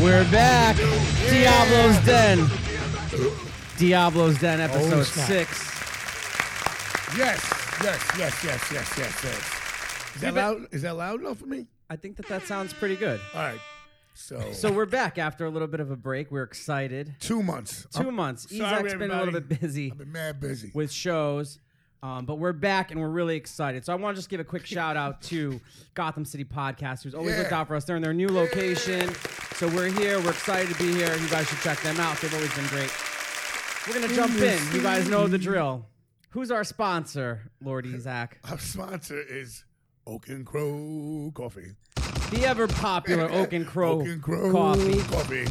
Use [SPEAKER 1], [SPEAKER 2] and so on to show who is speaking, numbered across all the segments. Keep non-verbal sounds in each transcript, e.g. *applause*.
[SPEAKER 1] We're back. Diablo's Den. Diablo's Den,
[SPEAKER 2] Oh,
[SPEAKER 1] episode
[SPEAKER 2] snap.
[SPEAKER 1] six.
[SPEAKER 2] Yes, yes, yes, yes, yes, yes, yes. Is that loud? Is that loud enough for me?
[SPEAKER 1] I think that that sounds pretty good.
[SPEAKER 2] All right. So,
[SPEAKER 1] So we're back after a little bit of a break. We're excited.
[SPEAKER 2] two months.
[SPEAKER 1] 2 months.
[SPEAKER 2] Oh, sorry,
[SPEAKER 1] Ezek's been a little
[SPEAKER 2] everybody.
[SPEAKER 1] bit busy
[SPEAKER 2] I've been mad busy.
[SPEAKER 1] with shows. Um, but we're back and we're really excited. So I want to just give
[SPEAKER 2] *laughs*
[SPEAKER 1] a quick shout out to Gotham City Podcast, who's always
[SPEAKER 2] Yeah.
[SPEAKER 1] looked out for us. They're in their new location. So we're here. We're excited to be here. You guys should check them out. They've always been great. We're going to jump in. You guys know the drill. Who's our sponsor, Lord Ezak?
[SPEAKER 2] Our sponsor is Oak and Crow Coffee.
[SPEAKER 1] The
[SPEAKER 2] *laughs*
[SPEAKER 1] ever popular Oak and Crow,
[SPEAKER 2] Oak and Crow
[SPEAKER 1] coffee.
[SPEAKER 2] Coffee.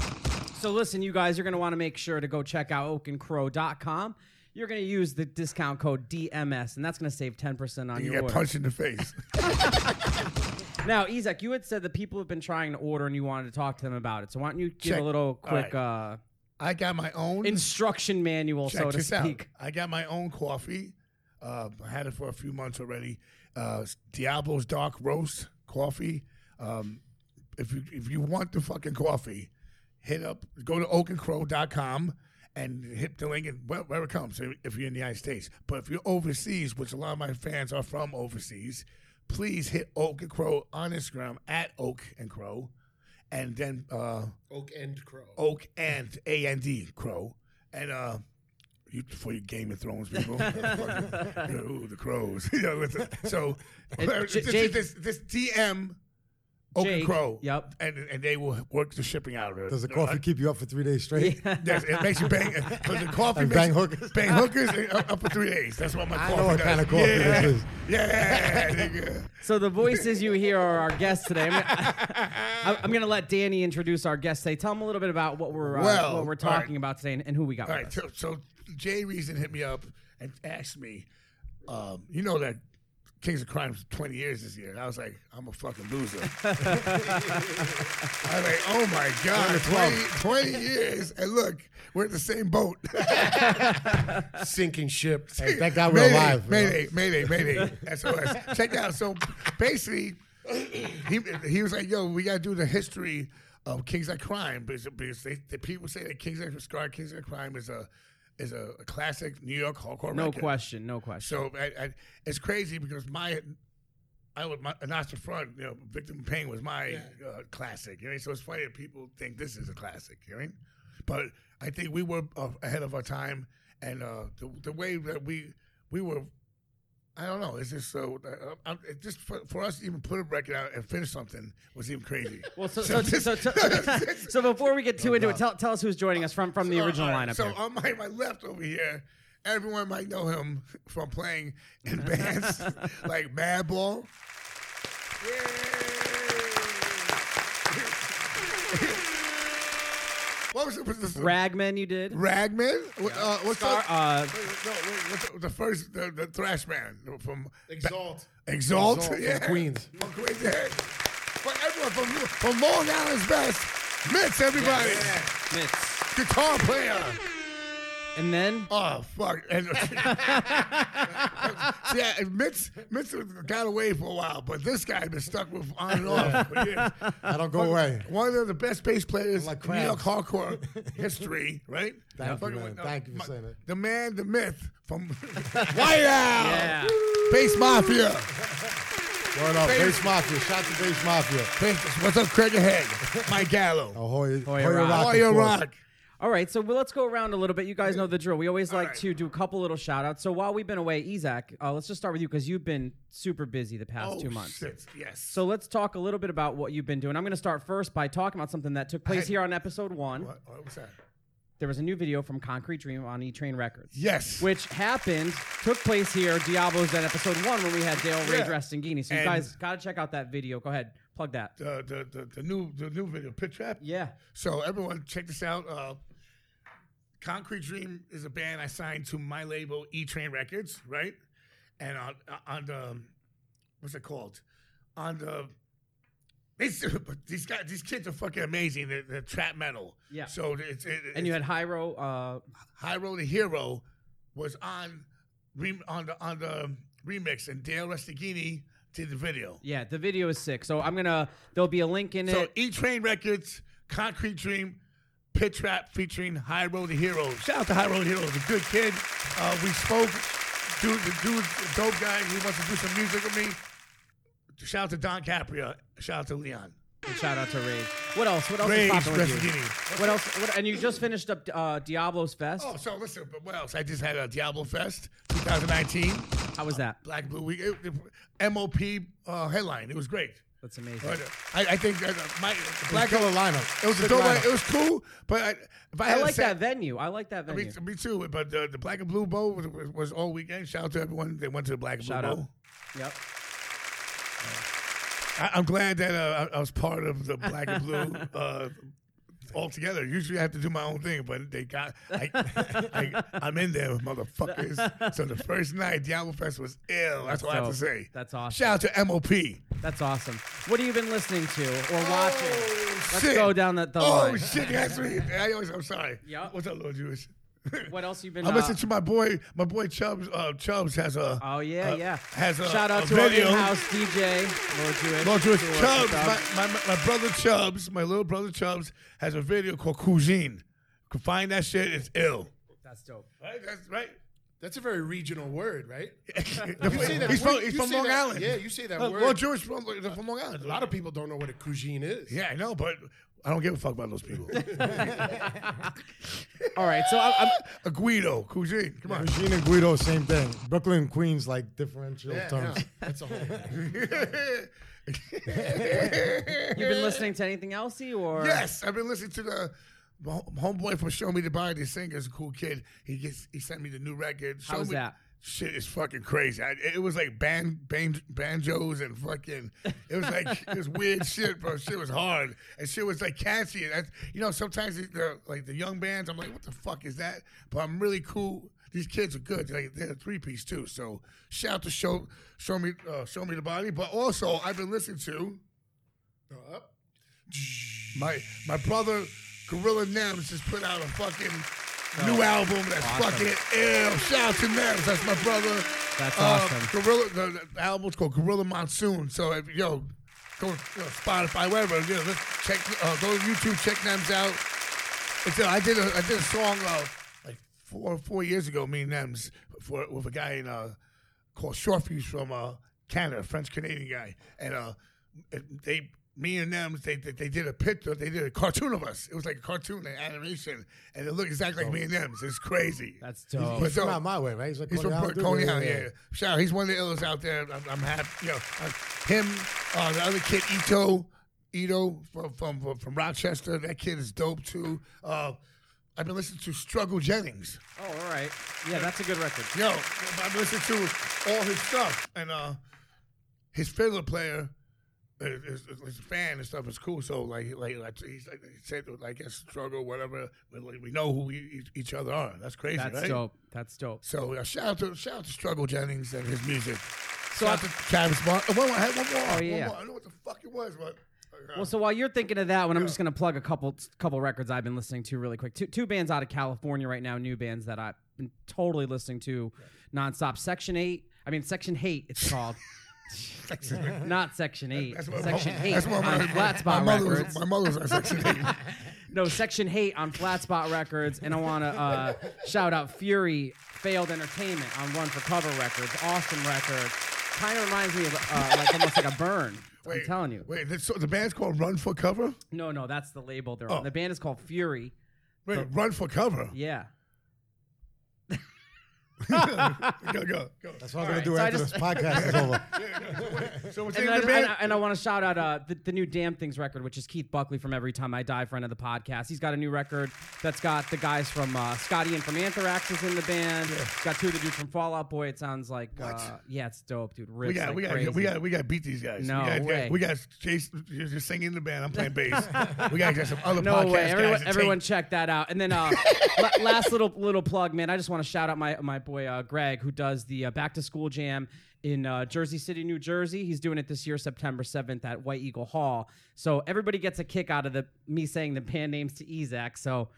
[SPEAKER 1] So listen, you guys, you're going to want to make sure to go check out oakandcrow.com. You're going to use the discount code DMS, and that's going to save 10% on
[SPEAKER 2] You
[SPEAKER 1] your
[SPEAKER 2] get
[SPEAKER 1] order.
[SPEAKER 2] punched in the
[SPEAKER 1] *laughs*
[SPEAKER 2] face.
[SPEAKER 1] Now, Ezek, you had said that people have been trying to order and you wanted to talk to them about it. So why don't you give
[SPEAKER 2] Check.
[SPEAKER 1] a little quick uh,
[SPEAKER 2] I got my own.
[SPEAKER 1] instruction manual,
[SPEAKER 2] Check
[SPEAKER 1] so to
[SPEAKER 2] this
[SPEAKER 1] speak.
[SPEAKER 2] out. I got my own coffee. Uh, I had it for a few months already. Uh, Diablo's Dark Roast coffee. Um, if you if you want the fucking coffee, hit up go to oakandcrow.com and hit the link and where, where it comes if you're in the United States. But if you're overseas, which a lot of my fans are from overseas, please hit Oak and Crow on Instagram at Oak and Crow, and then. Uh,
[SPEAKER 3] Oak and Crow.
[SPEAKER 2] Oak and A and D Crow, and uh, you for your Game of Thrones
[SPEAKER 3] *laughs*
[SPEAKER 2] people, Ooh, the crows. *laughs* You know, listen, so
[SPEAKER 1] *laughs*
[SPEAKER 2] this,
[SPEAKER 1] J- Jake-
[SPEAKER 2] this, this TM Oak
[SPEAKER 1] Jake,
[SPEAKER 2] and Crow,
[SPEAKER 1] yep.
[SPEAKER 2] and and they will work the shipping out of it.
[SPEAKER 3] Does the coffee keep you up for three days straight?
[SPEAKER 2] *laughs* Yes, it makes you bang. *laughs* Cause the coffee
[SPEAKER 3] And
[SPEAKER 2] makes
[SPEAKER 3] bang
[SPEAKER 2] you-
[SPEAKER 3] hookers.
[SPEAKER 2] Bang hookers and up up for three days. That's what my
[SPEAKER 3] I
[SPEAKER 2] coffee
[SPEAKER 3] know what
[SPEAKER 2] does.
[SPEAKER 3] kind of coffee
[SPEAKER 2] yeah.
[SPEAKER 3] this is.
[SPEAKER 2] Yeah, nigga.
[SPEAKER 1] So the voices you hear are our guests today. I'm gonna, *laughs* I'm gonna let Danny introduce our guests today. Tell them a little bit about what we're uh,
[SPEAKER 2] Well,
[SPEAKER 1] what we're
[SPEAKER 2] all
[SPEAKER 1] talking
[SPEAKER 2] right.
[SPEAKER 1] about today and, and who we got.
[SPEAKER 2] All
[SPEAKER 1] with
[SPEAKER 2] right,
[SPEAKER 1] us.
[SPEAKER 2] so, so Jay Reason hit me up and asked me, um, you know that Kings of Crime is 20 years this year. And I was like, I'm a fucking loser. I was like, oh my God, 20, 20 years. And look, we're in the same boat. *laughs*
[SPEAKER 3] Sinking ship. Hey, thank God we're
[SPEAKER 2] mayday,
[SPEAKER 3] alive. you know?
[SPEAKER 2] Mayday, mayday,
[SPEAKER 3] *laughs*
[SPEAKER 2] mayday. SOS. Check it out. So basically, he, he was like, yo, we got to do the history of Kings That Crime because, because they, the people say that Kings That Scar, Kings That Crime is a is a, classic New York hardcore
[SPEAKER 1] No
[SPEAKER 2] record.
[SPEAKER 1] question, no question.
[SPEAKER 2] So I, I, it's crazy because my I was my Anasta Front, you know, Victim of Pain was my uh, classic. You know, so it's funny that people think this is a classic. You know, what I mean? but I think we were uh, ahead of our time, and uh, the the way that we we were. I don't know. It's just so. Uh, I'm, it just for, for us to even put a record out and finish something was even crazy.
[SPEAKER 1] Well,
[SPEAKER 2] *laughs*
[SPEAKER 1] so so, so, so, *laughs* so before we get too into it, tell, tell us who's joining us from from the
[SPEAKER 2] Oh, So,
[SPEAKER 1] original
[SPEAKER 2] all right,
[SPEAKER 1] lineup.
[SPEAKER 2] So
[SPEAKER 1] here.
[SPEAKER 2] on my, my left over here, everyone might know him from playing
[SPEAKER 1] *laughs*
[SPEAKER 2] in bands like Madball. what was it? Was this
[SPEAKER 1] Ragman, you did.
[SPEAKER 2] Ragman? What- Uh, what's
[SPEAKER 1] Scar-
[SPEAKER 2] the,
[SPEAKER 1] uh,
[SPEAKER 2] wait, wait, no, wait, what's the, the first the, the thrash man from
[SPEAKER 3] Exalt.
[SPEAKER 2] Exalt,
[SPEAKER 3] Exalt from
[SPEAKER 2] yeah.
[SPEAKER 3] Queens.
[SPEAKER 2] From Queens, yeah. From everyone from from Long Island's best, Mitch, everybody,
[SPEAKER 1] Mitts.
[SPEAKER 2] guitar player.
[SPEAKER 1] And then
[SPEAKER 2] Oh fuck! *laughs* And, yeah, and Mitch, Mitch got away for a while, but this guy been stuck with on and off. for years.
[SPEAKER 3] I don't go away.
[SPEAKER 2] One of the best bass players
[SPEAKER 3] Like
[SPEAKER 2] in New York
[SPEAKER 3] crabs.
[SPEAKER 2] hardcore history, right?
[SPEAKER 3] Thank you,
[SPEAKER 2] Fucking uh,
[SPEAKER 3] man.
[SPEAKER 2] with-
[SPEAKER 3] Thank you for
[SPEAKER 2] my-
[SPEAKER 3] *laughs* saying that.
[SPEAKER 2] The man, the myth from White Owl.
[SPEAKER 1] yeah,
[SPEAKER 2] Base Mafia.
[SPEAKER 3] Word up.
[SPEAKER 2] Crazy.
[SPEAKER 3] Base Mafia. Shout to Base Mafia.
[SPEAKER 2] Base, what's up, Craig Ahead? Mike Gallo.
[SPEAKER 3] Ahoy,
[SPEAKER 1] Hoya
[SPEAKER 3] Hoya
[SPEAKER 1] Rock.
[SPEAKER 3] Rock.
[SPEAKER 2] Oh,
[SPEAKER 3] of
[SPEAKER 2] you
[SPEAKER 3] course.
[SPEAKER 2] rock.
[SPEAKER 1] All right, so well, let's go around a little bit. You guys know the drill. We always like
[SPEAKER 2] right.
[SPEAKER 1] to do a couple little shout outs. So while we've been away, Ezak, uh, let's just start with you because you've been super busy the past
[SPEAKER 2] Oh,
[SPEAKER 1] two months.
[SPEAKER 2] shit, Yes.
[SPEAKER 1] So let's talk a little bit about what you've been doing. I'm going to start first by talking about something that took place
[SPEAKER 2] I-
[SPEAKER 1] here on episode one.
[SPEAKER 2] what, what was that?
[SPEAKER 1] There was a new video from Concrete Dream on E Train Records,
[SPEAKER 2] Yes.
[SPEAKER 1] which happened, took place here, Diablo's at episode one when we had Dale Ray
[SPEAKER 2] Yeah.
[SPEAKER 1] dressed in Guinea. So you
[SPEAKER 2] And-
[SPEAKER 1] guys got to check out that video. Go ahead, plug that.
[SPEAKER 2] the, the, the, the new the new video, Pit Trap.
[SPEAKER 1] Yeah.
[SPEAKER 2] So everyone, check this out. Uh, Concrete Dream is a band I signed to my label, E Train Records, right? And on on the um, what's it called? On the it's, *laughs* but these guys, these kids are fucking amazing. They're, they're trap metal.
[SPEAKER 1] Yeah.
[SPEAKER 2] So it's it,
[SPEAKER 1] And you had Hyro. Uh,
[SPEAKER 2] High Road to Hero was on re, on the on the remix, and Dale Restighini did the video.
[SPEAKER 1] yeah, the video is sick. So I'm going to, there'll be a link in
[SPEAKER 2] So
[SPEAKER 1] it.
[SPEAKER 2] E Train Records, Concrete Dream, Pit Trap featuring High Road to Heroes. Shout out to High Road to Heroes, a good kid. Uh, we spoke. Dude, the dude, a dope guy. He wants to do some music with me. Shout out to Don Capria. Shout out to Leon.
[SPEAKER 1] And shout out to Rage. What else? What else
[SPEAKER 2] Rage
[SPEAKER 1] is popping with you?
[SPEAKER 2] Residini.
[SPEAKER 1] What else? What, and you just finished up uh, Diablo's Fest.
[SPEAKER 2] Oh, so listen, but what else? I just had a Diablo Fest 2019,
[SPEAKER 1] How was that?
[SPEAKER 2] Black Blue Week, It- it- MOP uh, headline. It was great.
[SPEAKER 1] That's amazing.
[SPEAKER 2] But, uh, I, I think that, uh, my
[SPEAKER 3] Black Killer lineup.
[SPEAKER 2] It was a
[SPEAKER 3] Sick
[SPEAKER 2] dope.
[SPEAKER 3] lineup.
[SPEAKER 2] It was cool, but I, if I
[SPEAKER 1] I
[SPEAKER 2] had
[SPEAKER 1] like
[SPEAKER 2] a set,
[SPEAKER 1] that venue. I like that venue.
[SPEAKER 2] Me, me too. But the, the black and blue bowl was, was, was all weekend. Shout out to everyone that went to the black and
[SPEAKER 1] Shout
[SPEAKER 2] blue
[SPEAKER 1] out.
[SPEAKER 2] bowl.
[SPEAKER 1] yep.
[SPEAKER 2] I, I'm glad that uh, I, I was part of the black and
[SPEAKER 1] *laughs*
[SPEAKER 2] blue uh, altogether. Usually I have to do my own thing, but they got I, *laughs* I, I'm in there, motherfuckers. so the first night, Diablo Fest was ill. That's, all I have to
[SPEAKER 1] dope.
[SPEAKER 2] say.
[SPEAKER 1] That's awesome.
[SPEAKER 2] Shout out to MOP.
[SPEAKER 1] That's awesome. What have you been listening to or
[SPEAKER 2] Oh.
[SPEAKER 1] watching? Let's
[SPEAKER 2] shit.
[SPEAKER 1] go down that the
[SPEAKER 2] oh
[SPEAKER 1] line.
[SPEAKER 2] shit, that's me. I always, I'm sorry.
[SPEAKER 1] Yeah.
[SPEAKER 2] What's up, little Jewish?
[SPEAKER 1] What else you been?
[SPEAKER 2] I
[SPEAKER 1] uh,
[SPEAKER 2] listened to my boy, my boy Chubbs. Uh, Chubbs has a.
[SPEAKER 1] Oh yeah,
[SPEAKER 2] uh,
[SPEAKER 1] yeah.
[SPEAKER 2] Has a
[SPEAKER 1] Shout out
[SPEAKER 2] a
[SPEAKER 1] to
[SPEAKER 2] video.
[SPEAKER 1] our in-house DJ, Lord Jewish.
[SPEAKER 2] Lord Jewish
[SPEAKER 1] Who works
[SPEAKER 2] Chubbs,
[SPEAKER 1] with us.
[SPEAKER 2] my, my, my brother Chubbs, my little brother Chubbs has a video called Cuisine. You can find that shit. It's ill.
[SPEAKER 1] That's dope.
[SPEAKER 2] Right, that's *laughs* right.
[SPEAKER 4] That's a very regional word, right?
[SPEAKER 2] he's from,
[SPEAKER 4] word-
[SPEAKER 2] he's
[SPEAKER 4] you
[SPEAKER 2] from
[SPEAKER 4] say
[SPEAKER 2] Long
[SPEAKER 4] that-
[SPEAKER 2] Island.
[SPEAKER 4] Yeah, you say that
[SPEAKER 2] Look,
[SPEAKER 4] word.
[SPEAKER 2] Lord Jewish from, they're from Long Island.
[SPEAKER 4] a lot of people don't know what a cuisine is.
[SPEAKER 2] yeah, I know, but I don't give a fuck about those
[SPEAKER 4] *laughs*
[SPEAKER 2] people.
[SPEAKER 1] All right, so I'm, I'm,
[SPEAKER 2] a Guido, Cuisine. Come on.
[SPEAKER 3] Regina and Guido, same thing. Brooklyn and Queens, like differential
[SPEAKER 4] Yeah, no,
[SPEAKER 3] terms.
[SPEAKER 4] that's a whole.
[SPEAKER 2] *laughs*
[SPEAKER 1] you've been listening to anything else, E, or
[SPEAKER 2] Yes, I've been listening to the my hom- homeboy from Show Me the Body. The singer's a cool kid. He gets he sent me the new record. Show
[SPEAKER 1] How's
[SPEAKER 2] me,
[SPEAKER 1] that?
[SPEAKER 2] Shit is fucking crazy. I, it was like ban, ban, banjos and fucking. It was
[SPEAKER 1] *laughs*
[SPEAKER 2] like it was weird shit, bro. Shit was hard and shit was like catchy. And I, you know, sometimes the- the like the young bands, I'm like, what the fuck is that? But I'm really cool. These kids are good. Like they're a three piece too. So shout out to show show me uh, show me the body. But also I've been listening to
[SPEAKER 4] Go up.
[SPEAKER 2] my my brother Gorilla Nems has put out a fucking new album that's fucking ill. Shout out to Nems, that's my brother.
[SPEAKER 1] That's
[SPEAKER 2] Uh,
[SPEAKER 1] awesome.
[SPEAKER 2] Gorilla, the, the album's called Gorilla Monsoon. So if, yo, go you know, Spotify, wherever. You know, let's check. Uh, go to YouTube, check Nems out. It's, uh, I did a I did a song uh, like four four years ago. Me and Nems for with a guy in uh, called Shorefuse from uh, Canada, French Canadian guy, and uh, it- they. Me and them, they, they they did a picture, they did a cartoon of us. It was like a cartoon, an animation, and it looked exactly like me and them. It's crazy.
[SPEAKER 1] That's dope.
[SPEAKER 2] But
[SPEAKER 3] He's from
[SPEAKER 2] so-
[SPEAKER 3] out my way, right? He's like
[SPEAKER 2] He's from Port-
[SPEAKER 3] dude.
[SPEAKER 2] Coney Island, yeah. Shout out, he's one of the illest out there. I'm, I'm happy. You know, uh, him, uh, the other kid, Ito, Ito from, from from from Rochester. That kid is dope too. Uh, I've been listening to Struggle Jennings.
[SPEAKER 1] Oh, all right. Yeah, that's a good record.
[SPEAKER 2] Yo, I've been listening to all his stuff, and uh, his fiddler player is, is, is a fan and stuff is cool. So like like, like he's like he said like a struggle whatever. We, we know who we, each other are. That's crazy,
[SPEAKER 1] That's
[SPEAKER 2] right?
[SPEAKER 1] dope. That's dope.
[SPEAKER 2] So uh, shout out to shout out to Struggle Jennings and his music.
[SPEAKER 1] So
[SPEAKER 2] shout out to Travis Martin. One more, I had one more.
[SPEAKER 1] Oh,
[SPEAKER 2] One
[SPEAKER 1] yeah.
[SPEAKER 2] more. I don't know what the fuck it was, but uh,
[SPEAKER 1] Well, so while you're thinking of that one, I'm just gonna plug a couple couple records I've been listening to really quick. Two two bands out of California right now, new bands that I've been totally listening to nonstop. Section Eight, I mean Section Hate,
[SPEAKER 2] *laughs*
[SPEAKER 1] it's called. Not Section Eight,
[SPEAKER 2] that's what-
[SPEAKER 1] Section Eight
[SPEAKER 2] That's what
[SPEAKER 1] on
[SPEAKER 2] my,
[SPEAKER 1] Flat Spot
[SPEAKER 2] my mother
[SPEAKER 1] Records. *laughs*
[SPEAKER 2] was. My mother was on Section Eight.
[SPEAKER 1] No, Section Hate on Flat Spot Records, and I want to uh, shout out Fury Failed Entertainment on Run for Cover Records, awesome record. Kind of reminds me of uh, like almost like a burn. I'm telling you.
[SPEAKER 2] Wait, this, so the band's called Run for Cover.
[SPEAKER 1] No, no, that's the label they're on.
[SPEAKER 2] Oh.
[SPEAKER 1] The band is called Fury.
[SPEAKER 2] Wait, Run for Cover.
[SPEAKER 1] Yeah.
[SPEAKER 2] *laughs* Go, go, go.
[SPEAKER 3] That's what I'm gonna do
[SPEAKER 1] so I
[SPEAKER 3] after
[SPEAKER 1] just-
[SPEAKER 2] *laughs*
[SPEAKER 3] this podcast is over.
[SPEAKER 2] Oh, So what's the
[SPEAKER 1] And
[SPEAKER 2] name
[SPEAKER 1] I,
[SPEAKER 2] of the band?
[SPEAKER 1] and I- and I want to shout out uh, the, the new Damn Things record, which is Keith Buckley from Every Time I Die, friend of the podcast. He's got a new record that's got the guys from uh, Scotty and from Anthrax is in the band. It's got two of the dudes from Fallout Boy. It sounds like, uh, yeah, it's dope, dude. Rips
[SPEAKER 2] we got,
[SPEAKER 1] like
[SPEAKER 2] we got,
[SPEAKER 1] crazy.
[SPEAKER 2] we got, we got to beat these guys.
[SPEAKER 1] No
[SPEAKER 2] we got,
[SPEAKER 1] way.
[SPEAKER 2] We got Chase. You're just singing in the band. I'm playing bass.
[SPEAKER 1] *laughs*
[SPEAKER 2] we got to get some other
[SPEAKER 1] no
[SPEAKER 2] podcast
[SPEAKER 1] way.
[SPEAKER 2] guys.
[SPEAKER 1] Everyone,
[SPEAKER 2] to
[SPEAKER 1] everyone
[SPEAKER 2] take-
[SPEAKER 1] check that out. And
[SPEAKER 2] *laughs*
[SPEAKER 1] then uh, la- last little little plug, man. I just want to shout out my my boy uh, Greg, who does the uh, back to school jam in uh, Jersey City, New Jersey. He's doing it this year, September seventh at White Eagle Hall. So everybody gets a kick out of the me saying the band names to Ezak. So.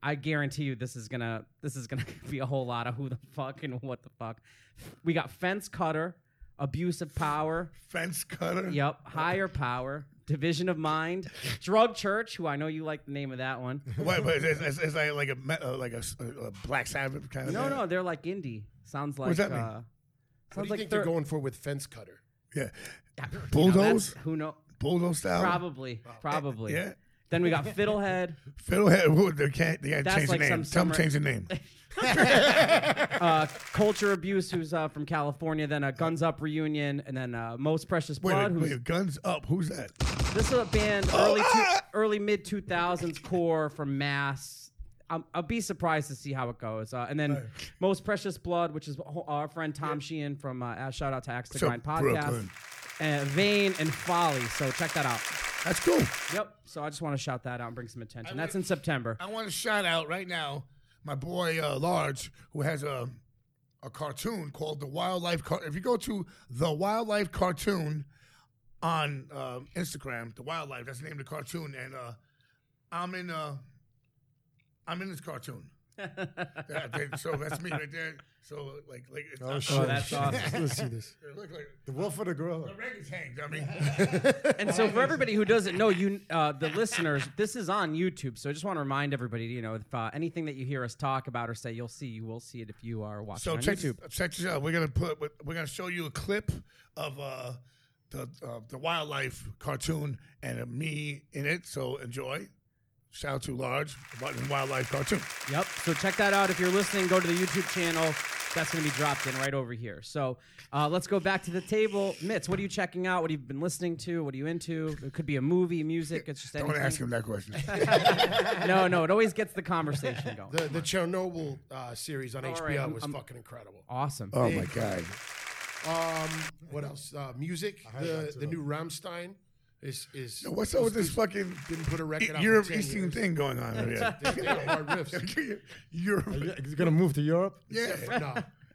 [SPEAKER 1] I guarantee you this is gonna this is gonna *laughs* be a whole lot of who the fuck and what the fuck. We got fence cutter, abusive power,
[SPEAKER 2] fence cutter.
[SPEAKER 1] Yep. Higher power, division of mind, drug church. Who I know you like the name of that one.
[SPEAKER 2] What? what is, is, is that like a me- uh, like a, s- a Black Sabbath kind of?
[SPEAKER 1] No,
[SPEAKER 2] band?
[SPEAKER 1] no, they're like indie. Sounds like.
[SPEAKER 2] does that mean?
[SPEAKER 1] Uh,
[SPEAKER 4] What do
[SPEAKER 1] sounds
[SPEAKER 4] you
[SPEAKER 1] like
[SPEAKER 4] think
[SPEAKER 1] they're
[SPEAKER 4] they're going for with fence cutter?
[SPEAKER 2] Yeah.
[SPEAKER 1] You know,
[SPEAKER 2] Bulldoze?
[SPEAKER 1] that's- Who know?
[SPEAKER 2] Bulldoze style.
[SPEAKER 1] Probably, probably.
[SPEAKER 2] Yeah.
[SPEAKER 1] Then we got Fiddlehead.
[SPEAKER 2] Fiddlehead. Who, they can't. They got to
[SPEAKER 1] That's
[SPEAKER 2] change
[SPEAKER 1] like
[SPEAKER 2] the name.
[SPEAKER 1] some
[SPEAKER 2] Tell them
[SPEAKER 1] summer-
[SPEAKER 2] to change the name.
[SPEAKER 1] *laughs* uh, Culture Abuse, who's uh, from California. Then a Guns Up reunion, and then uh, Most Precious
[SPEAKER 2] Wait,
[SPEAKER 1] Blood. who's
[SPEAKER 2] wait, guns up. Who's that?
[SPEAKER 1] this is a band early two, early mid two thousands core from Mass. I'm, I'll be surprised to see how it goes. Uh, and then Most Precious Blood, which is our friend Tom Sheehan from uh, uh, shout out to Axe to
[SPEAKER 2] So,
[SPEAKER 1] Grind podcast,
[SPEAKER 2] Brooklyn.
[SPEAKER 1] uh, Vain and Folly. So check that out.
[SPEAKER 2] That's cool.
[SPEAKER 1] Yep. So I just want to shout that out and bring some attention. That's in September.
[SPEAKER 2] I want to shout out right now my boy uh, Large, who has a a cartoon called the Wildlife. Car- if you go to the Wildlife cartoon on um Instagram, the Wildlife. That's the name of the cartoon, and uh, I'm in. Uh, I'm in this
[SPEAKER 1] *laughs*
[SPEAKER 2] cartoon. Yeah, they- so that's me right there. So like, like it's
[SPEAKER 3] Oh,
[SPEAKER 2] I'm- *laughs*
[SPEAKER 3] shit.
[SPEAKER 1] that's awesome.
[SPEAKER 3] *laughs* Let's see this.
[SPEAKER 2] I look like
[SPEAKER 3] The wolf or the
[SPEAKER 2] *laughs*
[SPEAKER 3] gorilla?
[SPEAKER 2] orangutans. I mean,
[SPEAKER 1] *laughs* And so, for everybody who doesn't know, you uh, the listeners, this is on YouTube. So I just want to remind everybody, you know, if uh, anything that you hear us talk about or say, you'll see, you will see it if you are watching
[SPEAKER 2] So
[SPEAKER 1] on
[SPEAKER 2] check
[SPEAKER 1] YouTube.
[SPEAKER 2] This, check this out. We're gonna put we're gonna show you a clip of uh, the uh, the wildlife cartoon and uh, me in it. So enjoy. Shout out to Large Button Wildlife Cartoon.
[SPEAKER 1] Yep. So check that out if you're listening. Go to the YouTube channel. That's going to be dropped in right over here. So uh, let's go back to the table. Mitz, what are you checking out? What have you been listening to? What are you into? It could be a movie, music. It's just
[SPEAKER 2] I
[SPEAKER 1] anything.
[SPEAKER 2] want to ask him that
[SPEAKER 4] *laughs*
[SPEAKER 2] question.
[SPEAKER 1] *laughs* No, no. It always gets the conversation going.
[SPEAKER 4] The the Chernobyl uh, series on HBO
[SPEAKER 1] right, I'm-
[SPEAKER 4] was
[SPEAKER 1] I'm-
[SPEAKER 4] fucking incredible.
[SPEAKER 1] awesome.
[SPEAKER 2] oh my god!
[SPEAKER 4] Um, what else? Uh, music.
[SPEAKER 3] heard that
[SPEAKER 4] The
[SPEAKER 3] too,
[SPEAKER 4] the
[SPEAKER 3] though.
[SPEAKER 4] new Rammstein is is.
[SPEAKER 2] What's up with this fucking E-
[SPEAKER 4] Didn't put a record out. for
[SPEAKER 2] Europe
[SPEAKER 4] 10
[SPEAKER 2] Eastern
[SPEAKER 4] years.
[SPEAKER 2] thing going on over
[SPEAKER 4] They they got
[SPEAKER 2] *laughs*
[SPEAKER 4] hard riffs. *laughs*
[SPEAKER 2] here? Europe,
[SPEAKER 3] He's gonna move to Europe.
[SPEAKER 2] yeah.
[SPEAKER 4] No,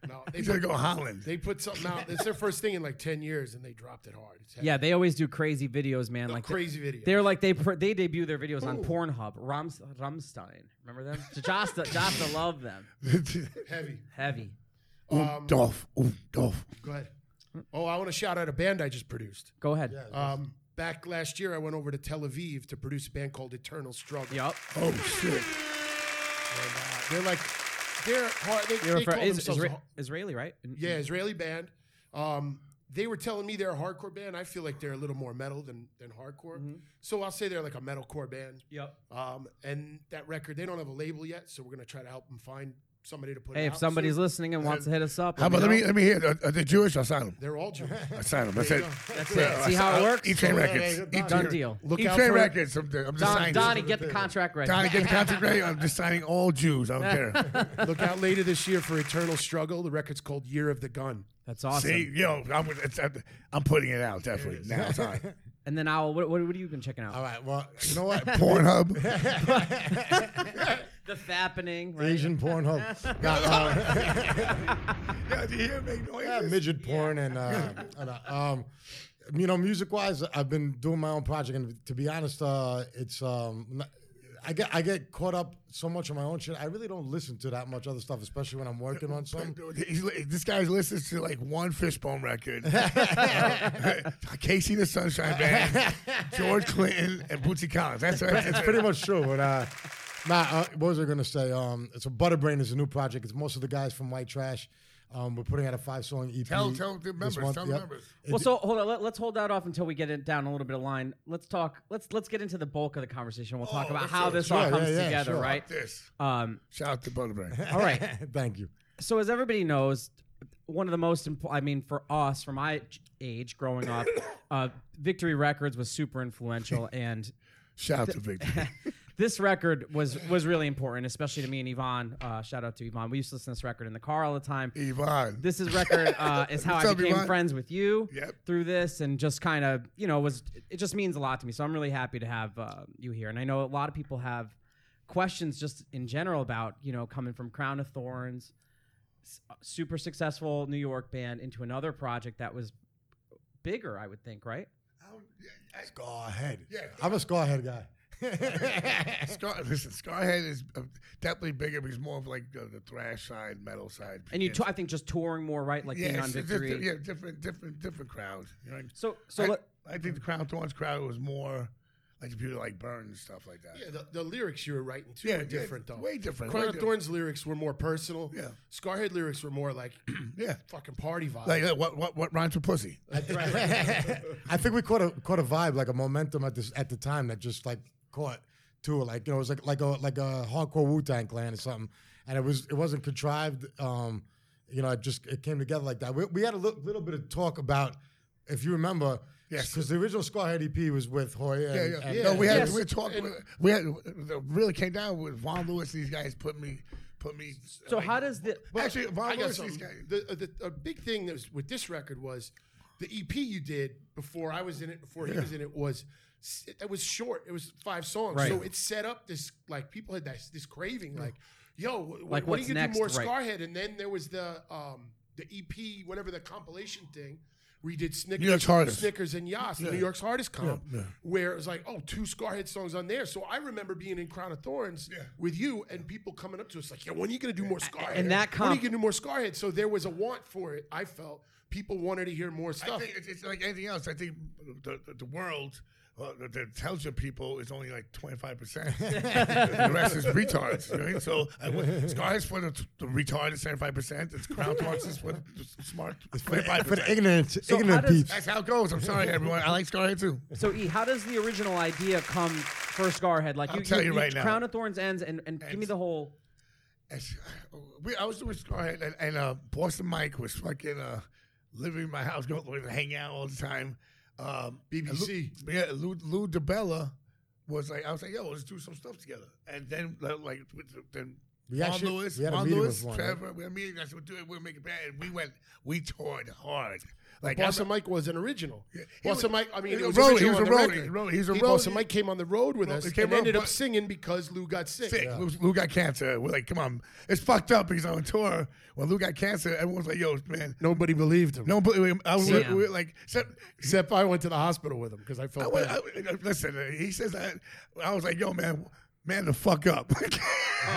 [SPEAKER 4] no. They
[SPEAKER 2] He's gonna
[SPEAKER 4] put,
[SPEAKER 2] go Holland.
[SPEAKER 4] they put something out. It's their first thing in like ten years, and they dropped it hard. It's heavy.
[SPEAKER 1] Yeah, they always do crazy videos, man. like they-
[SPEAKER 4] crazy video.
[SPEAKER 1] They're like they pr- they debut their videos on Pornhub. Rams Ramstein, remember them? Josta Josta loved them.
[SPEAKER 4] heavy.
[SPEAKER 1] Heavy.
[SPEAKER 2] Um, Dolph, Ooh, Dolph.
[SPEAKER 4] Go ahead. Oh, I want to shout out a band I just produced.
[SPEAKER 1] Go ahead.
[SPEAKER 4] Um, back last year, I went over to Tel Aviv to produce a band called Eternal Struggle.
[SPEAKER 1] Yup.
[SPEAKER 2] Oh shit!
[SPEAKER 4] And, uh, they're like, they're hard. They,
[SPEAKER 1] You're
[SPEAKER 4] they
[SPEAKER 1] refer-
[SPEAKER 4] call
[SPEAKER 1] is,
[SPEAKER 4] themselves a
[SPEAKER 1] Isra-
[SPEAKER 4] ho-
[SPEAKER 1] Israeli, right? N-
[SPEAKER 4] yeah Israeli band. Um, they were telling me they're a hardcore band. I feel like they're a little more metal than than hardcore.
[SPEAKER 1] Mm-hmm.
[SPEAKER 4] So I'll say they're like a metalcore band.
[SPEAKER 1] Yup.
[SPEAKER 4] Um, and that record, they don't have a label yet, so we're gonna try to help them find somebody to put.
[SPEAKER 1] Hey,
[SPEAKER 4] it
[SPEAKER 1] if
[SPEAKER 4] out
[SPEAKER 1] somebody's
[SPEAKER 4] soon.
[SPEAKER 1] listening and wants to hit us up,
[SPEAKER 2] How about let
[SPEAKER 1] know.
[SPEAKER 2] me let me hear? Are, are they Jewish? I'll sign them.
[SPEAKER 1] *laughs*
[SPEAKER 4] they're all Jewish.
[SPEAKER 2] I sign them. That's it.
[SPEAKER 1] That's it. See how it works.
[SPEAKER 2] E Train Records.
[SPEAKER 1] Done deal.
[SPEAKER 4] Look
[SPEAKER 2] E
[SPEAKER 4] out
[SPEAKER 2] Train
[SPEAKER 4] for-
[SPEAKER 2] Records. I'm, I'm just
[SPEAKER 1] Don,
[SPEAKER 2] signing.
[SPEAKER 1] Donnie, get the contract ready.
[SPEAKER 2] Donnie, get the contract ready. I'm just signing all Jews. I don't
[SPEAKER 1] *laughs*
[SPEAKER 2] care.
[SPEAKER 4] Look out later this year for Eternal Struggle. The record's called Year of the Gun.
[SPEAKER 1] That's awesome.
[SPEAKER 2] See, yo, I'm, it's, I'm putting it out definitely now. It's
[SPEAKER 1] *laughs*
[SPEAKER 2] on
[SPEAKER 1] And then I'll. What, what, what have you been checking out?
[SPEAKER 2] Uh,
[SPEAKER 3] All right. Well, you know
[SPEAKER 1] *laughs*
[SPEAKER 3] what?
[SPEAKER 2] Pornhub.
[SPEAKER 1] The fappening. Right?
[SPEAKER 3] Asian porn hub.
[SPEAKER 2] *laughs*
[SPEAKER 3] Nah, uh,
[SPEAKER 2] yeah, do you hear it make
[SPEAKER 3] *laughs* yeah,
[SPEAKER 2] noises?
[SPEAKER 3] midget porn and, uh, and uh, um, you know, music wise, I've been doing my own project, and to be honest, uh, it's um, n- I get I get caught up so much on my own shit. I really don't listen to that much other stuff, especially when I'm working on something.
[SPEAKER 2] He's li- this guy listens to like one fishbone
[SPEAKER 1] *laughs*
[SPEAKER 2] record. Uh, Casey and the Sunshine Band, George Clinton, and Bootsy Collins. That's, that's,
[SPEAKER 3] It's
[SPEAKER 2] that's
[SPEAKER 3] pretty much true. But uh, Matt, uh, what was I gonna say? Um, so Butterbrain is a new project. It's most of the guys from White Trash. Um, we're putting out a five song EP.
[SPEAKER 2] Tell- tell the members,
[SPEAKER 3] this month.
[SPEAKER 2] tell the members.
[SPEAKER 1] Well, so hold on. Let, us hold that off until we get it down a little bit of line. Let's talk. Let's let's get into the bulk of the conversation. We'll talk
[SPEAKER 2] Oh,
[SPEAKER 1] about
[SPEAKER 2] let's
[SPEAKER 1] how
[SPEAKER 2] do it.
[SPEAKER 1] this all
[SPEAKER 3] Sure,
[SPEAKER 1] comes
[SPEAKER 3] yeah, yeah,
[SPEAKER 1] together,
[SPEAKER 3] sure.
[SPEAKER 1] right?
[SPEAKER 2] this.
[SPEAKER 1] Um,
[SPEAKER 2] Shout out to Butterbrain.
[SPEAKER 1] all right.
[SPEAKER 2] *laughs*
[SPEAKER 3] Thank you.
[SPEAKER 1] so as everybody knows, one of the most imp- I mean, for us, from my age growing up, *coughs* uh, Victory Records was super
[SPEAKER 2] *laughs*
[SPEAKER 1] influential, and
[SPEAKER 2] Shout out to
[SPEAKER 1] *laughs*
[SPEAKER 2] Victor.
[SPEAKER 1] this record was was really important, especially to me and Yvonne. Uh, shout out to Yvonne. We used to listen to this record in the car all the time.
[SPEAKER 2] Yvonne.
[SPEAKER 1] This is record
[SPEAKER 2] *laughs*
[SPEAKER 1] uh, is how
[SPEAKER 2] What's
[SPEAKER 1] I
[SPEAKER 2] up,
[SPEAKER 1] became
[SPEAKER 2] Yvonne?
[SPEAKER 1] friends with you
[SPEAKER 2] Yep.
[SPEAKER 1] through this, and just kind of you know was it just means a lot to me. So I'm really happy to have uh, you here, and I know a lot of people have questions just in general about you know coming from Crown of Thorns, s- uh, super successful New York band, into another project that was bigger, I would think, right?
[SPEAKER 3] Scar ahead.
[SPEAKER 2] Yeah.
[SPEAKER 3] I'm a scar head guy.
[SPEAKER 2] Scar, listen, Scarhead is uh, definitely bigger, but he's more of like the, the thrash side, metal side.
[SPEAKER 1] And you,
[SPEAKER 2] Yeah.
[SPEAKER 1] tou- I think, just touring more, right? Like being
[SPEAKER 2] it's
[SPEAKER 1] on
[SPEAKER 2] just-
[SPEAKER 1] Victory.
[SPEAKER 2] yeah, different, different, different crowds. You know what I mean?
[SPEAKER 1] So, so
[SPEAKER 2] I,
[SPEAKER 1] let,
[SPEAKER 2] I think the Crown Thorns crowd was more like the people that like Burn and stuff like that.
[SPEAKER 4] Yeah, the, the lyrics you were writing too
[SPEAKER 2] Yeah,
[SPEAKER 4] were
[SPEAKER 2] yeah,
[SPEAKER 4] different though.
[SPEAKER 2] way different,
[SPEAKER 4] Crown
[SPEAKER 2] way
[SPEAKER 4] of
[SPEAKER 2] different.
[SPEAKER 4] Thorns lyrics were more personal.
[SPEAKER 2] Yeah.
[SPEAKER 4] Scarhead lyrics were more like *clears throat*
[SPEAKER 2] Yeah.
[SPEAKER 4] fucking party vibe.
[SPEAKER 2] Like uh, what, what, what rhymes with
[SPEAKER 4] *laughs*
[SPEAKER 2] pussy?
[SPEAKER 3] I think we caught a caught a vibe, like a momentum at this at the time that just like caught too. Like you know, it was like like a like a hardcore Wu Tang Clan or something, and it was it wasn't contrived. Um, you know, it just it came together like that. We, we had a li- little bit of talk about if you remember,
[SPEAKER 2] Yes.
[SPEAKER 3] because the original Scarhead EP was with Hoya.
[SPEAKER 2] Yeah,
[SPEAKER 3] and,
[SPEAKER 2] yeah.
[SPEAKER 3] and-
[SPEAKER 2] No, we had
[SPEAKER 3] Yes.
[SPEAKER 2] we were talking. We had the- really came down with Von Lewis. These guys put me, put me.
[SPEAKER 1] so
[SPEAKER 2] like-
[SPEAKER 1] how does the
[SPEAKER 2] actually
[SPEAKER 4] I
[SPEAKER 2] Von
[SPEAKER 4] got
[SPEAKER 2] Lewis? These
[SPEAKER 4] something.
[SPEAKER 2] guys,
[SPEAKER 4] The, uh, the, a big thing that was with this record was the EP you did before I was in it, before he was in it was s- it was short. It was five songs,
[SPEAKER 1] Right.
[SPEAKER 4] so it set up this like people had that, this craving like, yo, wh- wh-
[SPEAKER 1] Like,
[SPEAKER 4] when
[SPEAKER 1] what's
[SPEAKER 4] are you gonna
[SPEAKER 1] next?
[SPEAKER 4] do more
[SPEAKER 1] Right.
[SPEAKER 4] Scarhead? And then there was the um the EP, whatever the compilation thing. where you did Snickers,
[SPEAKER 2] York's Hardest.
[SPEAKER 4] Snickers and Yas, New York's hardest comp, where it was like, oh, two Scarhead songs on there. So I remember being in Crown of Thorns with you and people coming up to us like, yeah, when are you gonna do more Scarhead?
[SPEAKER 1] and that
[SPEAKER 4] when are you
[SPEAKER 1] comp-
[SPEAKER 4] gonna do more Scarhead. So there was a want for it. I felt people wanted to hear more
[SPEAKER 2] I
[SPEAKER 4] stuff.
[SPEAKER 2] think it's, it's like anything else. I think the the, the world. Uh, the the intelligent people is only like twenty five percent. *laughs* The rest is retards. you know what I mean? So I went, Scar's for the, the retarded seventy five percent. It's Crown Thorns is for the smart
[SPEAKER 3] for,
[SPEAKER 2] twenty
[SPEAKER 3] the,
[SPEAKER 2] five
[SPEAKER 3] for the
[SPEAKER 2] percent.
[SPEAKER 3] ignorant ignorant
[SPEAKER 1] how does-
[SPEAKER 3] peeps.
[SPEAKER 2] That's how it goes. I'm sorry, everyone. I like Scarhead too.
[SPEAKER 1] So E, how does the original idea come for Scarhead? Like
[SPEAKER 2] I'll tell you right now.
[SPEAKER 1] Crown of Thorns ends, and, and give me the whole.
[SPEAKER 2] As- we, I was doing Scarhead, and, and uh, Boston Mike was fucking uh, living in my house, going to hang out all the time. Um,
[SPEAKER 4] BBC.
[SPEAKER 2] and Lou, yeah, Lou, Lou DiBella was like, I was like, yo, let's do some stuff together. And then, like, like, with the- then
[SPEAKER 3] We
[SPEAKER 2] Ron
[SPEAKER 3] actually-
[SPEAKER 2] Lewis,
[SPEAKER 3] we had a
[SPEAKER 2] Ron
[SPEAKER 3] meeting with
[SPEAKER 2] Lewis,
[SPEAKER 3] Vaughn, right?
[SPEAKER 2] Trevor, we had a meeting. I said, we'll do it, we'll make it bad. And we went, we toured hard. Like,
[SPEAKER 4] Boston
[SPEAKER 2] I'm-
[SPEAKER 4] Mike was an original.
[SPEAKER 2] he was-
[SPEAKER 4] Boston Mike, I mean,
[SPEAKER 2] he
[SPEAKER 4] it was
[SPEAKER 2] was a roadie,
[SPEAKER 4] original
[SPEAKER 2] he was
[SPEAKER 4] on
[SPEAKER 2] a
[SPEAKER 4] the
[SPEAKER 2] roadie,
[SPEAKER 4] record.
[SPEAKER 2] roadie, he was a
[SPEAKER 4] Boston
[SPEAKER 2] roadie.
[SPEAKER 4] Mike came on the road with
[SPEAKER 2] Well,
[SPEAKER 4] us
[SPEAKER 2] he
[SPEAKER 4] and
[SPEAKER 2] came on,
[SPEAKER 4] ended up
[SPEAKER 2] but-
[SPEAKER 4] singing because Lou got sick.
[SPEAKER 2] sick. Lou, Lou got cancer. We're like, come on. It's fucked up because on tour, when Lou got cancer, everyone's like, yo, man.
[SPEAKER 4] Nobody believed him.
[SPEAKER 2] No, but I was
[SPEAKER 1] Damn.
[SPEAKER 2] we were like, except,
[SPEAKER 4] Except I went to the hospital with him because I felt
[SPEAKER 2] I
[SPEAKER 4] bad.
[SPEAKER 2] went, I, listen, uh, he says that. I was like, yo, man, man, the fuck up. *laughs*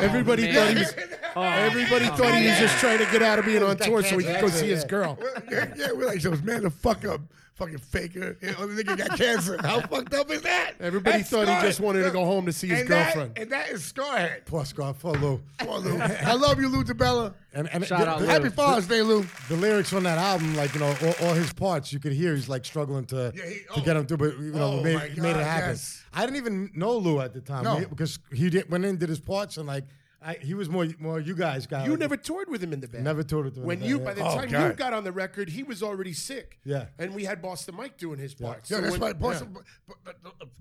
[SPEAKER 4] Everybody
[SPEAKER 1] man.
[SPEAKER 4] thought he was.
[SPEAKER 1] Oh,
[SPEAKER 4] Everybody thought he was just trying to get out of being on tour so he could go see his girl.
[SPEAKER 2] *laughs* yeah, yeah, we're like, so it's man, the fuck up. Fucking faker. Yeah, other nigga got cancer.
[SPEAKER 4] *laughs*
[SPEAKER 2] How fucked up is that?
[SPEAKER 4] Everybody
[SPEAKER 2] That's
[SPEAKER 4] thought he just
[SPEAKER 2] Scarhead.
[SPEAKER 4] wanted to go home to see his
[SPEAKER 2] And that-
[SPEAKER 4] girlfriend.
[SPEAKER 2] and that is Scarhead.
[SPEAKER 3] Poor Scar, poor Lou.
[SPEAKER 2] Come on, Lou. *laughs* I love you, Lou DiBella.
[SPEAKER 3] And, and
[SPEAKER 1] Shout
[SPEAKER 3] the-
[SPEAKER 1] out
[SPEAKER 3] the-
[SPEAKER 1] Lou.
[SPEAKER 2] Happy Father's Day, Lou.
[SPEAKER 3] the lyrics on that album, like you know, all, all his parts, you could hear he's like struggling to
[SPEAKER 2] Yeah, he-
[SPEAKER 3] to
[SPEAKER 2] oh.
[SPEAKER 3] get him through, but you know,
[SPEAKER 2] Oh,
[SPEAKER 3] made,
[SPEAKER 2] my God,
[SPEAKER 3] made it happen.
[SPEAKER 2] yes.
[SPEAKER 3] I didn't even know Lou at the time
[SPEAKER 2] No.
[SPEAKER 3] he- because he did, went in and did his parts and like I, he was more more you guys guy.
[SPEAKER 4] You
[SPEAKER 3] like,
[SPEAKER 4] never toured with him in the band.
[SPEAKER 3] Never toured with him in
[SPEAKER 4] When
[SPEAKER 3] the
[SPEAKER 4] you,
[SPEAKER 3] band,
[SPEAKER 4] by the
[SPEAKER 3] yeah.
[SPEAKER 2] Oh,
[SPEAKER 4] time you
[SPEAKER 2] God.
[SPEAKER 4] got on the record, he was already sick.
[SPEAKER 3] Yeah.
[SPEAKER 4] and we had Boston Mike doing his parts.
[SPEAKER 2] Yeah,
[SPEAKER 4] So
[SPEAKER 2] that's
[SPEAKER 4] when-
[SPEAKER 2] why Boston, B-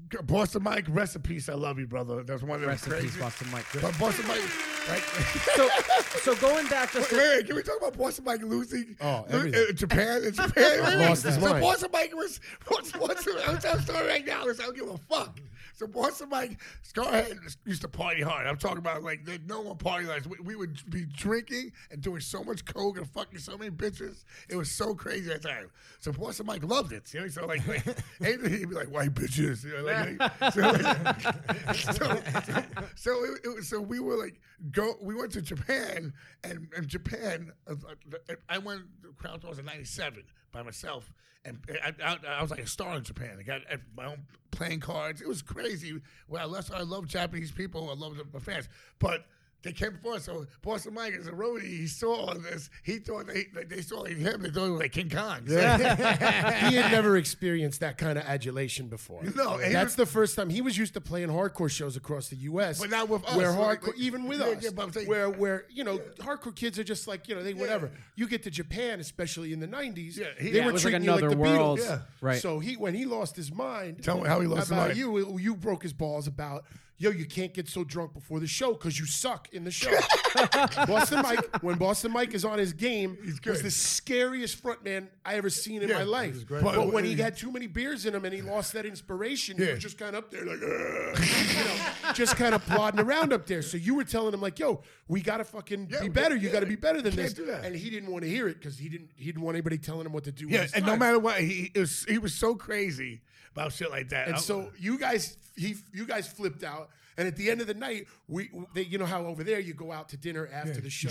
[SPEAKER 2] B- Boston Mike, rest in peace. I love you, brother. That's one of
[SPEAKER 1] Rest
[SPEAKER 2] the
[SPEAKER 1] in peace,
[SPEAKER 2] crazy.
[SPEAKER 1] Boston Mike.
[SPEAKER 2] But Boston Mike, like,
[SPEAKER 1] So,
[SPEAKER 2] *laughs*
[SPEAKER 1] so going back just
[SPEAKER 2] Wait, wait, can we talk about Boston Mike losing?
[SPEAKER 3] Oh,
[SPEAKER 2] lo-
[SPEAKER 3] everything.
[SPEAKER 2] uh, Japan and Japan. Wait, wait,
[SPEAKER 3] *laughs* Lost his
[SPEAKER 2] so
[SPEAKER 3] mind.
[SPEAKER 2] Boston Mike was, was, was, I'm telling you right now, is I don't give a fuck. So once somebody, Scarhead used to party hard. I'm talking about like there's no one party like we, we would be drinking and doing so much coke and fucking so many bitches. It was so crazy at that time. So once Mike loved it. You know? So like,
[SPEAKER 3] *laughs*
[SPEAKER 2] like anything, he'd be like white bitches. You know, like, so, like, *laughs* so, so, so it, it was, so we were like go. We went to Japan and in Japan, uh, uh, I went to Crown Tours in '97 by myself, and I, I, I was like a star in Japan. I got uh, my own playing cards. It was crazy. Well, I love, I love Japanese people. I love the- the fans, but they came before. us. So Boston Mike is a roadie. He saw all this. He thought they they- they saw him. They thought he was like King Kong.
[SPEAKER 4] he had never experienced that kind of adulation before.
[SPEAKER 2] No, and he
[SPEAKER 4] that's
[SPEAKER 2] was-
[SPEAKER 4] the first time. He was used to playing hardcore shows across the U.S.,
[SPEAKER 2] But not with us,
[SPEAKER 4] Where
[SPEAKER 2] like-
[SPEAKER 4] hardcore,
[SPEAKER 2] like-
[SPEAKER 4] even with
[SPEAKER 2] Yeah,
[SPEAKER 4] us,
[SPEAKER 2] yeah, but I'm saying-
[SPEAKER 4] where where you know hardcore kids are just like you know they whatever. You get to Japan, especially in the '90s,
[SPEAKER 2] Yeah, he-
[SPEAKER 4] they
[SPEAKER 2] Yeah, it
[SPEAKER 4] were
[SPEAKER 2] was
[SPEAKER 1] like
[SPEAKER 4] treating you
[SPEAKER 1] another
[SPEAKER 4] like the
[SPEAKER 1] world.
[SPEAKER 4] Beatles.
[SPEAKER 1] Yeah. Right.
[SPEAKER 4] So he when he lost his mind,
[SPEAKER 2] Tell me how he lost his
[SPEAKER 4] about
[SPEAKER 2] mind.
[SPEAKER 4] You you broke his balls about. Yo, you can't get so drunk before the show because you suck in the
[SPEAKER 2] *laughs*
[SPEAKER 4] show. Boston Mike, when Boston Mike is on his game, he's
[SPEAKER 2] good.
[SPEAKER 4] was the scariest frontman I ever seen in
[SPEAKER 2] Yeah,
[SPEAKER 4] my life.
[SPEAKER 2] he was great.
[SPEAKER 4] But,
[SPEAKER 2] But-
[SPEAKER 4] when he had too many beers in him and he lost that inspiration, he
[SPEAKER 2] Yeah.
[SPEAKER 4] was just kind of up there, like, "Ugh," *laughs* you know, just kind of plodding around up there. So you were telling him, like, yo, we got to fucking
[SPEAKER 2] Yeah,
[SPEAKER 4] be
[SPEAKER 2] we-
[SPEAKER 4] better. You
[SPEAKER 2] yeah,
[SPEAKER 4] got to be better than
[SPEAKER 2] can't
[SPEAKER 4] this.
[SPEAKER 2] do that.
[SPEAKER 4] And he didn't want to hear it because he didn't, he didn't want anybody telling him what to do.
[SPEAKER 2] *laughs*
[SPEAKER 4] with *laughs*
[SPEAKER 2] Yeah,
[SPEAKER 4] his
[SPEAKER 2] and no
[SPEAKER 4] time.
[SPEAKER 2] matter what, he it was he was so crazy about shit like that.
[SPEAKER 4] And
[SPEAKER 2] I-
[SPEAKER 4] so you guys, he, you guys flipped out. And at the end of the night, we, they, you know how over there you go out to dinner after the show.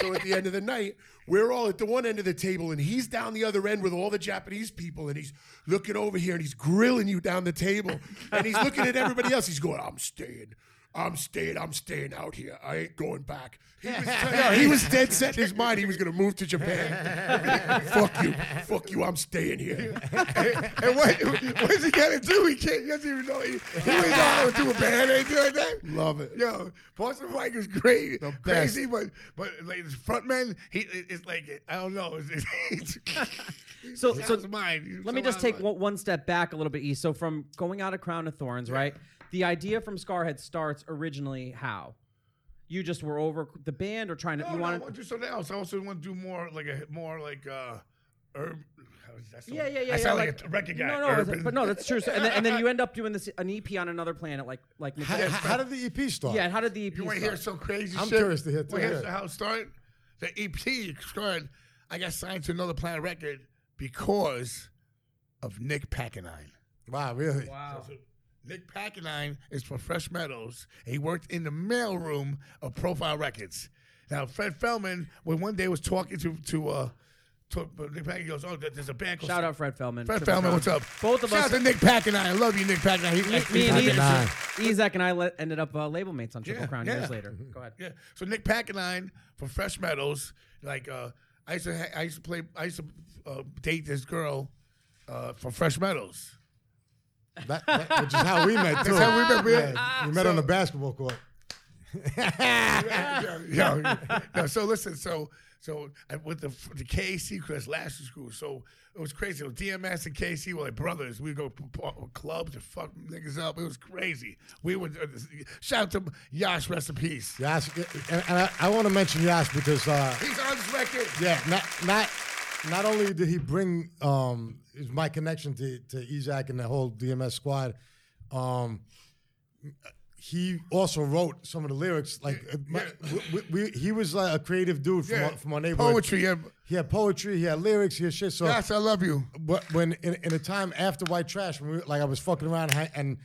[SPEAKER 4] so at the end of the night, we're all at the one end of the table, and he's down the other end with all the Japanese people, and he's looking over here and he's grilling you down the table, and he's looking at everybody else. He's going, "I'm staying." I'm staying. I'm staying out here. I ain't going back. He was, no, he was dead set in his mind. He was going to move to Japan. fuck you. Fuck you. I'm
[SPEAKER 2] *laughs*
[SPEAKER 4] staying here.
[SPEAKER 2] and, and what what is he gonna do? He can't. He doesn't even know. He, he doesn't know how to do a band ain't doing that.
[SPEAKER 4] Love it.
[SPEAKER 2] Yo, Boston Mike is great,
[SPEAKER 4] The best.
[SPEAKER 2] crazy, but but like his frontman, he it- it's like I don't know. It's, it's, it's
[SPEAKER 1] *laughs* So-
[SPEAKER 2] it's
[SPEAKER 1] so
[SPEAKER 2] mine.
[SPEAKER 1] Let me
[SPEAKER 2] So
[SPEAKER 1] just
[SPEAKER 2] I'm
[SPEAKER 1] take
[SPEAKER 2] like-
[SPEAKER 1] one, one step back a little bit, East. So from going out of Crown of Thorns, right? The idea from Scarhead starts originally how? You just were over the band or trying to
[SPEAKER 2] No,
[SPEAKER 1] you
[SPEAKER 2] no, I
[SPEAKER 1] wanted
[SPEAKER 2] want to do something else. I also want to do more like a more like uh, herb. how is that sound?
[SPEAKER 1] Yeah, yeah, yeah.
[SPEAKER 2] I
[SPEAKER 1] yeah,
[SPEAKER 2] sound like, a record guy.
[SPEAKER 1] No, no, it's-
[SPEAKER 2] urban. *laughs*
[SPEAKER 1] but no, that's true. So, and, then, and then you end up doing this an EP on another planet, like like. Nick
[SPEAKER 3] How,
[SPEAKER 1] said.
[SPEAKER 3] how did the EP start?
[SPEAKER 1] yeah, and how did the EP?
[SPEAKER 2] You want to hear some
[SPEAKER 1] start?
[SPEAKER 2] crazy
[SPEAKER 3] I'm
[SPEAKER 2] shit?
[SPEAKER 3] curious to hear too,
[SPEAKER 2] Well, here's
[SPEAKER 3] yeah.
[SPEAKER 2] how it started. The EP started. I got signed to another Planet record because of Nick Packenine.
[SPEAKER 3] Wow, really?
[SPEAKER 1] Wow.
[SPEAKER 2] Nick Packenine is from Fresh Meadows. He worked in the mailroom of Profile Records. Now, Fred Feldman, when one day was talking to to uh, to Nick Packenine, he goes, "Oh, there- there's a band called
[SPEAKER 1] Shout out Fred Feldman.
[SPEAKER 2] Fred Feldman, what's up?
[SPEAKER 1] Both of
[SPEAKER 2] Shout
[SPEAKER 1] us-
[SPEAKER 2] out to Nick Packenine. I love you, Nick Packenine. He-
[SPEAKER 1] Like, me and
[SPEAKER 2] he-
[SPEAKER 3] Nick Packenine.
[SPEAKER 1] Ezek, Ezek and I le- ended up uh, label mates on Triple
[SPEAKER 2] Yeah,
[SPEAKER 1] Crown
[SPEAKER 2] yeah.
[SPEAKER 1] years later. Go ahead.
[SPEAKER 2] Yeah. So Nick Packenine from Fresh Meadows, like uh, I used to, ha- I used to play, I used to uh, date this girl uh, from Fresh Meadows.
[SPEAKER 3] That, that, which is how we met too.
[SPEAKER 2] how we met, we-
[SPEAKER 3] Yeah, we met on the basketball court.
[SPEAKER 2] *laughs* yeah, yeah, yeah. No, so listen, so so I went to the KC Chris Lashley School. So it was crazy. So DMS and KC were like brothers. We go p- p- clubs and fuck niggas up. It was crazy. We would uh, shout out to Yash, rest in peace.
[SPEAKER 3] Yas, and, and I, I want to mention Yas because uh,
[SPEAKER 2] He's on this record.
[SPEAKER 3] yeah, not not not only did he bring um is my connection to to Isaac and the whole DMS squad, um. He also wrote some of the lyrics. Like, uh, my, we, we, we- he was like a creative dude from,
[SPEAKER 2] Yeah.
[SPEAKER 3] our, from our neighborhood.
[SPEAKER 2] Poetry, yeah.
[SPEAKER 3] He had poetry. He had lyrics. He had shit. So
[SPEAKER 2] Yash, I love you.
[SPEAKER 3] but when in, in a time after White Trash, when we, like I was fucking around and, and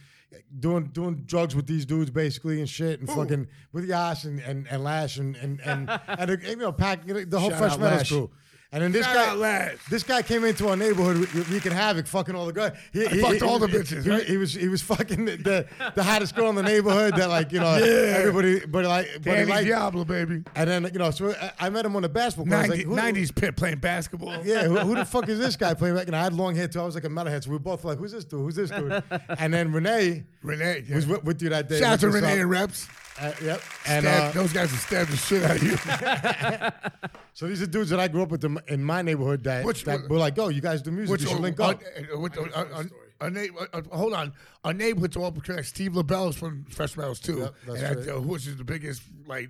[SPEAKER 3] doing doing drugs with these dudes basically and shit and fucking with Yash and, and, and Lash and and
[SPEAKER 2] *laughs*
[SPEAKER 3] and, and, you know packing the whole
[SPEAKER 4] Shout
[SPEAKER 3] Fresh
[SPEAKER 4] out
[SPEAKER 3] Meadows
[SPEAKER 4] Lash.
[SPEAKER 3] crew. And then this
[SPEAKER 2] Shout out
[SPEAKER 3] guy,
[SPEAKER 2] Lash.
[SPEAKER 3] this guy came into our neighborhood re- wreaking havoc, fucking all the guys. He,
[SPEAKER 2] fucked all the bitches,
[SPEAKER 3] He,
[SPEAKER 2] right?
[SPEAKER 3] he was he was fucking the, the, the hottest girl in the neighborhood that like
[SPEAKER 2] *laughs*
[SPEAKER 3] you know everybody, but like but he
[SPEAKER 2] Danny
[SPEAKER 3] liked-
[SPEAKER 2] Diablo, baby.
[SPEAKER 3] And then you know, so I- I met him on the basketball court. I was
[SPEAKER 2] 90,
[SPEAKER 3] like, who-
[SPEAKER 2] 90s pit playing basketball.
[SPEAKER 3] yeah, who, who the fuck is this guy playing back? And I had long hair too. I was like a metalhead. So we were both like, who's this dude? Who's this dude? And then Renee
[SPEAKER 2] Renee. yeah.
[SPEAKER 3] was with, with you that day.
[SPEAKER 2] Shout out to
[SPEAKER 3] with us
[SPEAKER 2] Renee
[SPEAKER 3] up.
[SPEAKER 2] and Reps.
[SPEAKER 3] Uh, yep. And
[SPEAKER 2] Stab-
[SPEAKER 3] uh,
[SPEAKER 2] those guys have stabbed the shit out of you.
[SPEAKER 3] so these are dudes that I grew up with in, in my neighborhood that,
[SPEAKER 2] Which-
[SPEAKER 3] that were like, oh, you guys do music. you should link
[SPEAKER 2] our-
[SPEAKER 3] up.
[SPEAKER 2] uh, with- uh, our- our- our neigh- uh, uh, hold on. Our neighborhood's all connected. Steve LaBelle's from Fresh Meadows, too.
[SPEAKER 3] Yep, that's
[SPEAKER 2] and
[SPEAKER 3] right.
[SPEAKER 2] uh, who is the biggest, like,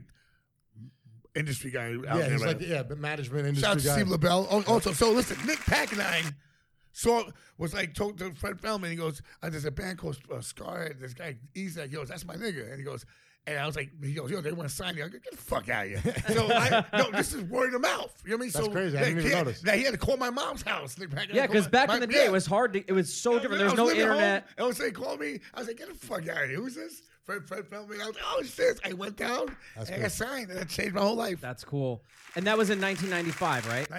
[SPEAKER 2] industry guy out
[SPEAKER 3] yeah,
[SPEAKER 2] there
[SPEAKER 3] he's
[SPEAKER 2] right
[SPEAKER 3] like,
[SPEAKER 2] now.
[SPEAKER 3] yeah, but management industry
[SPEAKER 2] Shout out to Oh,
[SPEAKER 3] guy.
[SPEAKER 2] Steve LaBelle. Al- Also, so listen, Nick Packenine saw was like talked to Fred Feldman. He goes, uh, "There's a band called uh, Scarhead. This guy Isaac. He goes, that's my nigga." And he goes. And I was like, he goes, yo, they want to sign you. I go, get the fuck out of
[SPEAKER 3] *laughs*
[SPEAKER 2] here. So, I, no, this is word of mouth. You know what I mean?
[SPEAKER 3] That's
[SPEAKER 2] so
[SPEAKER 3] crazy. I
[SPEAKER 2] that
[SPEAKER 3] didn't even
[SPEAKER 2] kid-
[SPEAKER 3] notice.
[SPEAKER 2] That he had to call my mom's house. Like, back
[SPEAKER 1] Yeah, because back in the day,
[SPEAKER 2] yeah.
[SPEAKER 1] it was hard. To, it was so different. There was
[SPEAKER 2] I
[SPEAKER 1] no
[SPEAKER 2] living
[SPEAKER 1] internet.
[SPEAKER 2] Home, and say, call me. I was like, get the fuck out of here. Who's this? Fred, Fred Feldman. I was like, oh, it's this. I went down and I got signed, and that changed my whole life.
[SPEAKER 1] That's cool. And that was in 1995, right?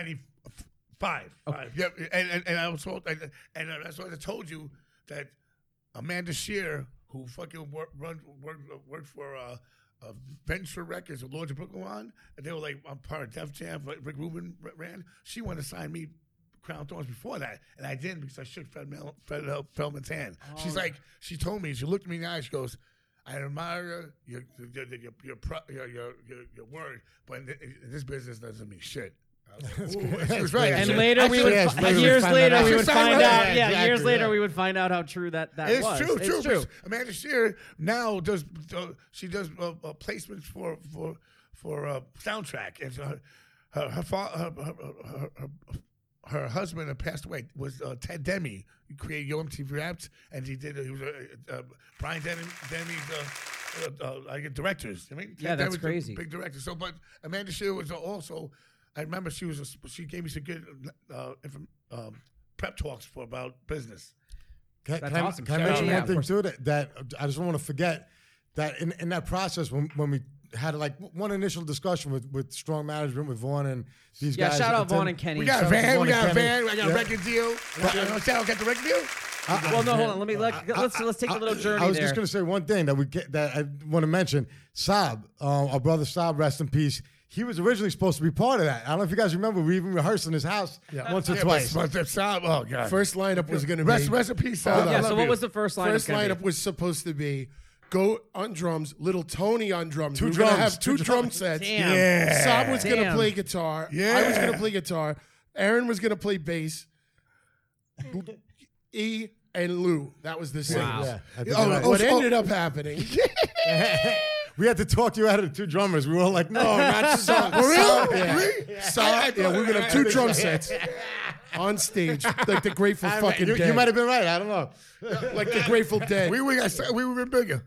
[SPEAKER 2] 95. Five. Yep. And, and, and I was told, and, and that's what I told you that Amanda Shear, who fucking worked, run, worked, worked for uh, uh, Venture Records, with Lords of Brooklyn, were on, and they were like, I'm part of Def Jam, but Rick Rubin ran. She wanted to sign me. Crown Thorns before that, and I didn't because I shook Fred, Mel- Fred uh, Feldman's hand. She's like, she told me, she looked me in the eye, she goes, I admire your your your your your, pro- your, your, your, your word, but in, th- in this business doesn't mean shit. I was like, "Ooh, she was right.
[SPEAKER 1] And
[SPEAKER 2] Actually-
[SPEAKER 1] later we
[SPEAKER 2] actually,
[SPEAKER 1] would,
[SPEAKER 3] yes,
[SPEAKER 1] fi-
[SPEAKER 3] later we
[SPEAKER 1] years
[SPEAKER 3] find
[SPEAKER 1] later
[SPEAKER 3] that
[SPEAKER 1] we
[SPEAKER 3] out.
[SPEAKER 1] would
[SPEAKER 2] Sorry,
[SPEAKER 1] find
[SPEAKER 2] yeah,
[SPEAKER 1] out. Yeah,
[SPEAKER 3] exactly,
[SPEAKER 1] years later
[SPEAKER 3] yeah.
[SPEAKER 1] we would find out how true that that
[SPEAKER 2] It's
[SPEAKER 1] was.
[SPEAKER 2] true,
[SPEAKER 1] it's
[SPEAKER 2] true.
[SPEAKER 1] true.
[SPEAKER 2] because Amanda Shear now does uh, she does uh, uh, placements for for for uh, soundtrack and her her her, fa- her, her, her, her her husband had passed away was uh, Ted Demi. He created Yo MTV Raps, and he did. He was uh, uh, Brian Demi, Demi's uh, uh, uh, like directors. I mean,
[SPEAKER 1] Yeah,
[SPEAKER 2] Ted
[SPEAKER 1] that's
[SPEAKER 2] Demi's a
[SPEAKER 1] crazy.
[SPEAKER 2] big director. So, but Amanda Shear was also. I remember she was. A, sp- she gave me some good uh, inform, um, prep talks for about business.
[SPEAKER 3] Can,
[SPEAKER 1] That's
[SPEAKER 3] can I-
[SPEAKER 1] awesome.
[SPEAKER 3] can I
[SPEAKER 1] Shout
[SPEAKER 3] mention
[SPEAKER 1] out. Yeah,
[SPEAKER 3] one
[SPEAKER 1] of
[SPEAKER 3] thing too that, that I just don't want to forget that in, in that process when when we had like w- one initial discussion with, with strong management with Vaughn and these
[SPEAKER 1] Yeah,
[SPEAKER 3] guys.
[SPEAKER 1] shout out
[SPEAKER 3] at Tim-
[SPEAKER 1] Vaughn and Kenny.
[SPEAKER 2] We got a
[SPEAKER 3] Shout out to
[SPEAKER 2] van. We
[SPEAKER 3] Vaughn
[SPEAKER 2] got a
[SPEAKER 3] and Kenny.
[SPEAKER 2] van. I got a
[SPEAKER 3] Yeah. Uh,
[SPEAKER 2] record deal.
[SPEAKER 3] But-
[SPEAKER 2] You know, Sal got the record deal.
[SPEAKER 1] well, no, hold on. Let me let, let's let's take a little journey
[SPEAKER 3] I was
[SPEAKER 1] there.
[SPEAKER 3] just going to say one thing that we get, that I want to mention. Saab, um, our brother Saab, rest in peace. He was originally supposed to be part of that. I don't know if you guys remember. We even rehearsed in his house once or
[SPEAKER 2] Yeah,
[SPEAKER 3] twice.
[SPEAKER 2] but- but Sal- oh god.
[SPEAKER 4] First lineup was going to be
[SPEAKER 2] rest, rest in peace, Sal. I
[SPEAKER 1] yeah. So
[SPEAKER 2] love
[SPEAKER 1] what
[SPEAKER 2] you.
[SPEAKER 1] was the first lineup?
[SPEAKER 4] First
[SPEAKER 1] gonna be?
[SPEAKER 4] lineup was supposed to be go on drums, little Tony on drums. Two we were
[SPEAKER 3] drums,
[SPEAKER 4] gonna have two,
[SPEAKER 3] two
[SPEAKER 4] drum sets.
[SPEAKER 1] Damn.
[SPEAKER 2] Yeah.
[SPEAKER 4] Saab was gonna
[SPEAKER 1] Damn.
[SPEAKER 4] play guitar. I was gonna
[SPEAKER 2] Yeah.
[SPEAKER 4] play guitar. Aaron was gonna play
[SPEAKER 1] *laughs*
[SPEAKER 4] bass. e and Lou. That was the singers.
[SPEAKER 3] Yeah, I think
[SPEAKER 4] Oh,
[SPEAKER 3] you're right.
[SPEAKER 4] what ended up happening?
[SPEAKER 3] *laughs*
[SPEAKER 4] *laughs*
[SPEAKER 3] we had to talk you out of the two drummers. We were like,
[SPEAKER 4] *laughs*
[SPEAKER 3] no, not Saab.
[SPEAKER 4] For real?
[SPEAKER 3] Yeah.
[SPEAKER 4] Really? Saab, yeah, we're gonna
[SPEAKER 3] *laughs*
[SPEAKER 4] have two drum sets on stage, like the Grateful
[SPEAKER 3] I-
[SPEAKER 4] fucking
[SPEAKER 3] you,
[SPEAKER 4] Dead.
[SPEAKER 3] you might have been right. I don't *laughs* know.
[SPEAKER 4] like the Grateful Dead.
[SPEAKER 2] We would have we would have been bigger.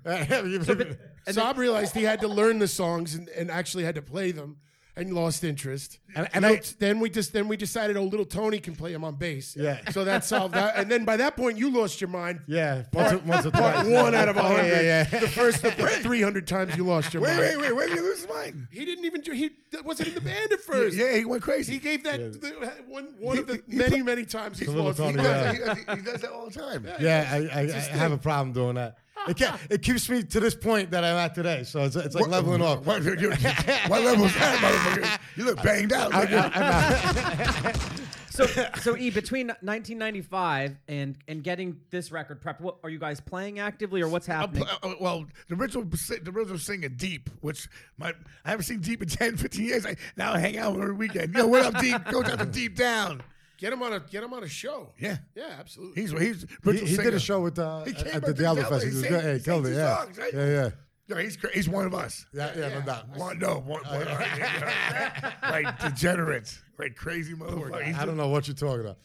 [SPEAKER 4] Saab realized he had to learn the songs and, and actually had to play them and lost interest.
[SPEAKER 3] And- and
[SPEAKER 4] You know,
[SPEAKER 3] I-
[SPEAKER 4] then we just then we decided, oh, little Tony can play him on bass.
[SPEAKER 3] Yeah.
[SPEAKER 4] So that solved that. And then by that point, you lost your mind.
[SPEAKER 3] yeah, once or, once or twice.
[SPEAKER 4] One
[SPEAKER 2] *laughs*
[SPEAKER 4] out of a
[SPEAKER 3] Oh,
[SPEAKER 4] hundred.
[SPEAKER 3] Yeah, yeah, yeah.
[SPEAKER 4] The first of the three hundred times you lost your
[SPEAKER 2] Wait,
[SPEAKER 4] mind.
[SPEAKER 2] wait, wait. Where did he lose his mind?
[SPEAKER 4] He didn't even. do- He that wasn't in the band at first.
[SPEAKER 2] Yeah, he went crazy.
[SPEAKER 4] He gave that the, one one
[SPEAKER 2] He-
[SPEAKER 4] of the
[SPEAKER 2] he
[SPEAKER 4] many
[SPEAKER 2] pla-
[SPEAKER 4] many times he's
[SPEAKER 3] little
[SPEAKER 4] lost.
[SPEAKER 3] Tony,
[SPEAKER 2] He
[SPEAKER 3] yeah.
[SPEAKER 2] does, that- he, does, he does that all the time.
[SPEAKER 3] Yeah, I, I, I have a problem doing that. It, *laughs* ca- it keeps me to this point that I'm at today. So it's, it's like leveling off.
[SPEAKER 2] What, you- you- what level is that, motherfucker? You look banged out. nigga. *laughs*
[SPEAKER 1] so so E between 1995 and and getting this record prepped. What are you guys playing actively or what's
[SPEAKER 2] I'll
[SPEAKER 1] happening?
[SPEAKER 2] pl- uh, well, the original, si- the original singer Deep, which my I haven't seen Deep in 10, 15 years. I now I hang out with her every weekend. Yo, what up, Deep? Go down to Deep Down.
[SPEAKER 4] Get him on a get him on a show.
[SPEAKER 2] Yeah.
[SPEAKER 4] Yeah, absolutely.
[SPEAKER 2] He's he's
[SPEAKER 3] He,
[SPEAKER 2] original
[SPEAKER 3] he did
[SPEAKER 2] singer.
[SPEAKER 3] a show with uh,
[SPEAKER 2] He came
[SPEAKER 3] at
[SPEAKER 2] up to
[SPEAKER 3] the Diablo
[SPEAKER 2] Diablo,
[SPEAKER 3] Fest. He
[SPEAKER 2] he
[SPEAKER 3] was
[SPEAKER 2] sang-
[SPEAKER 3] good. Hey,
[SPEAKER 2] he
[SPEAKER 3] he killed
[SPEAKER 2] sang
[SPEAKER 3] it.
[SPEAKER 2] two
[SPEAKER 3] Yeah.
[SPEAKER 2] songs, right?
[SPEAKER 3] yeah, yeah,
[SPEAKER 2] No, he's cra- he's one of us.
[SPEAKER 3] yeah, yeah, no doubt.
[SPEAKER 2] One, no, one,
[SPEAKER 3] *laughs*
[SPEAKER 2] one, like degenerates, like crazy motherfucker. He's
[SPEAKER 3] I don't know what you're talking about.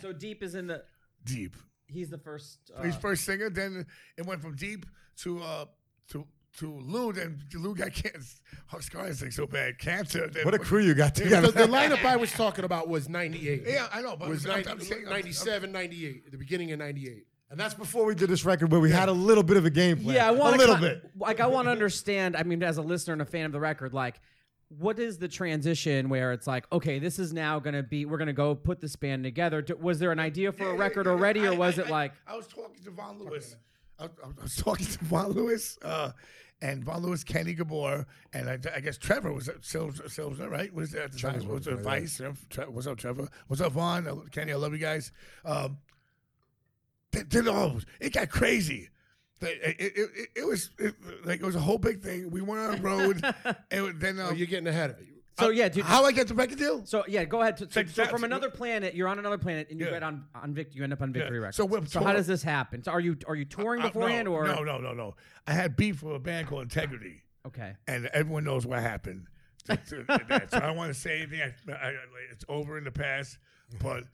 [SPEAKER 1] so Deep is in the.
[SPEAKER 2] *laughs* deep.
[SPEAKER 1] He's the first. Uh,
[SPEAKER 2] He's first singer, then it went from deep to uh to to Lou. Then Lou got cancer. Scar is sick so bad, cancer. Then
[SPEAKER 3] What a crew you got
[SPEAKER 4] the,
[SPEAKER 3] together.
[SPEAKER 2] *laughs*
[SPEAKER 4] the lineup I was talking about was 98.
[SPEAKER 2] Yeah, I know, but
[SPEAKER 4] was
[SPEAKER 2] I'm-
[SPEAKER 4] 90,
[SPEAKER 2] I'm saying- I'm-
[SPEAKER 4] 97, 98, at the beginning of 98.
[SPEAKER 3] and that's before we did this record where we had a little bit of a game
[SPEAKER 1] *laughs*
[SPEAKER 3] plan.
[SPEAKER 1] yeah, I want
[SPEAKER 3] a little bit.
[SPEAKER 1] Like I want to understand. I mean, as a listener and a fan of the record, like. What is the transition where it's like, okay, this is now gonna be, we're gonna go put this band together? D- Was there an idea for a record already, or
[SPEAKER 2] I-
[SPEAKER 1] was
[SPEAKER 2] I-
[SPEAKER 1] it
[SPEAKER 2] I-
[SPEAKER 1] like,
[SPEAKER 2] I was talking to Von Lewis. I, I I was *laughs* talking to Von Lewis, uh, and Von Lewis, Kenny Gabor, and I, I guess Trevor was at Silver, Silver right? Was at the time was at Vice. you know, Tre- What's up, Trevor? What's up, Von? I lo- Kenny, I love you guys. Um, they did all. It got crazy. They- It, it, it, it was it, like it was a whole big thing. We went on the road,
[SPEAKER 1] *laughs*
[SPEAKER 2] and wa- then uh,
[SPEAKER 4] Oh, you're getting ahead of it.
[SPEAKER 1] so yeah, dude,
[SPEAKER 2] how I get the record deal?
[SPEAKER 1] so yeah, go ahead. So, so
[SPEAKER 2] Take that.
[SPEAKER 1] from another planet, you're on another planet, and you
[SPEAKER 2] Yeah.
[SPEAKER 1] get on on Vic, you end up on Victory Records.
[SPEAKER 2] So we're
[SPEAKER 1] how
[SPEAKER 2] tour-
[SPEAKER 1] does this happen? So are you are you touring
[SPEAKER 2] Uh,
[SPEAKER 1] beforehand
[SPEAKER 2] no,
[SPEAKER 1] or
[SPEAKER 2] no, no, no, no. I had beef with a band called Integrity.
[SPEAKER 1] okay?
[SPEAKER 2] and everyone knows what happened. to- to that. So I don't want to say anything. I, I, I- it's over in the past, but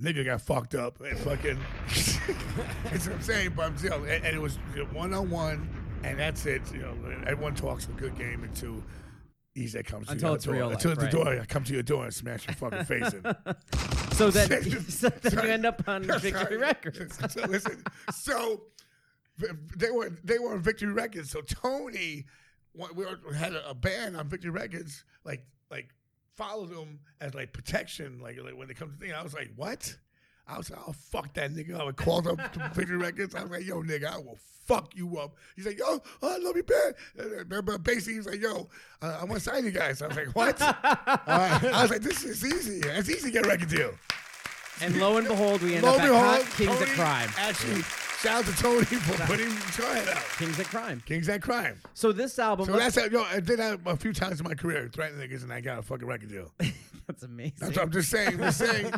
[SPEAKER 2] nigga got fucked up and fucking. *laughs* that's what I'm saying. But I'm still, and, and it was one on one, and that's it. You know, everyone talks a good game until. Easy comes
[SPEAKER 1] Until it's
[SPEAKER 2] to your
[SPEAKER 1] real
[SPEAKER 2] door.
[SPEAKER 1] life,
[SPEAKER 2] Until the
[SPEAKER 1] right.
[SPEAKER 2] door, I come to your door and smash your fucking face
[SPEAKER 1] *laughs*
[SPEAKER 2] in. *laughs*
[SPEAKER 1] So that, *laughs* so that you end up on
[SPEAKER 2] That's
[SPEAKER 1] Victory
[SPEAKER 2] right. *laughs*
[SPEAKER 1] Records.
[SPEAKER 2] So listen, so th- they were they were on Victory Records. So Tony, wa- we were- had a, a band on Victory Records, like like followed him as like protection, like, like when it comes to thing. I was like, what? I was like, oh fuck that nigga. I would called up to *laughs* Victory Records. I was like, yo nigga, I will fuck you up. He's like, yo, oh, I love you, band. And, uh, But basically, he's like, yo, uh, I want to sign you guys. I was like, what? Uh, I was like, this is easy. It's easy to get a record deal.
[SPEAKER 1] And lo and behold, we end
[SPEAKER 2] Lo
[SPEAKER 1] up
[SPEAKER 2] and
[SPEAKER 1] at
[SPEAKER 2] behold,
[SPEAKER 1] Cri- Kings at
[SPEAKER 2] Tony-
[SPEAKER 1] Crime.
[SPEAKER 2] Actually, shout out to Tony for putting his head out.
[SPEAKER 1] Kings at Crime.
[SPEAKER 2] Kings at crime.
[SPEAKER 1] So this album,
[SPEAKER 2] So
[SPEAKER 1] let's-
[SPEAKER 2] that's how, yo, I did that a few times in my career, threatening niggas, and I got a fucking record
[SPEAKER 1] *laughs*
[SPEAKER 2] deal.
[SPEAKER 1] *laughs* that's amazing.
[SPEAKER 2] That's what I'm just saying. I'm just
[SPEAKER 1] *laughs*
[SPEAKER 2] saying,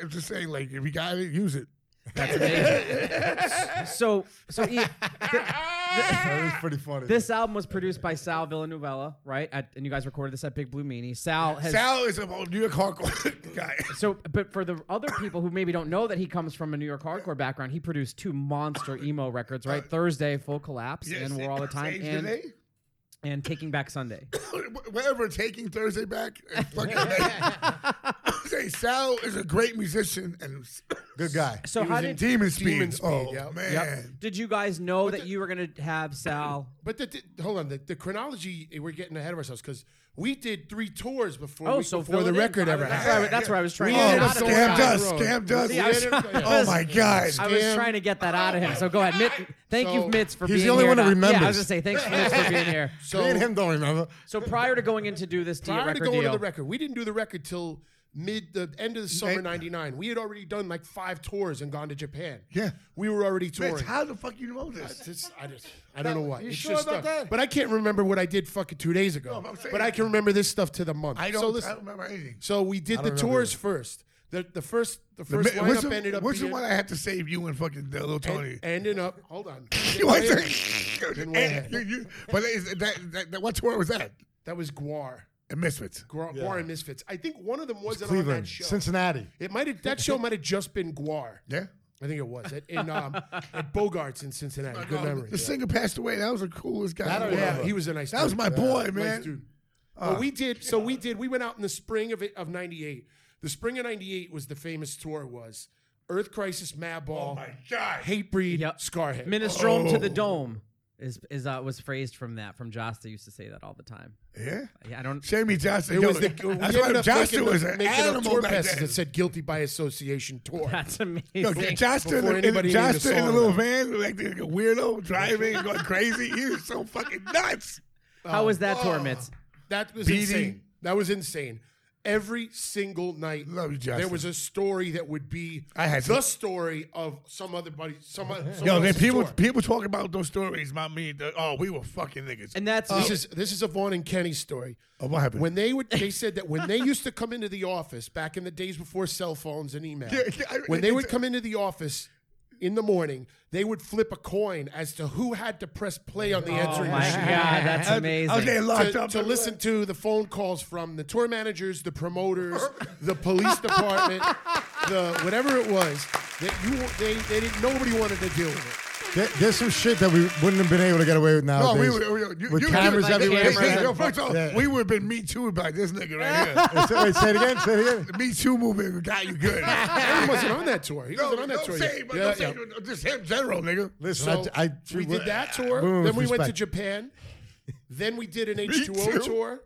[SPEAKER 2] I'm just saying, like, if you got it, use it.
[SPEAKER 1] So, so
[SPEAKER 2] *laughs*
[SPEAKER 1] E,
[SPEAKER 3] *laughs* That was pretty funny.
[SPEAKER 1] this album was produced by Sal Villanueva, right? At, and you guys recorded this at Big Blue Meanie. Sal has
[SPEAKER 2] Sal is a New York hardcore *laughs* guy.
[SPEAKER 1] So, but for the other people who maybe don't know that he comes from a New York hardcore background, he produced two monster emo records, right? Thursday, Full Collapse, and We're All the Time,
[SPEAKER 2] Save
[SPEAKER 1] and,
[SPEAKER 2] Today?
[SPEAKER 1] and Taking Back
[SPEAKER 4] *coughs*
[SPEAKER 1] Sunday.
[SPEAKER 2] *coughs* whatever taking Thursday back.
[SPEAKER 1] *laughs*
[SPEAKER 2] and Fucking say Sal is a great musician and
[SPEAKER 3] good guy.
[SPEAKER 1] So, how did,
[SPEAKER 2] demon speed.
[SPEAKER 4] Demon Speed,
[SPEAKER 2] oh
[SPEAKER 4] yeah.
[SPEAKER 2] man,
[SPEAKER 1] did you guys know that you were going to have Sal?
[SPEAKER 4] But the, the, hold on, the, the chronology eh, we're getting ahead of ourselves because we did three tours before
[SPEAKER 1] Oh,
[SPEAKER 4] we-
[SPEAKER 1] so
[SPEAKER 4] before
[SPEAKER 1] fill
[SPEAKER 4] the
[SPEAKER 1] it in.
[SPEAKER 4] record ever
[SPEAKER 1] That's
[SPEAKER 4] happened.
[SPEAKER 1] where I- that's where I was trying
[SPEAKER 4] We
[SPEAKER 1] to get it
[SPEAKER 4] ended out
[SPEAKER 2] Oh,
[SPEAKER 4] of
[SPEAKER 1] out
[SPEAKER 4] the
[SPEAKER 1] of
[SPEAKER 4] way.
[SPEAKER 2] scammed
[SPEAKER 1] him.
[SPEAKER 2] us, scammed
[SPEAKER 4] guy wrote.
[SPEAKER 2] us.
[SPEAKER 1] See, I was trying-
[SPEAKER 2] oh my god.
[SPEAKER 1] I was
[SPEAKER 4] Scam.
[SPEAKER 1] trying to get that out of him. So go ahead, Mitt, thank you, Mitz, for
[SPEAKER 3] He's
[SPEAKER 1] being
[SPEAKER 3] the only
[SPEAKER 1] here.
[SPEAKER 3] one who
[SPEAKER 1] Not- Yeah, I
[SPEAKER 3] remembers.
[SPEAKER 1] was going to say thanks, Mitz, for being here.
[SPEAKER 3] Me and
[SPEAKER 4] *laughs* So
[SPEAKER 3] him don't remember.
[SPEAKER 1] So prior to going in to do this D
[SPEAKER 4] prior to
[SPEAKER 1] record
[SPEAKER 4] going
[SPEAKER 1] deal,
[SPEAKER 4] to the record, we didn't do the record till mid the end of the summer
[SPEAKER 2] Mid-
[SPEAKER 4] '99. We had already done like five tours and gone to Japan.
[SPEAKER 2] Yeah.
[SPEAKER 4] we were already touring.
[SPEAKER 2] Vince, how the fuck you know this?
[SPEAKER 4] It's- I, just, I don't know why.
[SPEAKER 3] you
[SPEAKER 4] It's
[SPEAKER 3] sure
[SPEAKER 4] just
[SPEAKER 3] about
[SPEAKER 4] stuff.
[SPEAKER 3] that?
[SPEAKER 4] But I can't remember what I did fucking two days ago.
[SPEAKER 2] but I'm saying-
[SPEAKER 4] but I can remember this stuff to the month.
[SPEAKER 2] I don't,
[SPEAKER 4] So
[SPEAKER 2] I
[SPEAKER 4] listen.
[SPEAKER 2] don't remember anything.
[SPEAKER 4] So we did the tours first. The the first
[SPEAKER 2] The
[SPEAKER 4] the first
[SPEAKER 2] mi-
[SPEAKER 4] lineup
[SPEAKER 2] what's the,
[SPEAKER 4] ended up
[SPEAKER 2] what's the
[SPEAKER 4] being-
[SPEAKER 2] one I have to save you and fucking the little Tony? *laughs*
[SPEAKER 4] ended up. Hold *laughs* on.
[SPEAKER 2] You want *laughs* to-
[SPEAKER 4] Then what
[SPEAKER 2] and
[SPEAKER 4] happened?
[SPEAKER 2] you- you- But is that, that, that, what tour was that?
[SPEAKER 4] that was Guar.
[SPEAKER 2] And Misfits.
[SPEAKER 4] Guar, Guar and Misfits. I think one of them wasn't on
[SPEAKER 3] Cleveland,
[SPEAKER 4] that show.
[SPEAKER 3] Cincinnati.
[SPEAKER 4] it might have
[SPEAKER 2] *laughs*
[SPEAKER 4] that show might have just been Guar.
[SPEAKER 2] Yeah.
[SPEAKER 4] I think it was at, in um, at Bogarts in Cincinnati. Good
[SPEAKER 2] No,
[SPEAKER 4] memory.
[SPEAKER 2] The singer passed away. That was the coolest guy. in the
[SPEAKER 4] yeah,
[SPEAKER 2] world. Oh
[SPEAKER 4] he was a nice.
[SPEAKER 2] That
[SPEAKER 4] dude.
[SPEAKER 2] was my
[SPEAKER 4] Yeah.
[SPEAKER 2] boy,
[SPEAKER 4] Nice
[SPEAKER 2] man. Uh.
[SPEAKER 4] dude. Well, we did. So we did. We went out in the spring of it, of '98. The spring of '98 was the famous tour. Was Earth Crisis, Madball,
[SPEAKER 2] Oh my god.
[SPEAKER 4] Hatebreed,
[SPEAKER 1] Yep.
[SPEAKER 4] Scarhead. Oh.
[SPEAKER 1] Minestrone to the dome is is uh, was phrased from that from Josta used to say that all the time. *laughs*
[SPEAKER 2] Yeah.
[SPEAKER 1] Yeah, I don't.
[SPEAKER 2] Jamie Johnson.
[SPEAKER 4] It
[SPEAKER 2] yo,
[SPEAKER 4] was the, we
[SPEAKER 2] that's
[SPEAKER 4] ended
[SPEAKER 2] why
[SPEAKER 4] up
[SPEAKER 2] Johnson
[SPEAKER 4] making
[SPEAKER 2] was
[SPEAKER 4] up-
[SPEAKER 2] an
[SPEAKER 4] making up
[SPEAKER 2] animal
[SPEAKER 4] tour
[SPEAKER 2] back
[SPEAKER 4] passes
[SPEAKER 2] then.
[SPEAKER 4] that said "Guilty by Association Tour."
[SPEAKER 1] That's amazing.
[SPEAKER 2] Yo, Johnson
[SPEAKER 4] Before
[SPEAKER 2] in,
[SPEAKER 4] anybody knew the
[SPEAKER 2] Johnson in the
[SPEAKER 4] song,
[SPEAKER 2] little
[SPEAKER 4] though.
[SPEAKER 2] van, like the
[SPEAKER 4] *laughs*
[SPEAKER 2] weirdo driving, going crazy. He was so fucking nuts.
[SPEAKER 1] How
[SPEAKER 4] uh,
[SPEAKER 1] was
[SPEAKER 4] oh.
[SPEAKER 1] that tour, Mitz?
[SPEAKER 4] That was
[SPEAKER 2] Beating.
[SPEAKER 4] insane. That was insane. Every single night,
[SPEAKER 2] Love you, Justin.
[SPEAKER 4] there was a story that would be
[SPEAKER 2] I had
[SPEAKER 4] the
[SPEAKER 2] some-
[SPEAKER 4] story of some other buddy. Some, other- some
[SPEAKER 2] Yo,
[SPEAKER 4] else's
[SPEAKER 2] then people
[SPEAKER 4] tour.
[SPEAKER 2] people talk about those stories about me. the- oh, we were fucking niggas.
[SPEAKER 1] And that's
[SPEAKER 4] this is this is a Vaughn and Kenny story.
[SPEAKER 2] Oh, what happened?
[SPEAKER 4] When they would, they said that when they used to come into the office back in the days before cell phones and email,
[SPEAKER 2] Yeah, yeah, I-
[SPEAKER 4] when they would
[SPEAKER 2] it's-
[SPEAKER 4] come into the office in the morning, they would flip a coin as to who had to press play on the
[SPEAKER 1] oh
[SPEAKER 4] answering
[SPEAKER 1] my
[SPEAKER 4] machine.
[SPEAKER 1] god, that's
[SPEAKER 2] I, I was
[SPEAKER 1] amazing.
[SPEAKER 2] getting locked
[SPEAKER 4] to,
[SPEAKER 2] up
[SPEAKER 4] to listen to the phone calls from the tour managers, the promoters, the police department, the whatever it was that you they, they didn't nobody wanted to deal with
[SPEAKER 3] There- there's some shit that we wouldn't have been able to get away with
[SPEAKER 2] No, we
[SPEAKER 3] nowadays.
[SPEAKER 2] were we, were- you,
[SPEAKER 3] with
[SPEAKER 2] you,
[SPEAKER 3] cameras
[SPEAKER 2] you,
[SPEAKER 3] everywhere.
[SPEAKER 1] cameras
[SPEAKER 2] *laughs* Hey,
[SPEAKER 1] and-
[SPEAKER 2] yo, first off,
[SPEAKER 3] Yeah.
[SPEAKER 2] we would have been me too about this nigga right
[SPEAKER 3] *laughs*
[SPEAKER 2] here.
[SPEAKER 3] Say- Wait, say it again. Say it again.
[SPEAKER 2] the me too movement got you good.
[SPEAKER 4] it. He wasn't on that tour. He
[SPEAKER 2] no,
[SPEAKER 4] wasn't on that
[SPEAKER 2] don't
[SPEAKER 4] tour.
[SPEAKER 2] say, but
[SPEAKER 4] Yeah,
[SPEAKER 2] don't say,
[SPEAKER 4] yeah.
[SPEAKER 2] just him general, nigga.
[SPEAKER 3] Listen,
[SPEAKER 4] So
[SPEAKER 3] I, I,
[SPEAKER 4] we did that tour.
[SPEAKER 3] Women with
[SPEAKER 4] Then we went to
[SPEAKER 3] respect.
[SPEAKER 4] Japan. Then we did an H two
[SPEAKER 2] too.
[SPEAKER 4] O tour.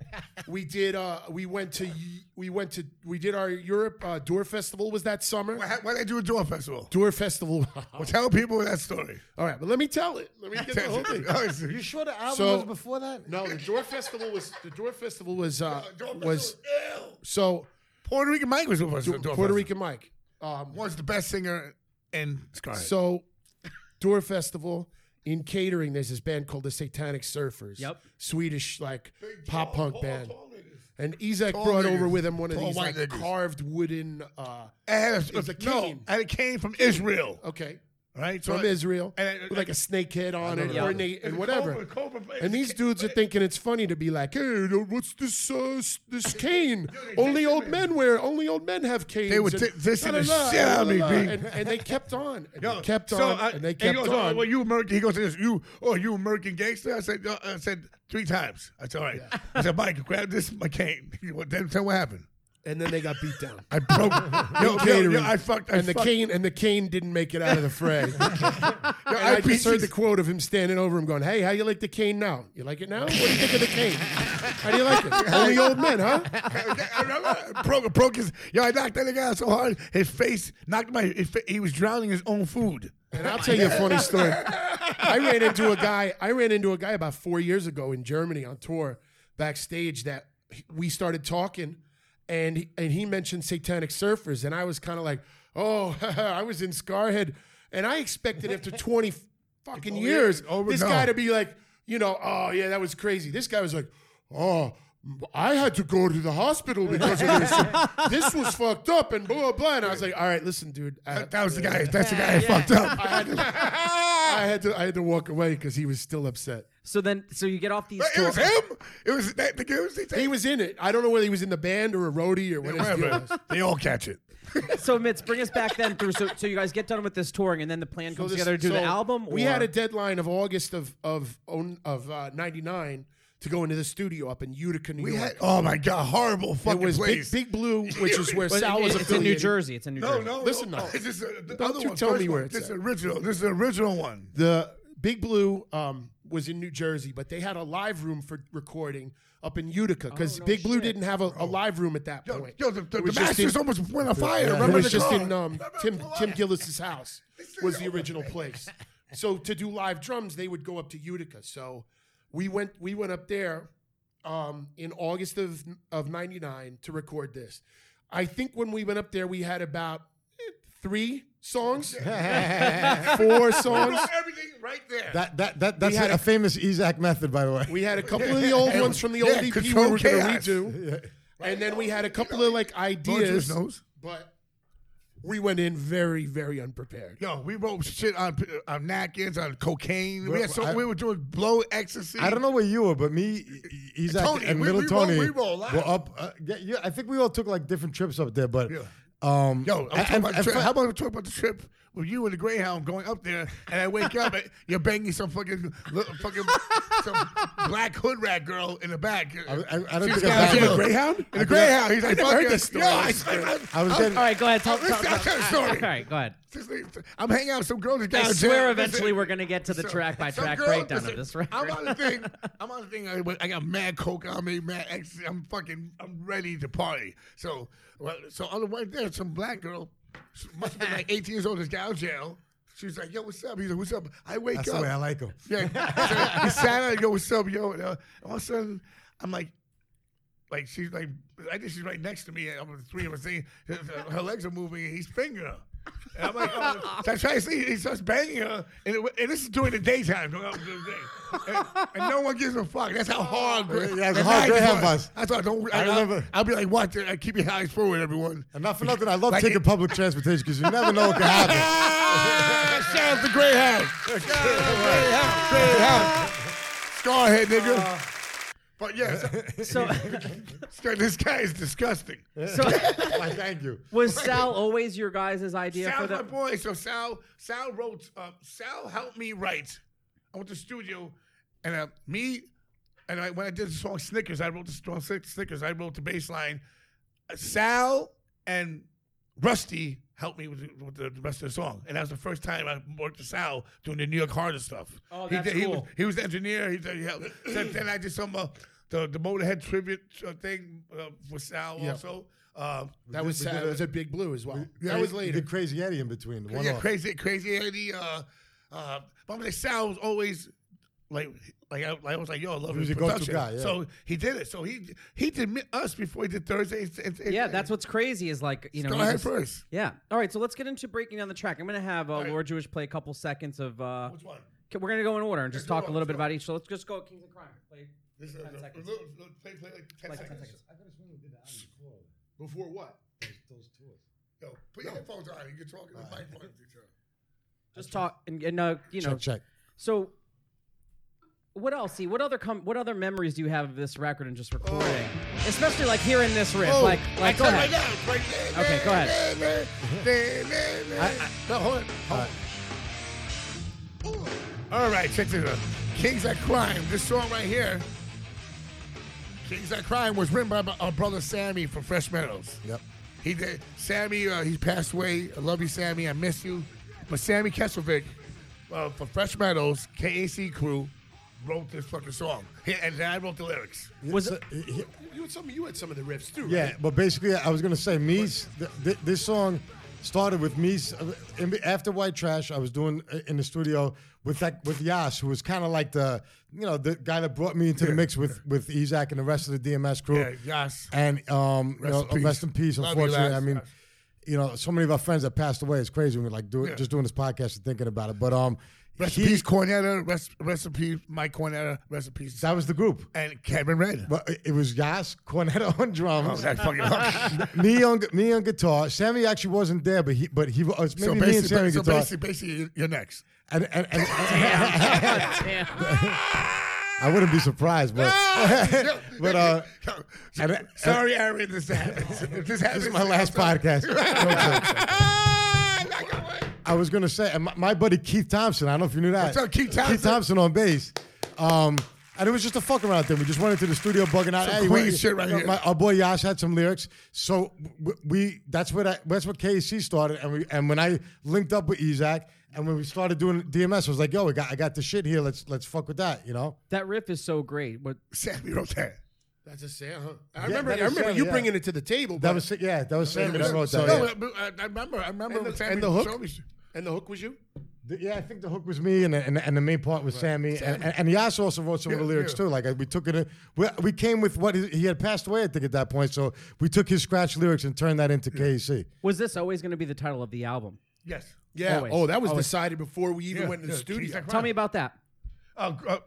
[SPEAKER 4] We did. Uh, we went to. We went to. We did our Europe uh, Door Festival. Was that summer?
[SPEAKER 2] Why why they do a door festival?
[SPEAKER 4] Door Festival. *laughs*
[SPEAKER 2] Well, tell people that story. Oh,
[SPEAKER 4] All right, but let me tell it. Let me
[SPEAKER 2] *laughs*
[SPEAKER 4] get the whole thing.
[SPEAKER 3] You sure the album
[SPEAKER 4] So-
[SPEAKER 3] was before that?
[SPEAKER 4] No, the Door Festival was the Door Festival was uh, was
[SPEAKER 2] was
[SPEAKER 4] so
[SPEAKER 2] Puerto Rican Mike was with us. at the door
[SPEAKER 4] Puerto
[SPEAKER 2] festival.
[SPEAKER 4] Rican Mike. Um,
[SPEAKER 2] was the best singer in Scarlet.
[SPEAKER 4] So, Door Festival in catering, there's this band called the Satanic Surfers.
[SPEAKER 1] Yep.
[SPEAKER 4] Swedish like pop punk band. and Isaac
[SPEAKER 2] Tall
[SPEAKER 4] brought
[SPEAKER 2] niggas.
[SPEAKER 4] over with him one of
[SPEAKER 2] Tall
[SPEAKER 4] these
[SPEAKER 2] white
[SPEAKER 4] like
[SPEAKER 2] niggas.
[SPEAKER 4] carved wooden. Uh,
[SPEAKER 2] I had a,
[SPEAKER 4] It was a
[SPEAKER 2] no,
[SPEAKER 4] cane.
[SPEAKER 2] I had a cane from Israel.
[SPEAKER 4] okay,
[SPEAKER 2] All right,
[SPEAKER 4] from Israel,
[SPEAKER 2] and I-
[SPEAKER 4] with like a snake head on it,
[SPEAKER 1] that.
[SPEAKER 4] ornate, and whatever.
[SPEAKER 2] Cobra- Cobra plays
[SPEAKER 4] and these dudes are thinking it's funny to be like, "Hey, what's this uh, s-
[SPEAKER 2] *laughs*
[SPEAKER 4] this cane? only old men wear. Only old men have canes."
[SPEAKER 2] would
[SPEAKER 4] and
[SPEAKER 2] thi- this and the
[SPEAKER 4] da-da-da,
[SPEAKER 2] shit out of me,
[SPEAKER 4] da-da-da.
[SPEAKER 2] B.
[SPEAKER 4] and, and they kept on, and
[SPEAKER 2] Yo,
[SPEAKER 4] they kept
[SPEAKER 2] so
[SPEAKER 4] on,
[SPEAKER 2] I-
[SPEAKER 4] and they
[SPEAKER 2] he
[SPEAKER 4] kept
[SPEAKER 2] goes, oh,
[SPEAKER 4] on.
[SPEAKER 2] well, you American. He goes, this, you, oh, you American gangster. I said, uh, I said three times. I said, all right. I said, Mike, grab this, my cane. *laughs* He went, then tell what happened.
[SPEAKER 4] and then they got beat down.
[SPEAKER 2] I broke. yo, yo, yo,
[SPEAKER 4] Catering.
[SPEAKER 2] I fucked. I
[SPEAKER 4] *laughs* and the
[SPEAKER 2] fucked.
[SPEAKER 4] cane and the cane didn't make it out of the fray. *laughs* And
[SPEAKER 2] I
[SPEAKER 4] I,
[SPEAKER 2] beat
[SPEAKER 4] just heard
[SPEAKER 2] you-
[SPEAKER 4] the quote of him standing over him, going, "Hey, how you like the cane now? You like it now? What do you think of the cane? How do you *laughs* like it? Only old men, huh?"
[SPEAKER 2] I remember, *laughs* I broke, broke his. Yo, I knocked that nigga out so hard, his face knocked my. His, fa- he was drowning his own food.
[SPEAKER 4] And I'll tell you a funny story. I ran into a guy. I ran into a guy about four years ago in Germany on tour, backstage. That we started talking, and he, and he mentioned Satanic Surfers, and I was kind of like, oh, *laughs* I was in Scarhead, and I expected after twenty fucking years,
[SPEAKER 2] yeah. Oh,
[SPEAKER 4] this
[SPEAKER 2] no.
[SPEAKER 4] guy to be like, you know, oh yeah, that was crazy. This guy was like, oh. I had to go to the hospital because of
[SPEAKER 2] *laughs*
[SPEAKER 4] this. this was fucked up and blah blah blah. And I was like, "All right, listen, dude. I-
[SPEAKER 2] That was the guy. That's the guy. that fucked up.
[SPEAKER 4] *laughs* I had to, I had to, I had to walk away because he was still upset.
[SPEAKER 1] So then, so you get off these.
[SPEAKER 2] It was
[SPEAKER 1] tours-
[SPEAKER 2] him. It was that. The guy was. He,
[SPEAKER 4] He was in it. I don't know whether he was in the band or a roadie or what his deal
[SPEAKER 2] *laughs*
[SPEAKER 4] was.
[SPEAKER 2] They all catch it.
[SPEAKER 1] So Mitz, bring us back then through. So, so you guys get done with this touring, and then the plan comes
[SPEAKER 4] this-
[SPEAKER 1] together to do the
[SPEAKER 4] so
[SPEAKER 1] album.
[SPEAKER 4] We
[SPEAKER 1] or-
[SPEAKER 4] had a deadline of August of of own- of uh, '99 to go into the studio up in Utica, New
[SPEAKER 2] We
[SPEAKER 4] York.
[SPEAKER 2] had. Oh my god! Horrible
[SPEAKER 4] it
[SPEAKER 2] fucking
[SPEAKER 4] was
[SPEAKER 2] place.
[SPEAKER 4] Big, Big
[SPEAKER 2] *laughs*
[SPEAKER 4] Blue, which is where
[SPEAKER 1] But
[SPEAKER 4] Sal
[SPEAKER 1] it-
[SPEAKER 4] was
[SPEAKER 1] it's in New
[SPEAKER 4] affiliated.
[SPEAKER 1] Jersey. It's in New
[SPEAKER 2] No,
[SPEAKER 1] Jersey.
[SPEAKER 2] no.
[SPEAKER 4] Listen
[SPEAKER 2] no.
[SPEAKER 4] now.
[SPEAKER 2] This is, uh, the
[SPEAKER 4] Don't
[SPEAKER 2] other
[SPEAKER 4] you
[SPEAKER 2] one,
[SPEAKER 4] tell
[SPEAKER 2] first
[SPEAKER 4] me where
[SPEAKER 2] one.
[SPEAKER 4] it's
[SPEAKER 2] This is
[SPEAKER 4] at.
[SPEAKER 2] original. This is the original one.
[SPEAKER 4] The Big Blue um, was in New Jersey, but they had a live room for recording up in Utica
[SPEAKER 2] Oh,
[SPEAKER 4] because Big Blue didn't have a, a live room at that
[SPEAKER 2] Yo,
[SPEAKER 4] point.
[SPEAKER 2] yo the, the,
[SPEAKER 4] It
[SPEAKER 2] the
[SPEAKER 4] was just
[SPEAKER 2] Masters
[SPEAKER 4] in-
[SPEAKER 2] almost went on fire.
[SPEAKER 4] It
[SPEAKER 2] Remember
[SPEAKER 4] was
[SPEAKER 2] the
[SPEAKER 4] just
[SPEAKER 2] car?
[SPEAKER 4] in um,
[SPEAKER 2] Remember
[SPEAKER 4] Tim
[SPEAKER 2] the
[SPEAKER 4] Tim
[SPEAKER 2] car?
[SPEAKER 4] Gillis's house was the original place. So to do live drums, they would go up to Utica. So we went we went up there um, in August of of '99 to record this. I think when we went up there, we had about eh, three songs, four songs.
[SPEAKER 2] Everything right there.
[SPEAKER 3] That that that that's
[SPEAKER 4] had
[SPEAKER 3] a,
[SPEAKER 4] a-
[SPEAKER 3] famous Isaac method, by the way.
[SPEAKER 4] We had a couple of the old ones from the old
[SPEAKER 2] Yeah,
[SPEAKER 4] EP we
[SPEAKER 2] Control
[SPEAKER 4] were going to
[SPEAKER 2] Chaos.
[SPEAKER 4] redo, and then we had a couple of like
[SPEAKER 2] Moses
[SPEAKER 4] ideas,
[SPEAKER 2] knows.
[SPEAKER 4] but we went in very very unprepared.
[SPEAKER 2] Yo, we wrote shit on on napkins, on cocaine. We
[SPEAKER 3] Well,
[SPEAKER 2] had so
[SPEAKER 3] I-
[SPEAKER 2] we were doing blow ecstasy.
[SPEAKER 3] I don't know where you were, but me, E-, Isaac,
[SPEAKER 2] Tony,
[SPEAKER 3] and
[SPEAKER 2] we-
[SPEAKER 3] little
[SPEAKER 2] we roll-
[SPEAKER 3] Tony
[SPEAKER 2] we roll live.
[SPEAKER 3] were up. Uh, yeah, yeah, I think we all took like different trips up there, but.
[SPEAKER 2] Yeah.
[SPEAKER 3] Um,
[SPEAKER 2] Yo, I'm talking
[SPEAKER 3] and- and-
[SPEAKER 2] about the
[SPEAKER 3] and
[SPEAKER 2] trip.
[SPEAKER 3] fi-
[SPEAKER 2] how about we talk about the trip with you and the Greyhound going up there, and I wake up and you're banging some fucking li- fucking some black hood rat girl in the back.
[SPEAKER 3] I- I- I don't
[SPEAKER 2] She was
[SPEAKER 3] think I-
[SPEAKER 2] getting-
[SPEAKER 3] I-
[SPEAKER 2] Greyhound? In the
[SPEAKER 3] I think I-
[SPEAKER 2] Greyhound. He's
[SPEAKER 4] I
[SPEAKER 2] like,
[SPEAKER 4] never
[SPEAKER 2] fuck
[SPEAKER 4] heard
[SPEAKER 2] it.
[SPEAKER 4] this story.
[SPEAKER 2] Yo, I, I,
[SPEAKER 3] I was getting.
[SPEAKER 1] All right, go ahead. Tell,
[SPEAKER 2] I'll
[SPEAKER 1] tell,
[SPEAKER 2] tell- I'll tell the story.
[SPEAKER 1] All right, go ahead.
[SPEAKER 2] I'm hanging out with some girls.
[SPEAKER 1] I swear, eventually we're gonna get to the track by track breakdown of this record.
[SPEAKER 2] I'm on
[SPEAKER 1] *laughs*
[SPEAKER 2] the thing. I'm on the thing. I, I got mad coke on me, mad ecstasy. I'm fucking. I'm ready to party. So, well, so on the way there, some black girl, she must have been like 18 years old, is down jail. She was like, "Yo, what's up?" He's like, "What's up?" I wake
[SPEAKER 3] That's
[SPEAKER 2] up.
[SPEAKER 3] the way I like him.
[SPEAKER 2] Yeah.
[SPEAKER 3] *laughs*
[SPEAKER 2] So he sat down and go, what's up, yo? And uh, all of a sudden, I'm like, like she's like, I think she's right next to me. and I'm the three of us singing. Her, her legs are moving and he's fingering her. And I'm like, oh. so I try to see. He starts banging her, and, it, and this is during the daytime, during the day. and, and no one gives a fuck. That's how hard.
[SPEAKER 3] Oh, Yeah, it's
[SPEAKER 2] the
[SPEAKER 3] hard
[SPEAKER 2] night
[SPEAKER 3] Greyhound
[SPEAKER 2] was.
[SPEAKER 3] bus.
[SPEAKER 2] I thought, don't. I,
[SPEAKER 3] I
[SPEAKER 2] remember.
[SPEAKER 3] remember.
[SPEAKER 2] I'll be like, watch it. Keep your eyes forward, everyone.
[SPEAKER 3] And not for nothing, I love
[SPEAKER 2] Like
[SPEAKER 3] taking
[SPEAKER 2] it-
[SPEAKER 3] public transportation because you never know what can happen.
[SPEAKER 2] *laughs* Ah, Shout out to Greyhound. Shout out to Greyhound. Greyhound. Scarhead, nigga. but yeah, so- *laughs*
[SPEAKER 1] So,
[SPEAKER 2] so this guy is disgusting.
[SPEAKER 1] so
[SPEAKER 3] *laughs* Why, thank you.
[SPEAKER 1] was Sal always your guys' idea for
[SPEAKER 2] Sal's my
[SPEAKER 1] the?
[SPEAKER 2] boy. So Sal, Sal wrote. Uh, Sal helped me write. I went to the studio, and uh, me, and I, when I did the song Snickers, I wrote the song Snick- Snickers. I wrote the bass line. Uh, Sal and Rusty helped me with, the- with the rest of the song, and that was the first time I worked with Sal doing the New York harder stuff.
[SPEAKER 1] Oh,
[SPEAKER 2] He
[SPEAKER 1] that's
[SPEAKER 2] did- he,
[SPEAKER 1] cool.
[SPEAKER 2] was, he was the engineer. He, did- he helped. so then I did some uh, the the Motorhead tribute uh, thing uh, for Sal
[SPEAKER 4] Yeah.
[SPEAKER 2] also. Uh,
[SPEAKER 4] That was
[SPEAKER 3] we did
[SPEAKER 4] that
[SPEAKER 3] a-
[SPEAKER 4] was at Big Blue as well. that
[SPEAKER 3] You-
[SPEAKER 4] was
[SPEAKER 3] you
[SPEAKER 4] later.
[SPEAKER 3] did Crazy Eddie in between. One
[SPEAKER 2] yeah,
[SPEAKER 3] off.
[SPEAKER 2] crazy, crazy Eddie. Uh, uh, but I'm like Sal was always like, like I, like I was like, yo, I love
[SPEAKER 3] He was
[SPEAKER 2] his
[SPEAKER 3] your go-to
[SPEAKER 2] production.
[SPEAKER 3] guy, yeah.
[SPEAKER 2] So he did it. So he he did mi- us before he did Thursday. It's- it's- it's-
[SPEAKER 1] Yeah, that's what's crazy is like you know.
[SPEAKER 2] Go
[SPEAKER 1] you
[SPEAKER 2] ahead
[SPEAKER 1] just-
[SPEAKER 2] first.
[SPEAKER 1] Yeah. All right, so let's get into breaking down the track. I'm gonna have uh,
[SPEAKER 2] right.
[SPEAKER 1] Lord Jewish play a couple seconds of. Uh,
[SPEAKER 2] Which one?
[SPEAKER 1] K- We're gonna go in order and just
[SPEAKER 2] go
[SPEAKER 1] talk a
[SPEAKER 2] on,
[SPEAKER 1] little
[SPEAKER 2] let's
[SPEAKER 1] bit
[SPEAKER 2] go.
[SPEAKER 1] about each. So let's just go Kings and Crime. Play
[SPEAKER 2] This is
[SPEAKER 1] 10
[SPEAKER 2] a-
[SPEAKER 1] seconds.
[SPEAKER 2] little- little- play- play like 10
[SPEAKER 1] Like 10
[SPEAKER 2] seconds.
[SPEAKER 1] seconds.
[SPEAKER 4] Before what?
[SPEAKER 2] Yo, put your headphones on. You're talking to the microphone.
[SPEAKER 1] Just talk and, and uh, you know.
[SPEAKER 3] Check, check.
[SPEAKER 1] So, what else? See, what other com- what other memories do you have of this record and just recording?
[SPEAKER 2] Oh.
[SPEAKER 1] Especially like hearing this riff, like like go ahead. Okay, go
[SPEAKER 2] ahead. no, hold on. Hold on. All right, check this out. Kings That Crime. This song right here, Kings That Crime, was written by my, our brother Sammy from Fresh Meadows.
[SPEAKER 3] Yep.
[SPEAKER 2] He did. Sammy, uh, he passed away. I love you, Sammy. I miss you. But Sammy Kesselvick uh, for Fresh Meadows, KAC crew, wrote this fucking song. He- And then I wrote the lyrics.
[SPEAKER 1] Was
[SPEAKER 3] So,
[SPEAKER 1] it-
[SPEAKER 3] he- he-
[SPEAKER 4] You had some. You had some of the riffs too.
[SPEAKER 3] Yeah,
[SPEAKER 4] Right?
[SPEAKER 3] but basically, I was gonna say Me's. Th- th- this song started with Me's. After White Trash, I was doing uh, in the studio with that with Yas, who was kind of like the you know the guy that brought me into the mix with with Ezak and the rest of the DMS crew.
[SPEAKER 2] Yeah, Yas.
[SPEAKER 3] And um, you
[SPEAKER 2] Rest
[SPEAKER 3] know,
[SPEAKER 2] in peace.
[SPEAKER 3] rest in peace.
[SPEAKER 2] Love you,
[SPEAKER 3] Unfortunately, I
[SPEAKER 2] Yas.
[SPEAKER 3] mean, you know, so many of our friends that passed away. It's crazy. We're like do,
[SPEAKER 2] Yeah.
[SPEAKER 3] just doing this podcast and thinking about it. But um,
[SPEAKER 2] Rest in
[SPEAKER 3] he-
[SPEAKER 2] peace, Cornetta. Rest, rest in peace, Mike Cornetta. Rest in peace.
[SPEAKER 3] that was the group.
[SPEAKER 2] and Kevin Red.
[SPEAKER 3] But it- it was Yas Cornetto on drums.
[SPEAKER 2] Oh, that fucking
[SPEAKER 3] *laughs* me on me on guitar. Sammy actually wasn't there, but he but he was
[SPEAKER 2] so
[SPEAKER 3] maybe me and Sammy
[SPEAKER 2] basically, so
[SPEAKER 3] guitar.
[SPEAKER 2] basically, basically, you're next.
[SPEAKER 3] and, and,
[SPEAKER 2] *laughs*
[SPEAKER 3] and- *laughs* I
[SPEAKER 2] *laughs*
[SPEAKER 3] wouldn't be surprised, *laughs* but *laughs* but uh, and- and-
[SPEAKER 2] sorry, Aaron, this happens. *laughs* If this happens.
[SPEAKER 3] this is my
[SPEAKER 2] *laughs*
[SPEAKER 3] last podcast. *laughs* I was gonna say, and my, my buddy Keith Thompson. I don't know if you knew that.
[SPEAKER 2] What's up, Keith Thompson?
[SPEAKER 3] Keith Thompson on bass. Um, and it was just a fuck around thing. We just went into the studio bugging out.
[SPEAKER 2] Some
[SPEAKER 3] you
[SPEAKER 2] Queen
[SPEAKER 3] want-
[SPEAKER 2] shit right
[SPEAKER 3] my-
[SPEAKER 2] here.
[SPEAKER 3] my- our boy Yash had some lyrics, so w- we that's what I, that's what KC started, and we and when I linked up with Ezak, and when we started doing DMS, I was like, yo, I got I got the shit here. Let's let's fuck with that, you know.
[SPEAKER 1] that riff is so great. What
[SPEAKER 2] Sammy wrote that.
[SPEAKER 4] That's a sound. Huh? I remember. I
[SPEAKER 3] that is
[SPEAKER 4] remember
[SPEAKER 3] sound,
[SPEAKER 4] you
[SPEAKER 3] yeah.
[SPEAKER 4] bringing it to the table.
[SPEAKER 3] That
[SPEAKER 4] but-
[SPEAKER 3] was yeah, that was Sammy that
[SPEAKER 4] remember-
[SPEAKER 3] wrote that.
[SPEAKER 4] so-
[SPEAKER 3] yeah.
[SPEAKER 2] No, but uh, I, I remember. I remember.
[SPEAKER 4] And the,
[SPEAKER 2] Sammy
[SPEAKER 4] and the hook.
[SPEAKER 2] showed me-
[SPEAKER 4] And the hook was you.
[SPEAKER 3] The- Yeah, I think the hook was me, and and, and the main part was Sammy, and, and, and Yas also wrote some of the
[SPEAKER 2] Yeah,
[SPEAKER 3] lyrics
[SPEAKER 2] yeah.
[SPEAKER 3] too. Like I- we took it, in- we, we came with what he, he had passed away, I think, at that point. So we took his scratch lyrics and turned that into KC.
[SPEAKER 1] was this always going to be the title of the album?
[SPEAKER 2] Yes.
[SPEAKER 4] Yeah.
[SPEAKER 1] Always.
[SPEAKER 4] Oh, that was
[SPEAKER 1] Always.
[SPEAKER 4] decided before we even
[SPEAKER 2] Yeah,
[SPEAKER 4] went to the
[SPEAKER 2] yeah,
[SPEAKER 4] studio.
[SPEAKER 2] Keith Zachariah.
[SPEAKER 1] Tell me about that.
[SPEAKER 2] Uh, uh,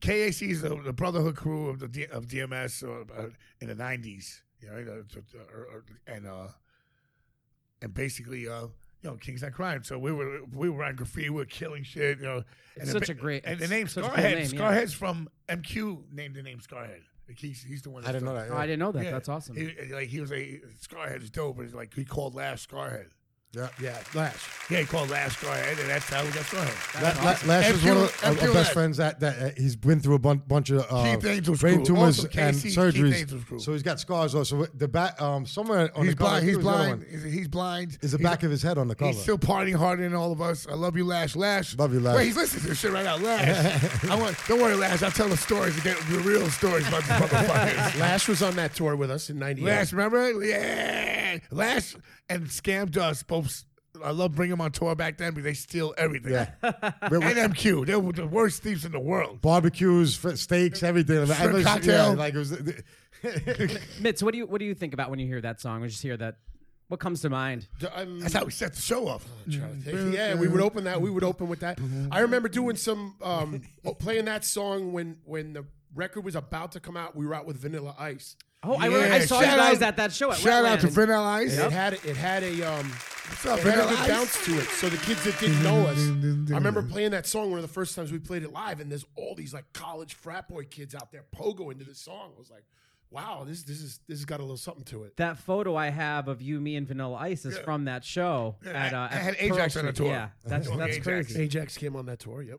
[SPEAKER 2] KAC is the, the brotherhood crew of the D, of DMS uh, uh, in the nineties, you know, uh, uh, uh, and uh, and basically, uh, you know, Kings Not Crime. So we were we were on graffiti, we were killing shit, you know. and
[SPEAKER 1] It's such
[SPEAKER 2] the,
[SPEAKER 1] a great-
[SPEAKER 2] and the
[SPEAKER 1] it's
[SPEAKER 2] name
[SPEAKER 1] such a
[SPEAKER 2] Scarhead.
[SPEAKER 1] cool name, yeah.
[SPEAKER 2] Scarhead's from MQ named the name Scarhead. Like, he's, he's the one.
[SPEAKER 3] I didn't know that.
[SPEAKER 1] Oh, I didn't know that.
[SPEAKER 2] Yeah.
[SPEAKER 1] That's awesome.
[SPEAKER 2] He, like he was a Scarhead's dope, and he's like he called Last Scarhead.
[SPEAKER 3] Yeah,
[SPEAKER 2] Yeah,
[SPEAKER 3] Lash.
[SPEAKER 2] yeah, he called Last Scarhead, and that's how we got Scarhead.
[SPEAKER 3] La- La- Lash is
[SPEAKER 2] MQ
[SPEAKER 3] one of our-
[SPEAKER 2] MQ
[SPEAKER 3] our
[SPEAKER 2] Lash.
[SPEAKER 3] best friends that, that uh, he's been through a bun- bunch of uh,
[SPEAKER 2] Keith Angel's
[SPEAKER 3] brain
[SPEAKER 2] crew.
[SPEAKER 3] tumors
[SPEAKER 2] Also
[SPEAKER 3] and
[SPEAKER 2] KC, Keith Angel's
[SPEAKER 3] surgeries.
[SPEAKER 2] crew.
[SPEAKER 3] So he's got scars. Also, So the back um somewhere on
[SPEAKER 2] He's
[SPEAKER 3] the cover,
[SPEAKER 2] blind. He's
[SPEAKER 3] I think it was the other
[SPEAKER 2] blind.
[SPEAKER 3] one,
[SPEAKER 2] He's, he's blind.
[SPEAKER 3] Is the back of his head on the cover?
[SPEAKER 2] He's still partying harder than all of us. I love you, Lash. Lash.
[SPEAKER 3] Love you, Lash.
[SPEAKER 2] Wait, he's listening to this shit right now,
[SPEAKER 3] *laughs*
[SPEAKER 2] Lash. I want. Don't worry, Lash. I'll tell the stories again, the real stories about these
[SPEAKER 3] *laughs*
[SPEAKER 2] motherfuckers.
[SPEAKER 4] Lash was on that tour with us in '98.
[SPEAKER 2] Lash, remember? Yeah. Lash and Scam Dust both. s- I love bringing them on tour back then because they steal everything. *laughs*
[SPEAKER 3] yeah. But we-
[SPEAKER 2] NMQ. They were the worst thieves in the world.
[SPEAKER 3] barbecues, f- steaks, everything. Like,
[SPEAKER 2] Shrimp
[SPEAKER 3] I was-
[SPEAKER 2] cocktail.
[SPEAKER 3] yeah, like it was.
[SPEAKER 1] Mitz, what do you what do you think about when you hear that song? When you just hear that, what comes to mind?
[SPEAKER 4] D- I'm
[SPEAKER 2] That's how we set the show off.
[SPEAKER 4] trying to think. Yeah, we would open that. We would open with that. I remember doing some *laughs* um, oh, playing that song when when the record was about to come out. We were out with Vanilla Ice.
[SPEAKER 1] Oh, I, remember, I
[SPEAKER 2] Yeah,
[SPEAKER 1] saw you
[SPEAKER 2] shout
[SPEAKER 1] guys
[SPEAKER 2] out-
[SPEAKER 1] at that show at
[SPEAKER 2] Shout out to
[SPEAKER 1] Wetlands.
[SPEAKER 2] Vanilla Ice.
[SPEAKER 4] It had a- it had a um,
[SPEAKER 2] What's up,
[SPEAKER 4] it had a
[SPEAKER 2] Vanilla
[SPEAKER 4] good
[SPEAKER 2] Ice?
[SPEAKER 4] bounce to it. So the kids that didn't know us,
[SPEAKER 2] *laughs*
[SPEAKER 4] I remember playing that song one of the first times we played it live, and there's all these like college frat boy kids out there pogo into this song. I was like, wow, this this is this has got a little something to it.
[SPEAKER 1] That photo I have of you, me, and Vanilla Ice is from that show. at, uh,
[SPEAKER 2] I- I
[SPEAKER 1] at
[SPEAKER 2] had
[SPEAKER 1] Pearl
[SPEAKER 2] Ajax on the
[SPEAKER 1] Street.
[SPEAKER 2] tour.
[SPEAKER 1] Yeah, that's
[SPEAKER 2] Okay,
[SPEAKER 1] that's
[SPEAKER 2] Ajax.
[SPEAKER 1] crazy.
[SPEAKER 4] Ajax came on that tour. Yep.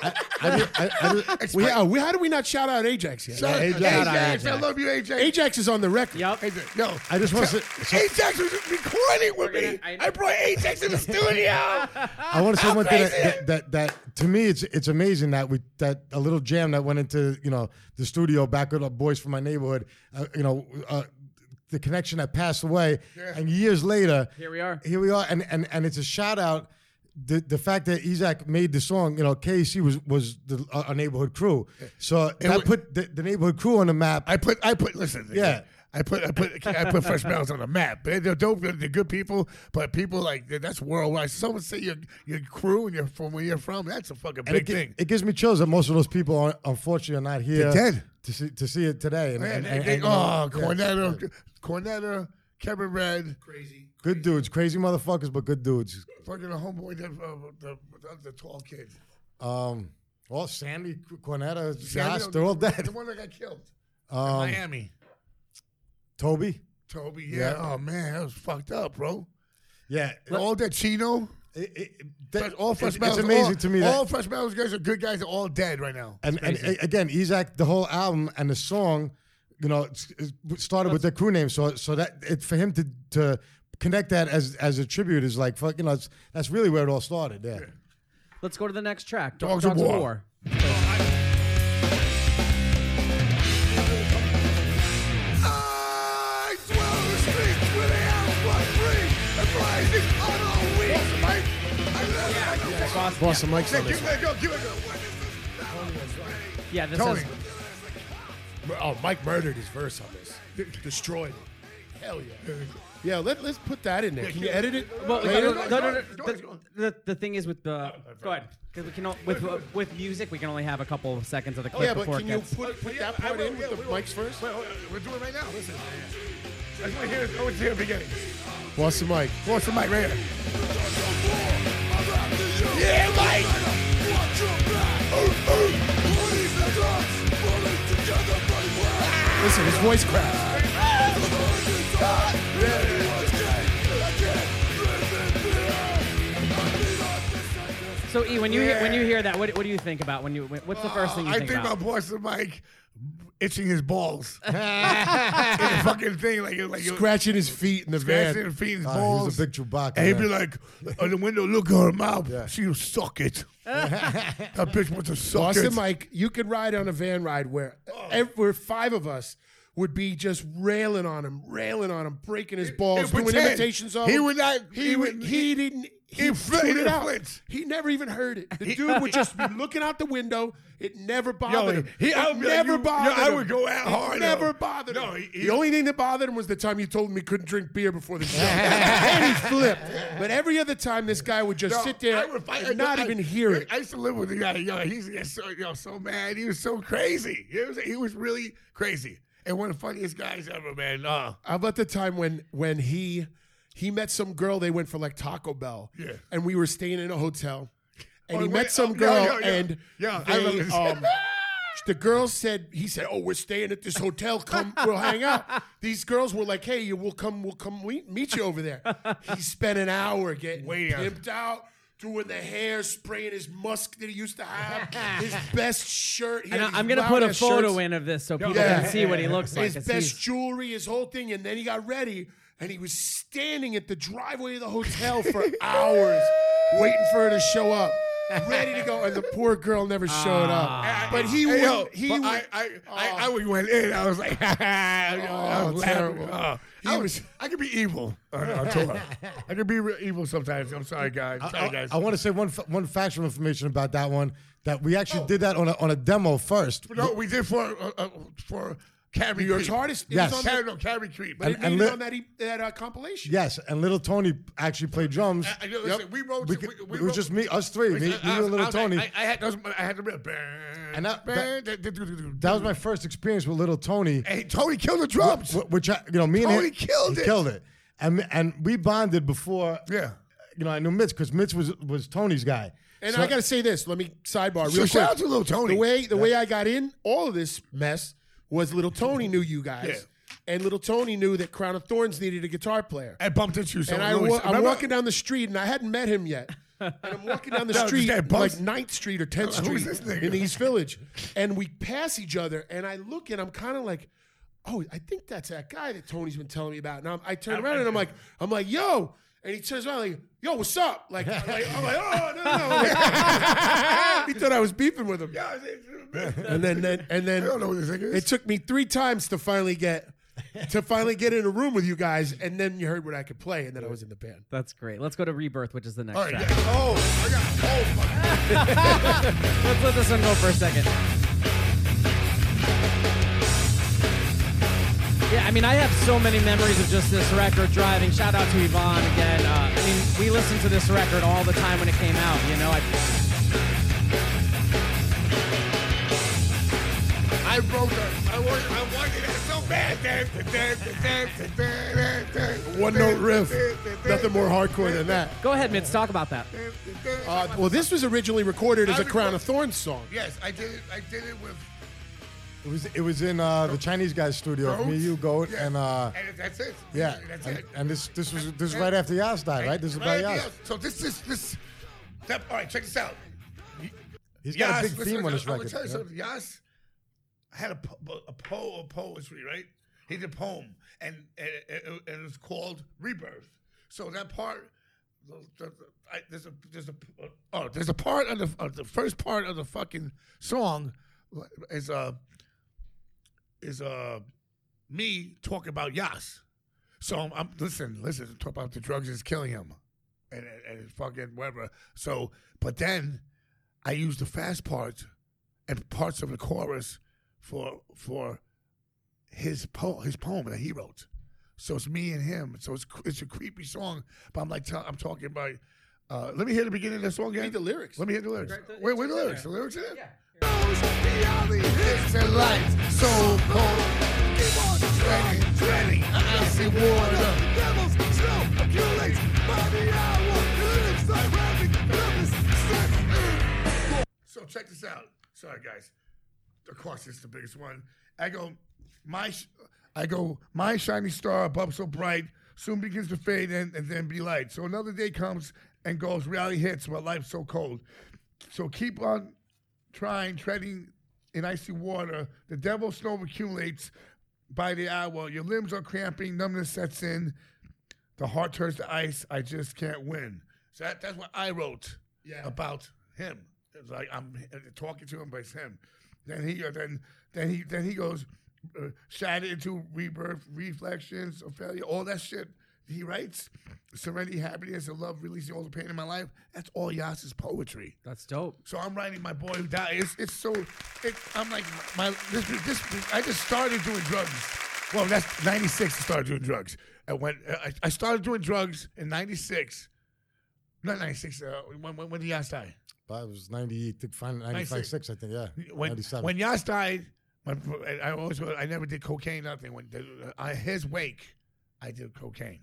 [SPEAKER 3] I, I, I, I,
[SPEAKER 4] We, oh, we, how do we not shout out Ajax yet?
[SPEAKER 2] Shout out
[SPEAKER 3] Ajax.
[SPEAKER 2] Ajax.
[SPEAKER 1] Shout out
[SPEAKER 2] I love you, Ajax.
[SPEAKER 4] Ajax is on the record.
[SPEAKER 1] Yep.
[SPEAKER 2] Ajax. No,
[SPEAKER 3] I just want to.
[SPEAKER 2] Ajax was recording with
[SPEAKER 1] gonna-
[SPEAKER 2] me.
[SPEAKER 1] I
[SPEAKER 2] I,
[SPEAKER 1] know.
[SPEAKER 2] brought Ajax in the
[SPEAKER 3] *laughs*
[SPEAKER 2] studio.
[SPEAKER 3] I want to say
[SPEAKER 2] How
[SPEAKER 3] one thing that,
[SPEAKER 2] crazy
[SPEAKER 3] that, that that to me it's it's amazing that we that a little jam that went into you know the studio back with the boys from my neighborhood, uh, you know. Uh, the connection that passed away, and years later,
[SPEAKER 1] Here we are.
[SPEAKER 3] Here we are, and and, and it's a shout out. The, the fact that Isaac made the song, you know, KC was was the, uh, our neighborhood crew, so that
[SPEAKER 2] wa-
[SPEAKER 3] put the, the neighborhood crew on the map.
[SPEAKER 2] I put, I put. Listen,
[SPEAKER 3] Yeah.
[SPEAKER 2] I put, I put, I put Fresh Mountains on the map. They're, they're dope. They're, they're good people, but people like that's worldwide. Someone say your your crew and you're from where you're from. That's a fucking
[SPEAKER 3] And
[SPEAKER 2] big
[SPEAKER 3] it, gi-
[SPEAKER 2] thing.
[SPEAKER 3] it gives me chills that most of those people, are, unfortunately, are not here.
[SPEAKER 2] They're dead.
[SPEAKER 3] to see to see it today. And,
[SPEAKER 2] Man,
[SPEAKER 3] and-
[SPEAKER 2] they-
[SPEAKER 3] and-
[SPEAKER 2] they-
[SPEAKER 3] and-
[SPEAKER 2] oh,
[SPEAKER 3] yeah.
[SPEAKER 2] Cornetta, Cornetta, Kevin Red,
[SPEAKER 4] Crazy.
[SPEAKER 3] Good dudes, crazy motherfuckers, but good dudes.
[SPEAKER 2] fucking the homeboy, the, uh, the, the, the tall kid.
[SPEAKER 3] Um, well, Sandy Cornetta,
[SPEAKER 2] Samuel-
[SPEAKER 3] Josh, they're all dead.
[SPEAKER 2] The one that got killed.
[SPEAKER 3] Um,
[SPEAKER 2] Miami.
[SPEAKER 3] Toby,
[SPEAKER 2] Toby, yeah.
[SPEAKER 3] Yeah.
[SPEAKER 2] Oh, man, that was fucked up, bro.
[SPEAKER 3] yeah,
[SPEAKER 2] all that Chino,
[SPEAKER 3] it- it-
[SPEAKER 2] fresh- all fresh
[SPEAKER 3] it's,
[SPEAKER 2] metals.
[SPEAKER 3] it's amazing
[SPEAKER 2] all,
[SPEAKER 3] to me that
[SPEAKER 2] all fresh metals guys are good guys. Are all dead right now.
[SPEAKER 3] and, and a- again, Isaac, the whole album and the song, you know, it's- it started with their crew name. So, so that it, for him to to connect that as as a tribute is like fucking. That's that's really where it all started. Yeah.
[SPEAKER 1] Let's go to the next track. Dog-
[SPEAKER 2] Dogs of War.
[SPEAKER 4] I dwell in the streets where they have blood free and blazing on all week. Mike, I live like a
[SPEAKER 1] Boss-
[SPEAKER 3] Boss, the mic's on
[SPEAKER 4] Give
[SPEAKER 3] this one.
[SPEAKER 4] it a go, give it a go. What is this battle free?
[SPEAKER 1] Yeah, this
[SPEAKER 2] Tony.
[SPEAKER 1] is
[SPEAKER 4] Oh, Mike murdered his verse on this. *laughs* Destroyed it. Hell
[SPEAKER 2] *laughs*
[SPEAKER 4] yeah. Yeah, let, let's put that in there. Can you edit it?
[SPEAKER 1] Well, no,
[SPEAKER 4] later?
[SPEAKER 1] no, no, no, no,
[SPEAKER 4] Go
[SPEAKER 1] the-
[SPEAKER 4] on, go on.
[SPEAKER 1] The, the thing is with the go ahead because we can o- with with music we can only have a couple of seconds of the
[SPEAKER 4] Oh,
[SPEAKER 1] clip
[SPEAKER 4] yeah, but
[SPEAKER 1] before
[SPEAKER 4] can
[SPEAKER 1] it
[SPEAKER 4] you
[SPEAKER 1] gets.
[SPEAKER 4] put, put that part in with the Mike's verse?
[SPEAKER 2] We're doing it right now. Listen. I just want to hear it. I want to hear it beginning.
[SPEAKER 4] What's the mic?
[SPEAKER 2] What's the mic right here?
[SPEAKER 4] Yeah, Mike! Listen, his voice
[SPEAKER 2] Uh,
[SPEAKER 4] cracks.
[SPEAKER 1] So E, when you hear, when you hear that, what, what do you think about when you when- what's the first thing you
[SPEAKER 2] Uh, I
[SPEAKER 1] think,
[SPEAKER 2] think my
[SPEAKER 1] about?
[SPEAKER 2] boss is Mike itching his balls. *laughs* In the fucking thing, like it- like it-
[SPEAKER 4] Scratching his feet in the
[SPEAKER 2] scratching
[SPEAKER 4] van.
[SPEAKER 2] his feet, his
[SPEAKER 3] Ah, he was
[SPEAKER 2] balls.
[SPEAKER 3] a big Chewbacca,
[SPEAKER 2] And he'd be
[SPEAKER 3] man.
[SPEAKER 2] like, on the window, look at her mouth.
[SPEAKER 3] Yeah.
[SPEAKER 2] She'll suck
[SPEAKER 4] *laughs*
[SPEAKER 2] it. that bitch wants to suck
[SPEAKER 4] Austin,
[SPEAKER 2] it.
[SPEAKER 4] Mike, you could ride on a van ride where,
[SPEAKER 2] Oh.
[SPEAKER 4] ev- where five of us would be just railing on him, railing on him, breaking his balls,
[SPEAKER 2] He'd
[SPEAKER 4] doing
[SPEAKER 2] pretend.
[SPEAKER 4] imitations of him.
[SPEAKER 2] He would not.
[SPEAKER 4] He, would. He didn't. He,
[SPEAKER 2] he fl-
[SPEAKER 4] tuned
[SPEAKER 2] he
[SPEAKER 4] it out.
[SPEAKER 2] flinched.
[SPEAKER 4] He never even heard it. The
[SPEAKER 2] *laughs*
[SPEAKER 4] dude would just be looking out the window. It never bothered him.
[SPEAKER 2] he-
[SPEAKER 4] it
[SPEAKER 2] I would be like,
[SPEAKER 4] never
[SPEAKER 2] you- yo,
[SPEAKER 4] bothered
[SPEAKER 2] I
[SPEAKER 4] him.
[SPEAKER 2] would go out
[SPEAKER 4] It
[SPEAKER 2] hard,
[SPEAKER 4] Never
[SPEAKER 2] though.
[SPEAKER 4] bothered
[SPEAKER 2] No,
[SPEAKER 4] him.
[SPEAKER 2] he- he-
[SPEAKER 4] the only thing that bothered him was the time you told him he couldn't drink beer
[SPEAKER 2] *laughs*
[SPEAKER 4] before the show, and he flipped. But every other time, this guy would just
[SPEAKER 2] No,
[SPEAKER 4] sit there
[SPEAKER 2] I would fight-
[SPEAKER 4] and not
[SPEAKER 2] I-
[SPEAKER 4] even hear it.
[SPEAKER 2] I used to live with the guy. Yo, he's he's so yo so mad. He was so crazy. He was he was really crazy and one of the funniest guys ever, man. Uh,
[SPEAKER 4] How about the time when when he he met some girl? They went for like Taco Bell.
[SPEAKER 2] Yeah.
[SPEAKER 4] And we were staying in a hotel, and
[SPEAKER 2] Oh,
[SPEAKER 4] he
[SPEAKER 2] wait,
[SPEAKER 4] met some
[SPEAKER 2] oh, yeah,
[SPEAKER 4] girl,
[SPEAKER 2] yeah, yeah.
[SPEAKER 4] and
[SPEAKER 2] Yeah, I
[SPEAKER 4] they,
[SPEAKER 2] remember this. *laughs*
[SPEAKER 4] um, the girl said he said, "Oh, we're staying at this hotel. Come, we'll hang out." These girls were like, "Hey, you- we'll come, we'll come, we meet you over there." He spent an hour getting
[SPEAKER 2] Wait, yeah.
[SPEAKER 4] pimped out. Doing the hair, spraying his musk that he used to have, his best shirt. He
[SPEAKER 1] And
[SPEAKER 4] had
[SPEAKER 1] I,
[SPEAKER 4] these
[SPEAKER 1] am gonna put a
[SPEAKER 4] loud-ass
[SPEAKER 1] photo
[SPEAKER 4] shirts
[SPEAKER 1] in of this so people
[SPEAKER 4] yeah.
[SPEAKER 1] can see what he looks like.
[SPEAKER 4] his
[SPEAKER 1] 'cause
[SPEAKER 4] best
[SPEAKER 1] he's-
[SPEAKER 4] jewelry, his whole thing, and then he got ready and he was standing at the driveway of the
[SPEAKER 1] *laughs*
[SPEAKER 4] hotel for hours waiting for her to show up. Ready to go, and the poor girl never showed
[SPEAKER 1] Ah.
[SPEAKER 4] up. But he
[SPEAKER 2] hey,
[SPEAKER 4] would,
[SPEAKER 2] yo,
[SPEAKER 4] he
[SPEAKER 2] but
[SPEAKER 4] would,
[SPEAKER 2] I I, I, I would went in. I was like, *laughs* I was
[SPEAKER 4] Oh, terrible.
[SPEAKER 2] laughing. Uh,
[SPEAKER 4] He
[SPEAKER 2] I
[SPEAKER 4] was-
[SPEAKER 2] was I could be evil. Uh,
[SPEAKER 4] *laughs*
[SPEAKER 2] on tour. I could be real evil sometimes. I'm sorry, guys. I'm sorry,
[SPEAKER 3] I,
[SPEAKER 2] guys.
[SPEAKER 3] want to say one fa- one factual information about that one that we actually did that on a, on a demo first.
[SPEAKER 2] no, we did for uh, uh, for Cabby
[SPEAKER 4] New York's
[SPEAKER 2] Creep.
[SPEAKER 4] hardest. It
[SPEAKER 3] Yes.
[SPEAKER 4] was on
[SPEAKER 2] Cabby,
[SPEAKER 4] that,
[SPEAKER 2] no, Cabby Creep.
[SPEAKER 4] but it
[SPEAKER 3] and
[SPEAKER 4] made
[SPEAKER 3] li-
[SPEAKER 4] it on that, e- that uh, compilation.
[SPEAKER 3] Yes, and little Tony actually played drums.
[SPEAKER 2] I- I- listen, we wrote-
[SPEAKER 3] could-
[SPEAKER 2] we- we
[SPEAKER 3] it was
[SPEAKER 2] wrote-
[SPEAKER 3] just me, us three, me, me
[SPEAKER 2] I-
[SPEAKER 3] and
[SPEAKER 2] I
[SPEAKER 3] little
[SPEAKER 2] was-
[SPEAKER 3] Tony.
[SPEAKER 2] I, I had those, I had to be a
[SPEAKER 3] And that-
[SPEAKER 2] that,
[SPEAKER 3] that was my first experience with little Tony.
[SPEAKER 2] Hey, Tony killed the drums.
[SPEAKER 3] Wh- Which I, you know, me and
[SPEAKER 2] Tony
[SPEAKER 3] him,
[SPEAKER 2] killed
[SPEAKER 3] he
[SPEAKER 2] it.
[SPEAKER 3] Killed it. And and we bonded before.
[SPEAKER 2] Yeah.
[SPEAKER 3] You know, I knew Mitch because Mitch was was Tony's guy.
[SPEAKER 4] And
[SPEAKER 3] So-
[SPEAKER 4] I got to say this. Let me sidebar real
[SPEAKER 2] So
[SPEAKER 4] quick.
[SPEAKER 2] shout out to Lil Tony.
[SPEAKER 4] The way the way I got in all of this mess was little Tony knew you guys, and little Tony knew that Crown of Thorns needed a guitar player.
[SPEAKER 2] I bumped into you. So
[SPEAKER 4] and I
[SPEAKER 2] Louis,
[SPEAKER 4] wa- I'm
[SPEAKER 2] remember-
[SPEAKER 4] walking down the street, and I hadn't met him yet. And I'm walking down
[SPEAKER 2] *laughs*
[SPEAKER 4] the
[SPEAKER 2] No, this
[SPEAKER 4] street,
[SPEAKER 2] guy
[SPEAKER 4] like
[SPEAKER 2] bumps-
[SPEAKER 4] 9th Street
[SPEAKER 2] *laughs*
[SPEAKER 4] or 10th
[SPEAKER 2] Who's
[SPEAKER 4] Street
[SPEAKER 2] this nigga?
[SPEAKER 4] in the East Village, and we pass each other, and I look, and I'm kind of like. Oh, I think that's that guy that Tony's been telling me about. And I'm, I turn around and I'm like, I'm like, yo, and he turns around like, yo, what's up? Like, I'm like, I'm like, oh no, no, no. *laughs* he thought I was beefing with him.
[SPEAKER 2] *laughs*
[SPEAKER 4] And then, then and then
[SPEAKER 2] I don't know what this thing is.
[SPEAKER 4] it took me three times to finally get to finally get in a room with you guys, and then you heard what I could play, and then I was in the band.
[SPEAKER 1] That's great. Let's go to Rebirth, which is the next
[SPEAKER 2] All right,
[SPEAKER 1] track.
[SPEAKER 2] yeah. Oh, I got. Oh, my.
[SPEAKER 1] Let's let this one go for a second. Yeah, I mean, I have so many memories of just this record driving. Shout out to Yvonne again. Uh, I mean, we listened to this record all the time when it came out. You know, I,
[SPEAKER 4] Oh,
[SPEAKER 2] I broke her. I wanted, I wanted that so
[SPEAKER 4] One note riff. Nothing more hardcore than that.
[SPEAKER 1] Go ahead, Mitch. Talk about that.
[SPEAKER 4] Uh, well, this was originally recorded as
[SPEAKER 2] I
[SPEAKER 4] a Crown
[SPEAKER 2] record-
[SPEAKER 4] of Thorns song.
[SPEAKER 2] Yes, I did it. I did it with
[SPEAKER 3] It was it was in uh, the Chinese guy's studio. Me,
[SPEAKER 2] Rhodes.
[SPEAKER 3] you, Goat,
[SPEAKER 2] Yeah.
[SPEAKER 3] and uh,
[SPEAKER 2] and that's it.
[SPEAKER 3] yeah,
[SPEAKER 2] that's
[SPEAKER 3] and,
[SPEAKER 2] it.
[SPEAKER 3] and this this was this was
[SPEAKER 2] And-
[SPEAKER 3] right after Yas died,
[SPEAKER 2] and
[SPEAKER 3] right? This is
[SPEAKER 2] right
[SPEAKER 3] about
[SPEAKER 2] after
[SPEAKER 3] Yas.
[SPEAKER 2] Yas. So this is this. That, all right, check this out.
[SPEAKER 3] He's got a big
[SPEAKER 2] listen,
[SPEAKER 3] theme on his
[SPEAKER 2] I'm gonna
[SPEAKER 3] record.
[SPEAKER 2] tell you
[SPEAKER 3] yeah.
[SPEAKER 2] something. Yas had a po- a poem of poetry, right? He did a poem, and, and, and it was called Rebirth. So that part, the, the, I, there's a there's a oh there's a part of the of the first part of the fucking song is uh is uh me talking about Yas. So I'm, I'm listen, listen, talk about the drugs is killing him, and and, and fucking whatever. So, but then I used the fast parts and parts of the chorus for for his po- his poem that he wrote. So it's me and him. So it's it's a creepy song, but I'm like tell- I'm talking about. Uh, let me hear the beginning of the song again.
[SPEAKER 4] Read the lyrics.
[SPEAKER 2] Let me hear the lyrics. Wait, wait, the lyrics. The lyrics are there. Yeah.
[SPEAKER 4] Those reality hits and lights so cold. Keep on treading, treading icy water. Devils self-accumulate by the hour. Lyrics ironic, nervous,
[SPEAKER 2] So check this out. Sorry, guys. Of course, it's the biggest one. I go, my, sh- I go, my shiny star above so bright soon begins to fade and, and then be light. So another day comes and goes. Reality hits, but life's so cold. So keep on trying, treading in icy water. The devil snow accumulates by the hour. Your limbs are cramping, numbness sets in. The heart turns to ice. I just can't win. So that, that's what I wrote
[SPEAKER 4] Yeah.
[SPEAKER 2] about him. It's like I'm h- talking to him, but it's him. Then he uh, then then he then he goes uh, shattered into rebirth, reflections of failure, all that shit. He writes serenity, happiness, and love, releasing all the pain in my life. That's all Yas's poetry.
[SPEAKER 1] That's dope.
[SPEAKER 2] So I'm writing my boy who died. It's, it's so. It, I'm like my this, this I just started doing drugs. Well, that's '96. I started doing drugs. And when I, I started doing drugs in '96, not '96. Uh, when, when when did Yas die?
[SPEAKER 3] But it was 90, think, fin- 95,
[SPEAKER 2] 96.
[SPEAKER 3] 6, I think, yeah.
[SPEAKER 2] When
[SPEAKER 3] 97.
[SPEAKER 2] when Yas died, my, I always I never did cocaine. Nothing. When the, uh, his wake, I did cocaine.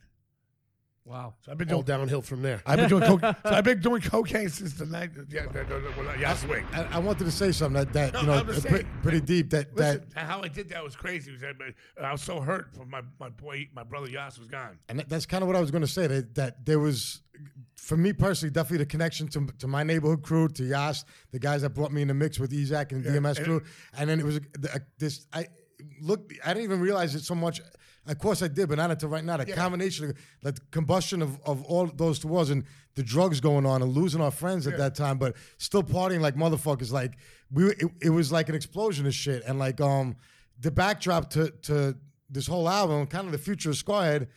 [SPEAKER 1] Wow.
[SPEAKER 2] So I've been
[SPEAKER 3] Oh.
[SPEAKER 4] All
[SPEAKER 2] doing.
[SPEAKER 4] downhill from there.
[SPEAKER 2] I've been doing coke. so I've been doing cocaine since the night. Yeah, the, the, the, Yas wake.
[SPEAKER 3] I, I wanted to say something that, that
[SPEAKER 2] No,
[SPEAKER 3] you know,
[SPEAKER 2] I'm just
[SPEAKER 3] uh, pre-
[SPEAKER 2] saying.
[SPEAKER 3] pretty deep. That, that
[SPEAKER 2] Listen, how I did that was crazy. It was that- but I was so hurt for my, my boy, my brother Yas was gone.
[SPEAKER 3] and that- that's kind of what I was going to say. That, that there was, for me personally, definitely the connection to, to my neighborhood crew, to Yas, the guys that brought me in the mix with Ezak and DMS
[SPEAKER 2] and-
[SPEAKER 3] crew, and then it was the, uh, this. I look, I didn't even realize it so much. Of course, I did, but not until right now. The combination, the combustion of, of all those two wars and the drugs going on and losing our friends at that time, but still partying like motherfuckers. Like we, it, it was like an explosion of shit, and like um, the backdrop to to this whole album, kind of the future of Scarhead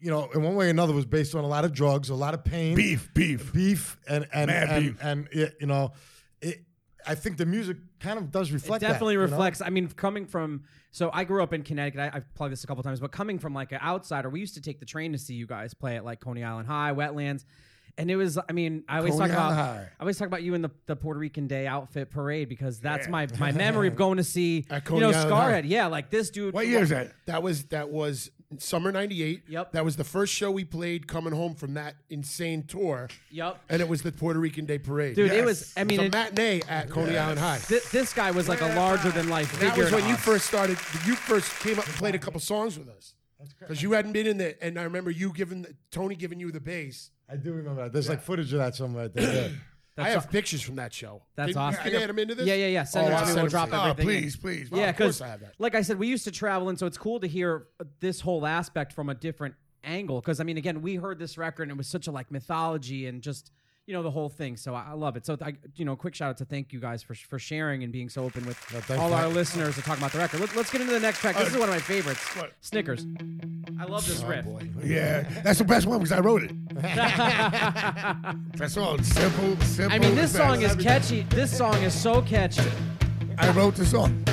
[SPEAKER 3] you know, in one way or another, was based on a lot of drugs, a lot of pain,
[SPEAKER 2] Beef, beef.
[SPEAKER 3] beef, and and
[SPEAKER 2] Mad
[SPEAKER 3] and,
[SPEAKER 2] beef.
[SPEAKER 3] and it, you know, it, I think the music kind of does reflect. that,
[SPEAKER 1] definitely
[SPEAKER 3] you know?
[SPEAKER 1] reflects. I mean, coming from so I grew up in Connecticut. I, I've plugged this a couple times, but coming from like an outsider, we used to take the train to see you guys play at like Coney Island High, Wetlands, and it was. I mean, I always
[SPEAKER 3] Coney
[SPEAKER 1] talk about.
[SPEAKER 3] Island High.
[SPEAKER 1] I always talk about you in the, the Puerto Rican Day outfit parade because that's my my memory of going to see you know
[SPEAKER 4] Island
[SPEAKER 1] Scarhead.
[SPEAKER 4] High.
[SPEAKER 1] Yeah, like this dude.
[SPEAKER 2] What year is that?
[SPEAKER 4] That was that was summer '98.
[SPEAKER 1] Yep.
[SPEAKER 4] That was the first show we played coming home from that insane tour.
[SPEAKER 1] Yep.
[SPEAKER 4] And it was the Puerto Rican Day Parade.
[SPEAKER 1] Dude, it Yes. was- I mean,
[SPEAKER 4] it
[SPEAKER 1] it-
[SPEAKER 4] was a matinee at Coney Island High.
[SPEAKER 1] Thi- this guy was like a larger than life figure.
[SPEAKER 4] That was
[SPEAKER 1] to
[SPEAKER 4] when you
[SPEAKER 1] us.
[SPEAKER 4] first started. You first came up and played a couple songs with us because you hadn't been in there. And I remember you giving Tony giving you the bass.
[SPEAKER 3] I do remember that. There's like footage of that somewhere. Right
[SPEAKER 2] *clears throat*
[SPEAKER 3] there. yeah.
[SPEAKER 4] I have pictures from that show.
[SPEAKER 1] That's
[SPEAKER 4] Did-
[SPEAKER 1] awesome.
[SPEAKER 4] You can add them into this.
[SPEAKER 1] Yeah, yeah, yeah. Send
[SPEAKER 4] Oh,
[SPEAKER 1] them
[SPEAKER 4] I'll
[SPEAKER 1] to me.
[SPEAKER 4] send
[SPEAKER 1] We'll
[SPEAKER 4] them
[SPEAKER 1] drop
[SPEAKER 4] to you.
[SPEAKER 2] Oh,
[SPEAKER 1] everything. in.
[SPEAKER 2] please, please.
[SPEAKER 1] yeah,
[SPEAKER 4] of course
[SPEAKER 1] because
[SPEAKER 4] I have that.
[SPEAKER 1] like I said, we used to travel, and so it's cool to hear this whole aspect from a different angle. Because I mean, again, we heard this record, and it was such a like mythology and just you know the whole thing. So I, I love it. So I, you know, quick shout out to thank you guys for for sharing and being so open with
[SPEAKER 3] thanks,
[SPEAKER 1] all our
[SPEAKER 3] man.
[SPEAKER 1] listeners to talk about the record. Let, us get into the next track. This is one of my favorites,
[SPEAKER 2] What?
[SPEAKER 1] Snickers. I love
[SPEAKER 4] Oh,
[SPEAKER 1] this riff.
[SPEAKER 2] Yeah, that's the best one because I wrote
[SPEAKER 1] *laughs*
[SPEAKER 2] it. *laughs* that's all simple, simple.
[SPEAKER 1] I mean, this
[SPEAKER 2] as
[SPEAKER 1] song is
[SPEAKER 2] that.
[SPEAKER 1] catchy. This song is so catchy.
[SPEAKER 2] I wrote the song.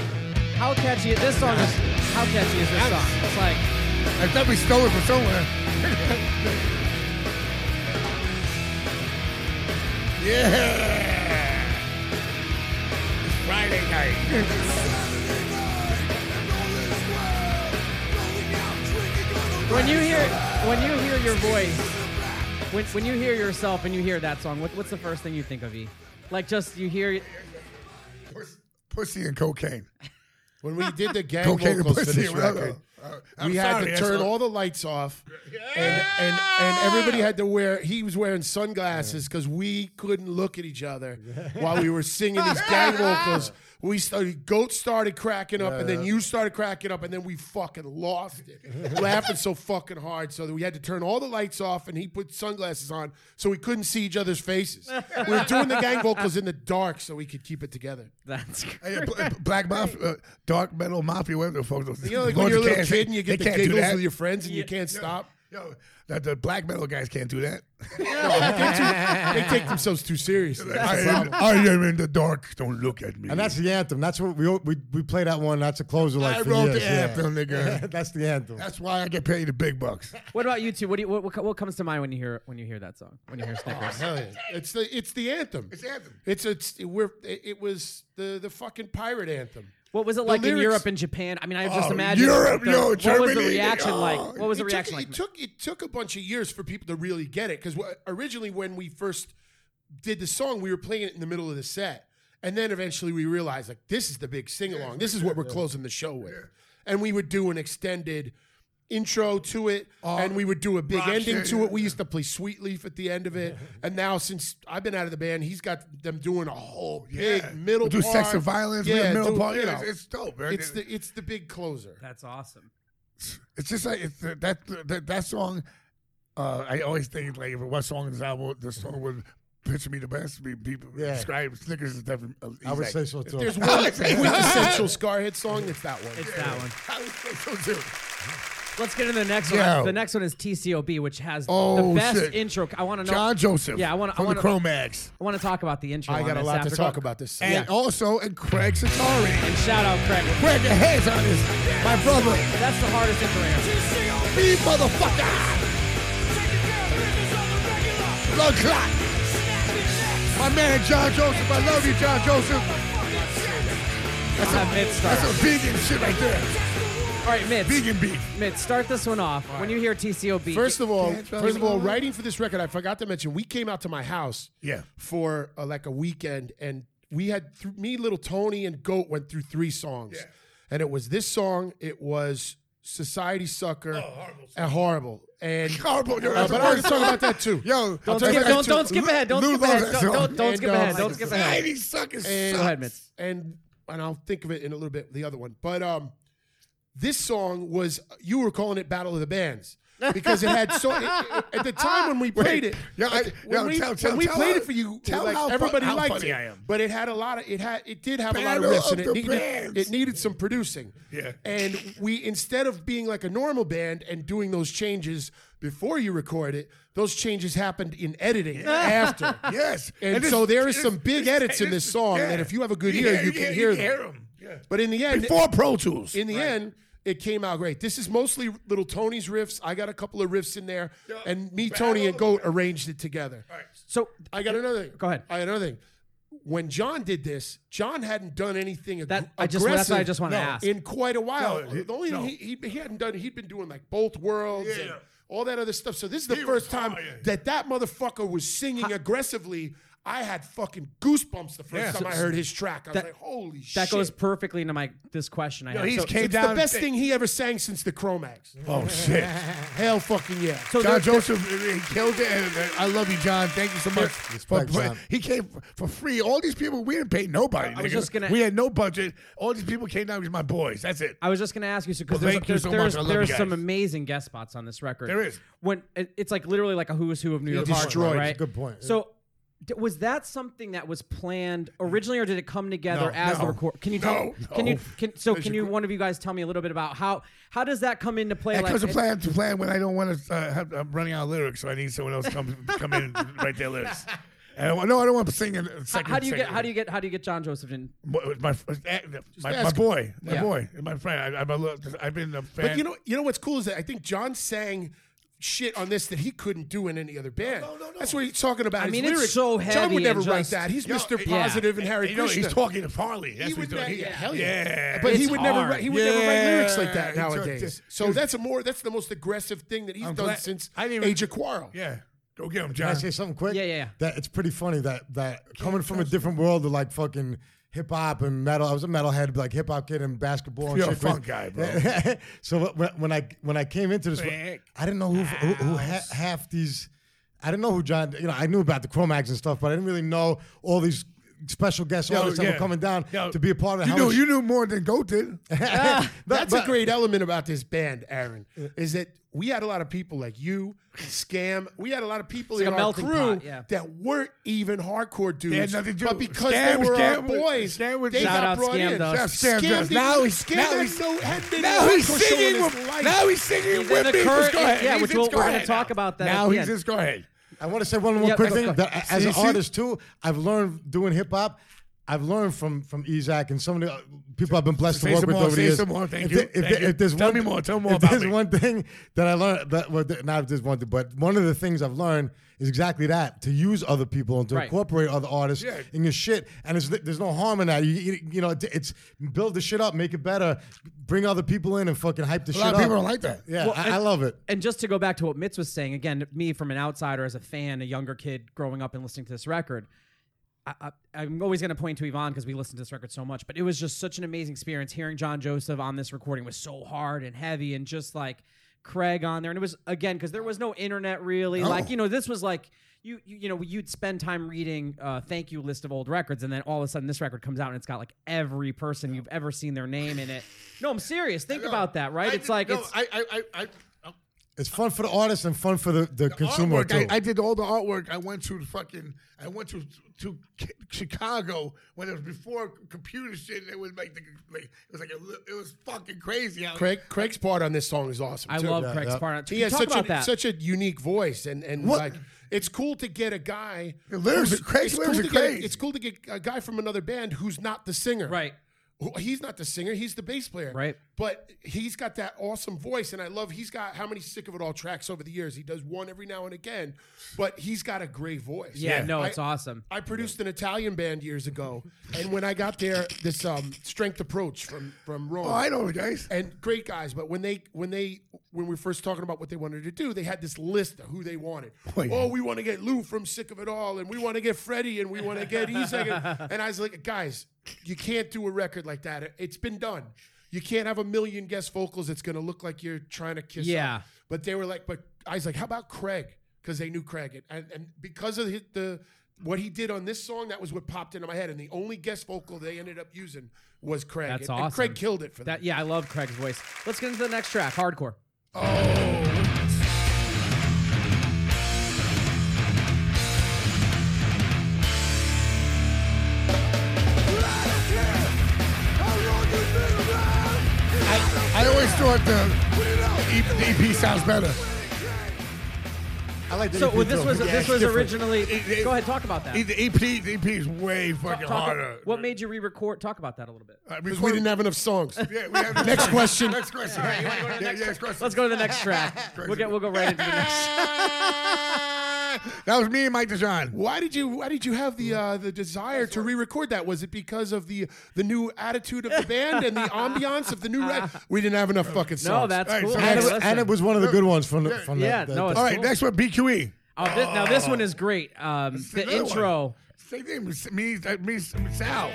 [SPEAKER 1] How catchy? This song is. How catchy is this song? It's like.
[SPEAKER 2] I definitely stole it from somewhere. *laughs* yeah. It's Friday night.
[SPEAKER 1] When you hear when you hear your voice, when, when you hear yourself and you hear that song, what, what's the first thing you think of? E, like just you hear.
[SPEAKER 2] Pussy, pussy and cocaine.
[SPEAKER 4] When we
[SPEAKER 2] *laughs*
[SPEAKER 4] did the gang
[SPEAKER 2] Cocaine and
[SPEAKER 4] vocals for
[SPEAKER 2] pussy. Oh,
[SPEAKER 4] this record,
[SPEAKER 2] I'm
[SPEAKER 4] Uh, we had
[SPEAKER 2] sorry,
[SPEAKER 4] to
[SPEAKER 2] that's
[SPEAKER 4] turn
[SPEAKER 2] all-
[SPEAKER 4] all the lights off, and, and and everybody had to wear. He was wearing sunglasses because we couldn't look at each other while we were singing these
[SPEAKER 2] *laughs*
[SPEAKER 4] gang vocals. We started. Goat started cracking up, and then you started cracking up, and then we fucking lost
[SPEAKER 2] *laughs*
[SPEAKER 4] it, laughing so fucking hard, so that we had to turn all the lights off, and he put sunglasses on, so we couldn't see each other's faces. we were doing the gang vocals in the dark, so we could keep it together.
[SPEAKER 1] That's cr-
[SPEAKER 2] *laughs* Hey, b- b- black mafia, uh, dark metal mafia. What the fuck? those-
[SPEAKER 4] You know, like
[SPEAKER 2] Lord,
[SPEAKER 4] when you're a
[SPEAKER 2] they
[SPEAKER 4] little
[SPEAKER 2] can't say-
[SPEAKER 4] kid and you get
[SPEAKER 2] they
[SPEAKER 4] the
[SPEAKER 2] can't do
[SPEAKER 4] giggles
[SPEAKER 2] that.
[SPEAKER 4] with your friends and you can't stop.
[SPEAKER 2] Yo, that the black metal guys can't do that.
[SPEAKER 4] They take themselves too seriously.
[SPEAKER 2] I, am, I am in the dark. Don't look at me.
[SPEAKER 3] And that's the anthem. That's what we all- we, we play that one. That's a closer. Like
[SPEAKER 2] I
[SPEAKER 3] for
[SPEAKER 2] wrote
[SPEAKER 3] years,
[SPEAKER 2] the
[SPEAKER 3] yeah.
[SPEAKER 2] anthem, nigga.
[SPEAKER 3] *laughs* that's the anthem.
[SPEAKER 2] that's why I get paid the big bucks.
[SPEAKER 1] What about you two? What do you, what, what co- what comes to mind when you hear when you hear that song? When you
[SPEAKER 4] Oh,
[SPEAKER 1] hear Snickers?
[SPEAKER 3] Hell yeah.
[SPEAKER 4] It's the it's the anthem.
[SPEAKER 2] It's anthem.
[SPEAKER 4] It's it's we're it, it was the the fucking pirate anthem.
[SPEAKER 1] What was it like in
[SPEAKER 4] lyrics-
[SPEAKER 1] Europe and Japan? I mean, I just
[SPEAKER 2] Oh,
[SPEAKER 1] imagine
[SPEAKER 2] Europe,
[SPEAKER 1] the-
[SPEAKER 2] yo,
[SPEAKER 1] What was the
[SPEAKER 2] Germany,
[SPEAKER 1] reaction
[SPEAKER 2] oh,
[SPEAKER 1] like? What was the
[SPEAKER 4] it
[SPEAKER 1] reaction
[SPEAKER 4] took,
[SPEAKER 1] like?
[SPEAKER 4] It took it took a bunch of years for people to really get it because originally when we first did the song, we were playing it in the middle of the set, and then eventually we realized like this is the big sing along. This is what we're closing the show with, and we would do an extended intro to it, and we would do a big
[SPEAKER 2] rock
[SPEAKER 4] ending
[SPEAKER 2] shit,
[SPEAKER 4] to
[SPEAKER 2] yeah,
[SPEAKER 4] it. We used to play Sweet Leaf at the end of it, and now since I've been out of the band, he's got them doing a whole big
[SPEAKER 2] Yeah.
[SPEAKER 4] middle
[SPEAKER 2] Do sex
[SPEAKER 4] part.
[SPEAKER 2] and violence, middle
[SPEAKER 4] do-
[SPEAKER 2] part,
[SPEAKER 4] you
[SPEAKER 2] yeah,
[SPEAKER 4] know,
[SPEAKER 2] it's- it's dope, man.
[SPEAKER 4] It's the it's the big closer.
[SPEAKER 1] That's awesome.
[SPEAKER 2] It's just like it's, uh, that, that that song. Uh, I always think like if what song is out, what the song would picture me the best. Be, people
[SPEAKER 3] Yeah.
[SPEAKER 2] describe Snickers as definitely. Uh,
[SPEAKER 3] I would
[SPEAKER 2] Ezek.
[SPEAKER 3] say so too.
[SPEAKER 4] There's one *laughs*
[SPEAKER 3] *laughs*
[SPEAKER 4] quintessential Scarhead song. It's that one.
[SPEAKER 1] It's that one.
[SPEAKER 2] I would say so too.
[SPEAKER 1] Let's get into the next
[SPEAKER 2] Yo.
[SPEAKER 1] one. The next one is TCOB, which has
[SPEAKER 2] Oh,
[SPEAKER 1] the best
[SPEAKER 2] shit.
[SPEAKER 1] intro. I want to know.
[SPEAKER 2] John Joseph.
[SPEAKER 1] Yeah, I wanna- I
[SPEAKER 2] from
[SPEAKER 1] wanna-
[SPEAKER 2] the Chromax.
[SPEAKER 1] I want to talk about the intro.
[SPEAKER 4] I
[SPEAKER 1] on
[SPEAKER 4] got a
[SPEAKER 1] this
[SPEAKER 4] lot to
[SPEAKER 1] after
[SPEAKER 4] talk
[SPEAKER 1] dark.
[SPEAKER 4] about this.
[SPEAKER 2] And
[SPEAKER 4] Yeah.
[SPEAKER 2] also, and Craig Satori.
[SPEAKER 1] And shout out Craig.
[SPEAKER 2] Craig, your hands on this. My brother.
[SPEAKER 1] That's the hardest intro. ever.
[SPEAKER 2] Me, motherfucker. Blood clot. My man, John Joseph. I love you, John Joseph.
[SPEAKER 1] I'll have Mid
[SPEAKER 2] That's
[SPEAKER 1] start.
[SPEAKER 2] some vegan shit right there.
[SPEAKER 1] All right, Mid.
[SPEAKER 2] Vegan beef.
[SPEAKER 1] Mid, start this one off. When you hear TCOB,
[SPEAKER 4] First of all,
[SPEAKER 2] Can't trust
[SPEAKER 4] first of all,
[SPEAKER 2] me.
[SPEAKER 4] writing for this record, I forgot to mention we came out to my house.
[SPEAKER 2] Yeah.
[SPEAKER 4] For uh, like a weekend, and we had th- me, little Tony, and Goat went through three songs,
[SPEAKER 2] Yeah.
[SPEAKER 4] and it was this song. It was Society Sucker.
[SPEAKER 2] Oh, horrible
[SPEAKER 4] And horrible.
[SPEAKER 2] *laughs*
[SPEAKER 4] And
[SPEAKER 2] Horrible. Yo,
[SPEAKER 4] Uh,
[SPEAKER 2] that's
[SPEAKER 4] but
[SPEAKER 2] the
[SPEAKER 4] I wanted to
[SPEAKER 2] worst.
[SPEAKER 4] talk about that too.
[SPEAKER 2] *laughs* Yo,
[SPEAKER 1] don't skip, don't, don't skip ahead. Don't
[SPEAKER 2] Lou
[SPEAKER 1] skip
[SPEAKER 2] loves
[SPEAKER 1] ahead.
[SPEAKER 2] that
[SPEAKER 1] Don't,
[SPEAKER 2] song.
[SPEAKER 1] don't, don't
[SPEAKER 4] And,
[SPEAKER 1] skip
[SPEAKER 4] um,
[SPEAKER 1] ahead. Don't skip ahead.
[SPEAKER 2] Society suckers.
[SPEAKER 4] And-
[SPEAKER 1] Go ahead, Mitz.
[SPEAKER 4] and and I'll think of it in a little bit the other one. But um, this song was you were calling it Battle of the Bands because it had so it- it- at the time when we played it.
[SPEAKER 2] Yo, I-
[SPEAKER 4] at- when
[SPEAKER 2] yo,
[SPEAKER 4] we,
[SPEAKER 2] tell-
[SPEAKER 4] when
[SPEAKER 2] tell-
[SPEAKER 4] we
[SPEAKER 2] tell
[SPEAKER 4] played
[SPEAKER 2] her-
[SPEAKER 4] it for you,
[SPEAKER 2] tell
[SPEAKER 4] like,
[SPEAKER 2] how fu-
[SPEAKER 4] everybody
[SPEAKER 2] how
[SPEAKER 4] liked
[SPEAKER 2] funny
[SPEAKER 4] it.
[SPEAKER 2] I am.
[SPEAKER 4] But it had a lot of it had it did have a
[SPEAKER 2] Battle
[SPEAKER 4] lot of
[SPEAKER 2] of
[SPEAKER 4] riffs and it
[SPEAKER 2] the
[SPEAKER 4] needed,
[SPEAKER 2] Bands.
[SPEAKER 4] it needed some producing.
[SPEAKER 2] Yeah.
[SPEAKER 4] And we instead of being like a normal band and doing those changes before you record it, those changes happened in editing
[SPEAKER 2] *laughs*
[SPEAKER 4] after.
[SPEAKER 2] Yes.
[SPEAKER 4] And
[SPEAKER 2] this-
[SPEAKER 4] so there is
[SPEAKER 2] this-
[SPEAKER 4] some big
[SPEAKER 2] this-
[SPEAKER 4] edits in this song that if you have a good ear, you can hear them.
[SPEAKER 2] Yeah.
[SPEAKER 4] But in the end,
[SPEAKER 2] Before Pro Tools.
[SPEAKER 4] in the end, it came out great. This is mostly little Tony's riffs. I got a couple of riffs in there, and me, Tony, and Goat arranged it together.
[SPEAKER 1] So
[SPEAKER 4] I got another thing.
[SPEAKER 1] Go ahead.
[SPEAKER 4] I got another thing. When John did this, John hadn't done anything ag-
[SPEAKER 1] That-
[SPEAKER 4] aggressive.
[SPEAKER 1] I just- that's what I just wanna ask.
[SPEAKER 4] In quite a while,
[SPEAKER 2] No,
[SPEAKER 4] the only
[SPEAKER 2] no.
[SPEAKER 4] thing he, he, he hadn't done, he'd been doing like both worlds
[SPEAKER 2] Yeah,
[SPEAKER 4] and
[SPEAKER 2] yeah.
[SPEAKER 4] all that other stuff. So this is the
[SPEAKER 2] He was
[SPEAKER 4] first time
[SPEAKER 2] tired.
[SPEAKER 4] that that motherfucker was singing aggressively. I had fucking goosebumps the first
[SPEAKER 2] Yeah.
[SPEAKER 4] time I heard his track. I
[SPEAKER 1] That-
[SPEAKER 4] was like, "Holy shit!"
[SPEAKER 1] that goes perfectly into my this question I have.
[SPEAKER 2] he's
[SPEAKER 1] so,
[SPEAKER 2] came
[SPEAKER 4] It's
[SPEAKER 2] down.
[SPEAKER 4] the best thing he ever sang since the Chromax.
[SPEAKER 2] Oh,
[SPEAKER 3] *laughs*
[SPEAKER 2] shit.
[SPEAKER 4] Hell fucking yeah.
[SPEAKER 1] so there-
[SPEAKER 2] John Joseph, he killed it. And uh, I love you, John. Thank you so much. For,
[SPEAKER 3] Respect,
[SPEAKER 2] for-
[SPEAKER 3] John.
[SPEAKER 2] he came f- for free. All these people, we didn't pay nobody.
[SPEAKER 1] I was
[SPEAKER 2] nigga.
[SPEAKER 1] just gonna-
[SPEAKER 2] we had no budget. All these people came down. He was my boys. That's it.
[SPEAKER 1] I was just going to ask you, so because
[SPEAKER 2] Well,
[SPEAKER 1] there's,
[SPEAKER 2] thank you
[SPEAKER 1] there's,
[SPEAKER 2] so much.
[SPEAKER 1] there's,
[SPEAKER 2] I love you
[SPEAKER 1] there's
[SPEAKER 2] guys.
[SPEAKER 1] some amazing guest spots on this record.
[SPEAKER 2] There is.
[SPEAKER 1] When it- it's like literally like a who's who of New York hardcore,
[SPEAKER 4] destroyed.
[SPEAKER 1] right?
[SPEAKER 3] Good point.
[SPEAKER 1] So. d- Was that something that was planned originally, or did it come together
[SPEAKER 2] No,
[SPEAKER 1] as the
[SPEAKER 2] no.
[SPEAKER 1] record? Can you tell?
[SPEAKER 2] No,
[SPEAKER 1] Can
[SPEAKER 2] no.
[SPEAKER 1] you? Can, so,
[SPEAKER 2] There's
[SPEAKER 1] can
[SPEAKER 2] a
[SPEAKER 1] you?
[SPEAKER 2] gr-
[SPEAKER 1] One of you guys tell me a little bit about how how does that come into play?
[SPEAKER 2] That
[SPEAKER 1] like,
[SPEAKER 2] comes to
[SPEAKER 1] it-
[SPEAKER 2] plan to plan when I don't want to. Uh, have, I'm running out of lyrics, so I need someone else to come come in and write their
[SPEAKER 4] *laughs*
[SPEAKER 2] lyrics. And I don't, want- no, I don't want to sing. in a
[SPEAKER 1] how,
[SPEAKER 2] Second,
[SPEAKER 1] how do you get?
[SPEAKER 2] second-
[SPEAKER 1] How do you get? How do you get John Joseph in?
[SPEAKER 2] My my, eh, my, my
[SPEAKER 4] ask
[SPEAKER 2] boy, my
[SPEAKER 1] Yeah.
[SPEAKER 2] boy, my friend. I, I'm a, little- I've been a fan.
[SPEAKER 4] But you know, you know what's cool is that I think John sang shit on this that he couldn't do in any other band.
[SPEAKER 2] no, no, no.
[SPEAKER 4] That's what he's talking about.
[SPEAKER 1] I
[SPEAKER 4] his
[SPEAKER 1] mean, it's
[SPEAKER 4] lyrics.
[SPEAKER 1] so
[SPEAKER 4] John
[SPEAKER 1] heavy
[SPEAKER 4] would never
[SPEAKER 1] and
[SPEAKER 4] write
[SPEAKER 1] just-
[SPEAKER 4] that. He's
[SPEAKER 2] Yo,
[SPEAKER 4] Mr.
[SPEAKER 2] yeah.
[SPEAKER 4] Positive and Harry
[SPEAKER 2] You know, he's
[SPEAKER 4] Krishna.
[SPEAKER 2] talking to Farley. That's
[SPEAKER 4] He
[SPEAKER 2] what he's
[SPEAKER 4] would
[SPEAKER 2] doing.
[SPEAKER 4] never-
[SPEAKER 2] He-
[SPEAKER 4] yeah,
[SPEAKER 2] hell
[SPEAKER 4] hell
[SPEAKER 2] yeah.
[SPEAKER 4] yeah. But he
[SPEAKER 1] It's
[SPEAKER 4] would never
[SPEAKER 1] hard.
[SPEAKER 4] write, he would never write lyryrics like that
[SPEAKER 2] Yeah. He took
[SPEAKER 4] nowadays.
[SPEAKER 2] this-
[SPEAKER 4] So that's a more that's the most aggressive thing that he's
[SPEAKER 2] I'm
[SPEAKER 4] done
[SPEAKER 2] glad-
[SPEAKER 4] since
[SPEAKER 2] I didn't even-
[SPEAKER 4] Age of Quarrel.
[SPEAKER 2] Yeah. Go get him,
[SPEAKER 3] Can I
[SPEAKER 2] John.
[SPEAKER 3] say something quick?
[SPEAKER 1] Yeah, yeah, yeah.
[SPEAKER 3] That it's pretty funny that that coming from a different world of like fucking hip hop and metal. I was a metalhead, like hip hop kid and basketball.
[SPEAKER 2] You're a
[SPEAKER 3] and shit,
[SPEAKER 2] funk guy, bro.
[SPEAKER 3] *laughs* so when, when I when I came into this,
[SPEAKER 2] Funk
[SPEAKER 3] I didn't know who who, who ha- half these. I didn't know who John. You know, I knew about the Chromax and stuff, but I didn't really know all these special guests, all
[SPEAKER 2] Yo,
[SPEAKER 3] this stuff
[SPEAKER 2] Oh, yeah.
[SPEAKER 3] were coming down
[SPEAKER 2] Yo,
[SPEAKER 3] to be a part of.
[SPEAKER 2] You
[SPEAKER 3] how
[SPEAKER 2] knew,
[SPEAKER 3] much-
[SPEAKER 2] you knew more than Goat
[SPEAKER 4] *laughs*
[SPEAKER 2] did.
[SPEAKER 3] *laughs* No,
[SPEAKER 4] Ah, That's
[SPEAKER 3] but-
[SPEAKER 4] a great element about this band, Aaron,
[SPEAKER 2] Uh,
[SPEAKER 4] is that we had a lot of people like you, Scam. We had a lot of people
[SPEAKER 1] It's like
[SPEAKER 4] in
[SPEAKER 1] a
[SPEAKER 4] our
[SPEAKER 1] melting
[SPEAKER 4] crew
[SPEAKER 1] pot, yeah.
[SPEAKER 4] that weren't even hardcore dudes.
[SPEAKER 2] had nothing to do
[SPEAKER 4] But
[SPEAKER 2] with-
[SPEAKER 4] because
[SPEAKER 2] Scam-
[SPEAKER 4] they were
[SPEAKER 2] Scam
[SPEAKER 4] our
[SPEAKER 2] was-
[SPEAKER 4] boys,
[SPEAKER 2] Scam was-
[SPEAKER 4] they
[SPEAKER 2] Shout
[SPEAKER 4] got
[SPEAKER 1] out
[SPEAKER 4] brought
[SPEAKER 1] Scam
[SPEAKER 4] in.
[SPEAKER 1] though.
[SPEAKER 2] Scam
[SPEAKER 4] Scam
[SPEAKER 2] does.
[SPEAKER 4] did-
[SPEAKER 2] Now he's-
[SPEAKER 4] Scam
[SPEAKER 2] now
[SPEAKER 4] had
[SPEAKER 2] he's-
[SPEAKER 4] no- had been
[SPEAKER 2] Now he's
[SPEAKER 4] hardcore show in
[SPEAKER 2] singing
[SPEAKER 4] his
[SPEAKER 2] with.
[SPEAKER 4] life.
[SPEAKER 2] Now he's singing
[SPEAKER 1] He's in
[SPEAKER 2] with
[SPEAKER 1] the
[SPEAKER 2] me.
[SPEAKER 1] current-
[SPEAKER 2] Just go ahead.
[SPEAKER 1] yeah,
[SPEAKER 2] He's
[SPEAKER 1] which
[SPEAKER 2] in-
[SPEAKER 1] we'll-
[SPEAKER 2] go
[SPEAKER 1] we're
[SPEAKER 2] ahead
[SPEAKER 1] gonna talk
[SPEAKER 2] now.
[SPEAKER 1] about that at
[SPEAKER 2] Now
[SPEAKER 1] the
[SPEAKER 2] he's
[SPEAKER 1] end.
[SPEAKER 2] just go ahead.
[SPEAKER 3] I want to say one more
[SPEAKER 1] Yeah,
[SPEAKER 3] quick
[SPEAKER 1] let's
[SPEAKER 3] thing.
[SPEAKER 1] go.
[SPEAKER 3] That as an
[SPEAKER 2] See, see?
[SPEAKER 3] artist too, I've learned doing hip hop. I've learned from from Ezak and so many uh, people I've been blessed
[SPEAKER 2] Say
[SPEAKER 3] to work
[SPEAKER 2] some
[SPEAKER 3] with
[SPEAKER 2] more,
[SPEAKER 3] over the
[SPEAKER 2] say
[SPEAKER 3] years.
[SPEAKER 2] some more, thank
[SPEAKER 3] if
[SPEAKER 2] you,
[SPEAKER 3] there- if
[SPEAKER 2] thank
[SPEAKER 3] there-
[SPEAKER 2] you.
[SPEAKER 3] if there's
[SPEAKER 2] Tell
[SPEAKER 3] one,
[SPEAKER 2] me more, tell me more
[SPEAKER 3] if
[SPEAKER 2] about
[SPEAKER 3] there's
[SPEAKER 2] me.
[SPEAKER 3] one thing that I learned, that, well, th- not just one thing, but one of the things I've learned is exactly that: to use other people and to
[SPEAKER 1] Right.
[SPEAKER 3] incorporate other artists
[SPEAKER 2] Yeah.
[SPEAKER 3] in your shit. And it's, there's no harm in that. You, you, you know, it- it's build the shit up, make it better, bring other people in, and fucking hype the
[SPEAKER 2] A
[SPEAKER 3] shit
[SPEAKER 2] lot
[SPEAKER 3] up.
[SPEAKER 2] of people don't like that.
[SPEAKER 3] yeah,
[SPEAKER 1] Well,
[SPEAKER 3] I,
[SPEAKER 1] and-
[SPEAKER 3] I love it.
[SPEAKER 1] and just to go back to what Mitz was saying again, me from an outsider as a fan, a younger kid growing up and listening to this record, I, I, I'm always going to point to Yvonne because we listened to this record so much. But it was just such an amazing experience. Hearing John Joseph on this recording was so hard and heavy, and just like Craig on there, and it was again because there was no internet really. Like you know, this was like. You, you, you know you'd spend time reading uh, thank you list of old records and then all of a sudden this record comes out and it's got like every person you've ever seen their name in it no i'm serious think about that right
[SPEAKER 4] I
[SPEAKER 1] it's
[SPEAKER 4] didn't
[SPEAKER 1] like
[SPEAKER 4] know.
[SPEAKER 2] Oh,
[SPEAKER 1] it's
[SPEAKER 4] I, I, I, I,
[SPEAKER 3] It's fun for the artist and fun for the, the, consumer
[SPEAKER 2] artwork.
[SPEAKER 3] too.
[SPEAKER 2] I, I did all the artwork. I went to the fucking. I went to to K- Chicago when it was before computer shit. It was like, the, like it was like a, li- it was fucking crazy. out
[SPEAKER 4] Craig's Craig's part on this song is awesome.
[SPEAKER 1] I
[SPEAKER 4] too.
[SPEAKER 1] love Craig's
[SPEAKER 3] yeah.
[SPEAKER 1] part. on-
[SPEAKER 4] He
[SPEAKER 1] Talk
[SPEAKER 4] has such
[SPEAKER 1] about
[SPEAKER 4] a
[SPEAKER 1] that.
[SPEAKER 4] such a unique voice, and and
[SPEAKER 2] What-
[SPEAKER 4] like it's cool to get a guy.
[SPEAKER 2] The lyrics
[SPEAKER 4] who's-
[SPEAKER 2] are crazy. Lyrics
[SPEAKER 4] It's cool,
[SPEAKER 2] are
[SPEAKER 4] to get, a-
[SPEAKER 2] crazy.
[SPEAKER 4] it's cool to get a guy from another band who's not the singer.
[SPEAKER 1] Right.
[SPEAKER 4] Who- He's not the singer. He's the bass player.
[SPEAKER 1] Right.
[SPEAKER 4] But he's got that awesome voice, and I love. He's got how many sick of it all tracks over the years. He does one every now and again, but he's got a great voice.
[SPEAKER 1] yeah, no, it's
[SPEAKER 4] I-
[SPEAKER 1] awesome.
[SPEAKER 4] I produced an Italian band years ago, and when I got there, this um, strength approach from from Rome.
[SPEAKER 2] Oh, I know the guys.
[SPEAKER 4] and great guys. But when they when they when we were first talking about what they wanted to do, they had this list of who
[SPEAKER 1] *laughs*
[SPEAKER 4] they wanted.
[SPEAKER 2] Oh,
[SPEAKER 4] Oh,
[SPEAKER 2] yeah.
[SPEAKER 4] we want to get Lou from Sick of It All, and we want to get Freddie, and we want to get Isaac.
[SPEAKER 1] *laughs*
[SPEAKER 4] And, and I was like, guys, you can't do a record like that. It's been done. You can't have a million guest vocals. It's going to look like you're trying to kiss.
[SPEAKER 1] Yeah.
[SPEAKER 4] up. But they were like, but I was like, how about Craig? Because they knew Craig, and, and and because of the, the what he did on this song, that was what popped into my head. And the only guest vocal they ended up using was Craig.
[SPEAKER 1] That's
[SPEAKER 4] and, and Craig
[SPEAKER 1] awesome.
[SPEAKER 4] killed it for that.
[SPEAKER 1] That yeah, I love Craig's voice. Let's get into the next track, hardcore.
[SPEAKER 2] I, I always thought the EP, the EP sounds better.
[SPEAKER 3] I like the
[SPEAKER 1] So
[SPEAKER 3] EP
[SPEAKER 1] well, this
[SPEAKER 3] too.
[SPEAKER 1] was
[SPEAKER 3] Yeah,
[SPEAKER 1] this
[SPEAKER 3] it's
[SPEAKER 1] was
[SPEAKER 3] different.
[SPEAKER 1] originally.
[SPEAKER 2] It- it-
[SPEAKER 1] go ahead, talk about that.
[SPEAKER 2] The EP, the EP is way fucking
[SPEAKER 1] Talk-
[SPEAKER 2] harder. Uh,
[SPEAKER 1] what made you re-record? Talk about that a little bit.
[SPEAKER 2] Because
[SPEAKER 4] we didn't have enough songs.
[SPEAKER 2] Yeah, we
[SPEAKER 1] *laughs*
[SPEAKER 2] have
[SPEAKER 4] Next question.
[SPEAKER 2] Next question. Yeah, yeah, next question.
[SPEAKER 1] Let's go to the next track. we'll get we'll go right into the next.
[SPEAKER 2] *laughs* that was me and Mike DeJohn.
[SPEAKER 4] *laughs* Why did you Why did you have the uh, the desire to re-record that? Was it because of the the new attitude of the band *laughs* and the ambiance of the new record? We didn't have enough fucking songs.
[SPEAKER 1] No, that's
[SPEAKER 2] Alright,
[SPEAKER 1] cool.
[SPEAKER 2] so
[SPEAKER 1] Hey,
[SPEAKER 3] And it,
[SPEAKER 2] next-
[SPEAKER 3] was,
[SPEAKER 1] listen.
[SPEAKER 3] and it was one of the good ones from the, from the-
[SPEAKER 1] Yeah,
[SPEAKER 3] the,
[SPEAKER 1] no,
[SPEAKER 3] the-
[SPEAKER 1] it's-
[SPEAKER 2] All right, next one, BQE.
[SPEAKER 1] Oh, thi- now this one is great. Um, the
[SPEAKER 2] Another one.
[SPEAKER 1] intro.
[SPEAKER 2] Same thing. with Me, uh, me, Sal.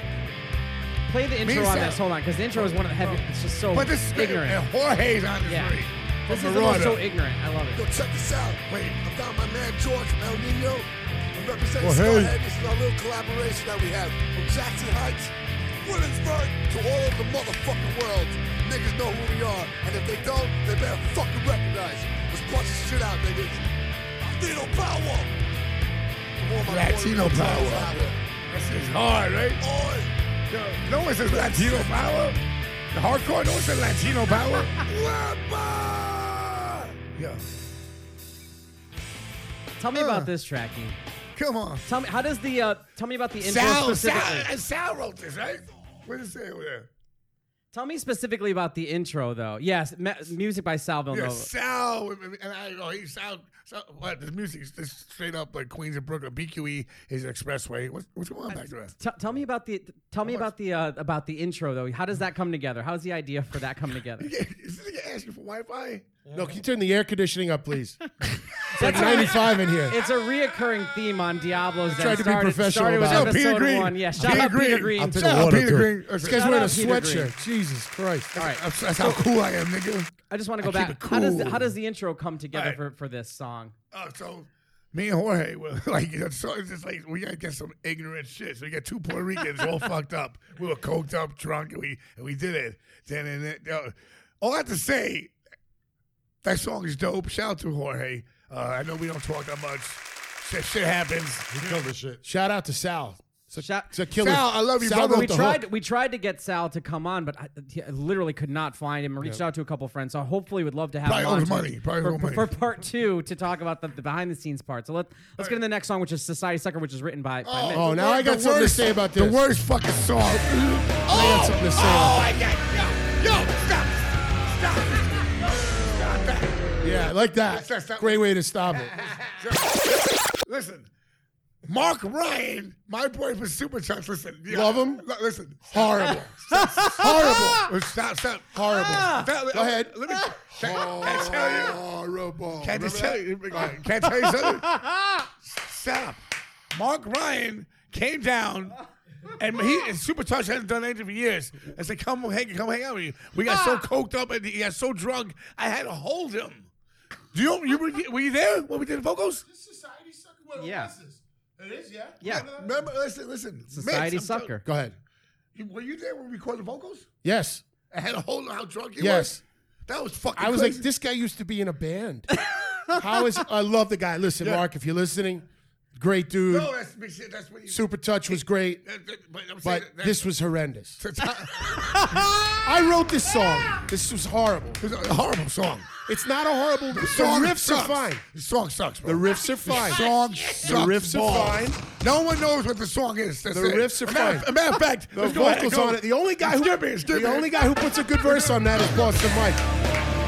[SPEAKER 1] Play the intro
[SPEAKER 2] and
[SPEAKER 1] on
[SPEAKER 2] Sam.
[SPEAKER 1] this. Hold on, because the intro is one of the heavy. It's just so
[SPEAKER 2] But this is
[SPEAKER 1] Oh, ignorant.
[SPEAKER 2] And Jorge's on this
[SPEAKER 1] Yeah.
[SPEAKER 2] yeah.
[SPEAKER 1] This is the most so ignorant. I love
[SPEAKER 5] Yo,
[SPEAKER 1] it.
[SPEAKER 5] check this out. Wait, I found my man George El Nino. I'm representing
[SPEAKER 3] Well, hey.
[SPEAKER 5] Scarhead. This is our little collaboration that we have from Jackson Heights, Williamsburg, to all over the motherfucking world. Niggas know who we are, and if they don't, they better fucking recognize it. Let's punch this shit out, niggas. Latino power. Come on, my
[SPEAKER 2] Latino
[SPEAKER 5] Puerto Rican
[SPEAKER 2] power.
[SPEAKER 5] friends
[SPEAKER 2] This is hard, right?
[SPEAKER 1] Oh,
[SPEAKER 5] out there. Oi.
[SPEAKER 2] Yo, No one says Latino power. The hardcore, no one says Latino
[SPEAKER 1] *laughs*
[SPEAKER 2] power.
[SPEAKER 5] Wepa!
[SPEAKER 2] Yo,
[SPEAKER 1] Tell me about this track. Ian.
[SPEAKER 2] come on.
[SPEAKER 1] Tell me how does the uh, tell me about the intro
[SPEAKER 2] Sal, Sal,
[SPEAKER 1] specifically.
[SPEAKER 2] Sal wrote this, right? What did it say over there?
[SPEAKER 1] Tell me specifically about the intro, though. Yes, ma- music by Sal
[SPEAKER 2] Yeah,
[SPEAKER 1] Villanova.
[SPEAKER 2] Sal, and I know he sound, sound what the music is just straight up like Queens and Brooklyn. BQE is Expressway. What's, what's going on back there? *laughs*
[SPEAKER 1] T- tell me about the tell me about the uh, about the intro though. How does that come together? How's the idea for that come together?
[SPEAKER 2] Yeah, is this nigga asking for Wi-Fi?
[SPEAKER 4] No, can you turn the air conditioning up, *laughs* please?
[SPEAKER 1] That's a-
[SPEAKER 4] 95 in here.
[SPEAKER 1] It's a reoccurring theme on Diablos. that
[SPEAKER 4] tried to be
[SPEAKER 1] started,
[SPEAKER 4] professional
[SPEAKER 1] started with
[SPEAKER 4] about
[SPEAKER 2] it.
[SPEAKER 1] episode
[SPEAKER 2] Peter Green.
[SPEAKER 1] one. Yeah, shout
[SPEAKER 2] Peter
[SPEAKER 1] out Peter
[SPEAKER 2] Green.
[SPEAKER 1] Green.
[SPEAKER 3] I'll take
[SPEAKER 2] Shout
[SPEAKER 3] a
[SPEAKER 2] out
[SPEAKER 3] water
[SPEAKER 2] Peter
[SPEAKER 3] too.
[SPEAKER 2] Green.
[SPEAKER 4] This guy's
[SPEAKER 1] Shout
[SPEAKER 4] wearing a
[SPEAKER 1] out Peter Green.
[SPEAKER 4] sweatshirt. Jesus Christ.
[SPEAKER 1] All right,
[SPEAKER 2] That's, that's how cool I am, nigga.
[SPEAKER 1] I just want to go
[SPEAKER 2] I keep
[SPEAKER 1] back.
[SPEAKER 2] it
[SPEAKER 1] How does the,
[SPEAKER 2] cool.
[SPEAKER 1] how does the intro come together
[SPEAKER 2] Alright.
[SPEAKER 1] for, for this song?
[SPEAKER 2] Uh, so me and Jorge were *laughs* like, you know, so it's just like we gotta get some ignorant shit. So we got two Puerto Ricans *laughs* all fucked up. We were coked up, drunk, and we and we did it. Then and then, uh, all I have to say, that song is dope. Shout out to Jorge. Uh, I know we don't talk that much. Shit, shit happens.
[SPEAKER 3] He killed the shit.
[SPEAKER 4] Shout out to Sal. It's a,
[SPEAKER 1] Shout-
[SPEAKER 4] it's a killer.
[SPEAKER 2] Sal, I love you, brother.
[SPEAKER 4] wrote
[SPEAKER 1] we
[SPEAKER 4] the
[SPEAKER 1] tried
[SPEAKER 4] hook.
[SPEAKER 1] we tried to get Sal to come on, but I, he- I literally could not find him. I reached out to a couple friends, so hopefully would love to have
[SPEAKER 2] Probably
[SPEAKER 1] him on
[SPEAKER 2] owes
[SPEAKER 1] to-
[SPEAKER 2] money. Probably
[SPEAKER 1] for,
[SPEAKER 2] owes money.
[SPEAKER 1] for part two to talk about the, the behind the scenes part. So let let's get in the next song, which is Society Sucker, which is written by, by Mitch.
[SPEAKER 4] Oh, now I got
[SPEAKER 2] The
[SPEAKER 4] something to
[SPEAKER 2] worst-
[SPEAKER 4] say about
[SPEAKER 2] The
[SPEAKER 4] this.
[SPEAKER 2] worst fucking song.
[SPEAKER 4] I
[SPEAKER 2] oh,
[SPEAKER 4] got something to say
[SPEAKER 2] oh,
[SPEAKER 4] about
[SPEAKER 2] I got yo, yo, stop, stop, stop that.
[SPEAKER 4] Yeah, I like that.
[SPEAKER 2] That's- that's-
[SPEAKER 4] Great way to
[SPEAKER 2] *laughs*
[SPEAKER 4] stop it.
[SPEAKER 2] Listen, Mark Ryan, my boy from Super Chunks. Listen, yeah,
[SPEAKER 4] Love him?
[SPEAKER 2] L- Listen,
[SPEAKER 4] Horrible.
[SPEAKER 2] horrible. stop, stop. Horrible.
[SPEAKER 4] Go ahead.
[SPEAKER 2] Let me. Can, can I tell you?
[SPEAKER 4] Horrible.
[SPEAKER 2] Can I just
[SPEAKER 4] Remember
[SPEAKER 2] tell
[SPEAKER 4] that?
[SPEAKER 2] you? Can I tell you something? *laughs* Stop. Mark Ryan came down. And he and Super Touch hasn't done anything for years. I said, "Come hang, come hang out with you." We got so coked up and he got so drunk, I had to hold him. Do you, you were, were you there when we did vocals?
[SPEAKER 4] Society sucker. What
[SPEAKER 1] Yeah.
[SPEAKER 4] is this? It is, yeah.
[SPEAKER 1] Yeah.
[SPEAKER 2] Remember, listen, listen.
[SPEAKER 1] Society
[SPEAKER 2] Mitch, I'm
[SPEAKER 1] Sucker.
[SPEAKER 4] Go ahead.
[SPEAKER 2] tell- were you there when we recorded vocals?
[SPEAKER 4] Yes.
[SPEAKER 2] I had a whole lot how drunk he
[SPEAKER 4] Yes.
[SPEAKER 2] was. That was fucking.
[SPEAKER 4] I was like,
[SPEAKER 2] crazy.
[SPEAKER 4] this guy used to be in a band. How is I love the guy. Listen, Mark, if you're listening, great dude.
[SPEAKER 2] No, that's big shit. That's what you.
[SPEAKER 4] Super Touch was great,
[SPEAKER 2] that- that- but I'm
[SPEAKER 4] but
[SPEAKER 2] saying that,
[SPEAKER 4] this was horrendous.
[SPEAKER 2] that's a
[SPEAKER 4] I wrote this song. This was horrible.
[SPEAKER 2] horrible song.
[SPEAKER 4] It's not a horrible the
[SPEAKER 2] song
[SPEAKER 4] riffs
[SPEAKER 2] sucks.
[SPEAKER 4] are fine.
[SPEAKER 2] The song sucks, bro.
[SPEAKER 4] The riffs are fine.
[SPEAKER 2] The song sucks.
[SPEAKER 4] riffs are
[SPEAKER 2] balls.
[SPEAKER 4] fine.
[SPEAKER 2] No one knows what the song is. That's
[SPEAKER 4] The
[SPEAKER 2] it.
[SPEAKER 4] riffs are
[SPEAKER 2] a matter,
[SPEAKER 4] fine.
[SPEAKER 2] A matter of fact,
[SPEAKER 4] The
[SPEAKER 2] let's go ahead,
[SPEAKER 4] vocals
[SPEAKER 2] go.
[SPEAKER 4] on it. The only guy who
[SPEAKER 2] Skip it, skip
[SPEAKER 4] the
[SPEAKER 2] it.
[SPEAKER 4] only guy who puts a good verse on that is Boston Mike.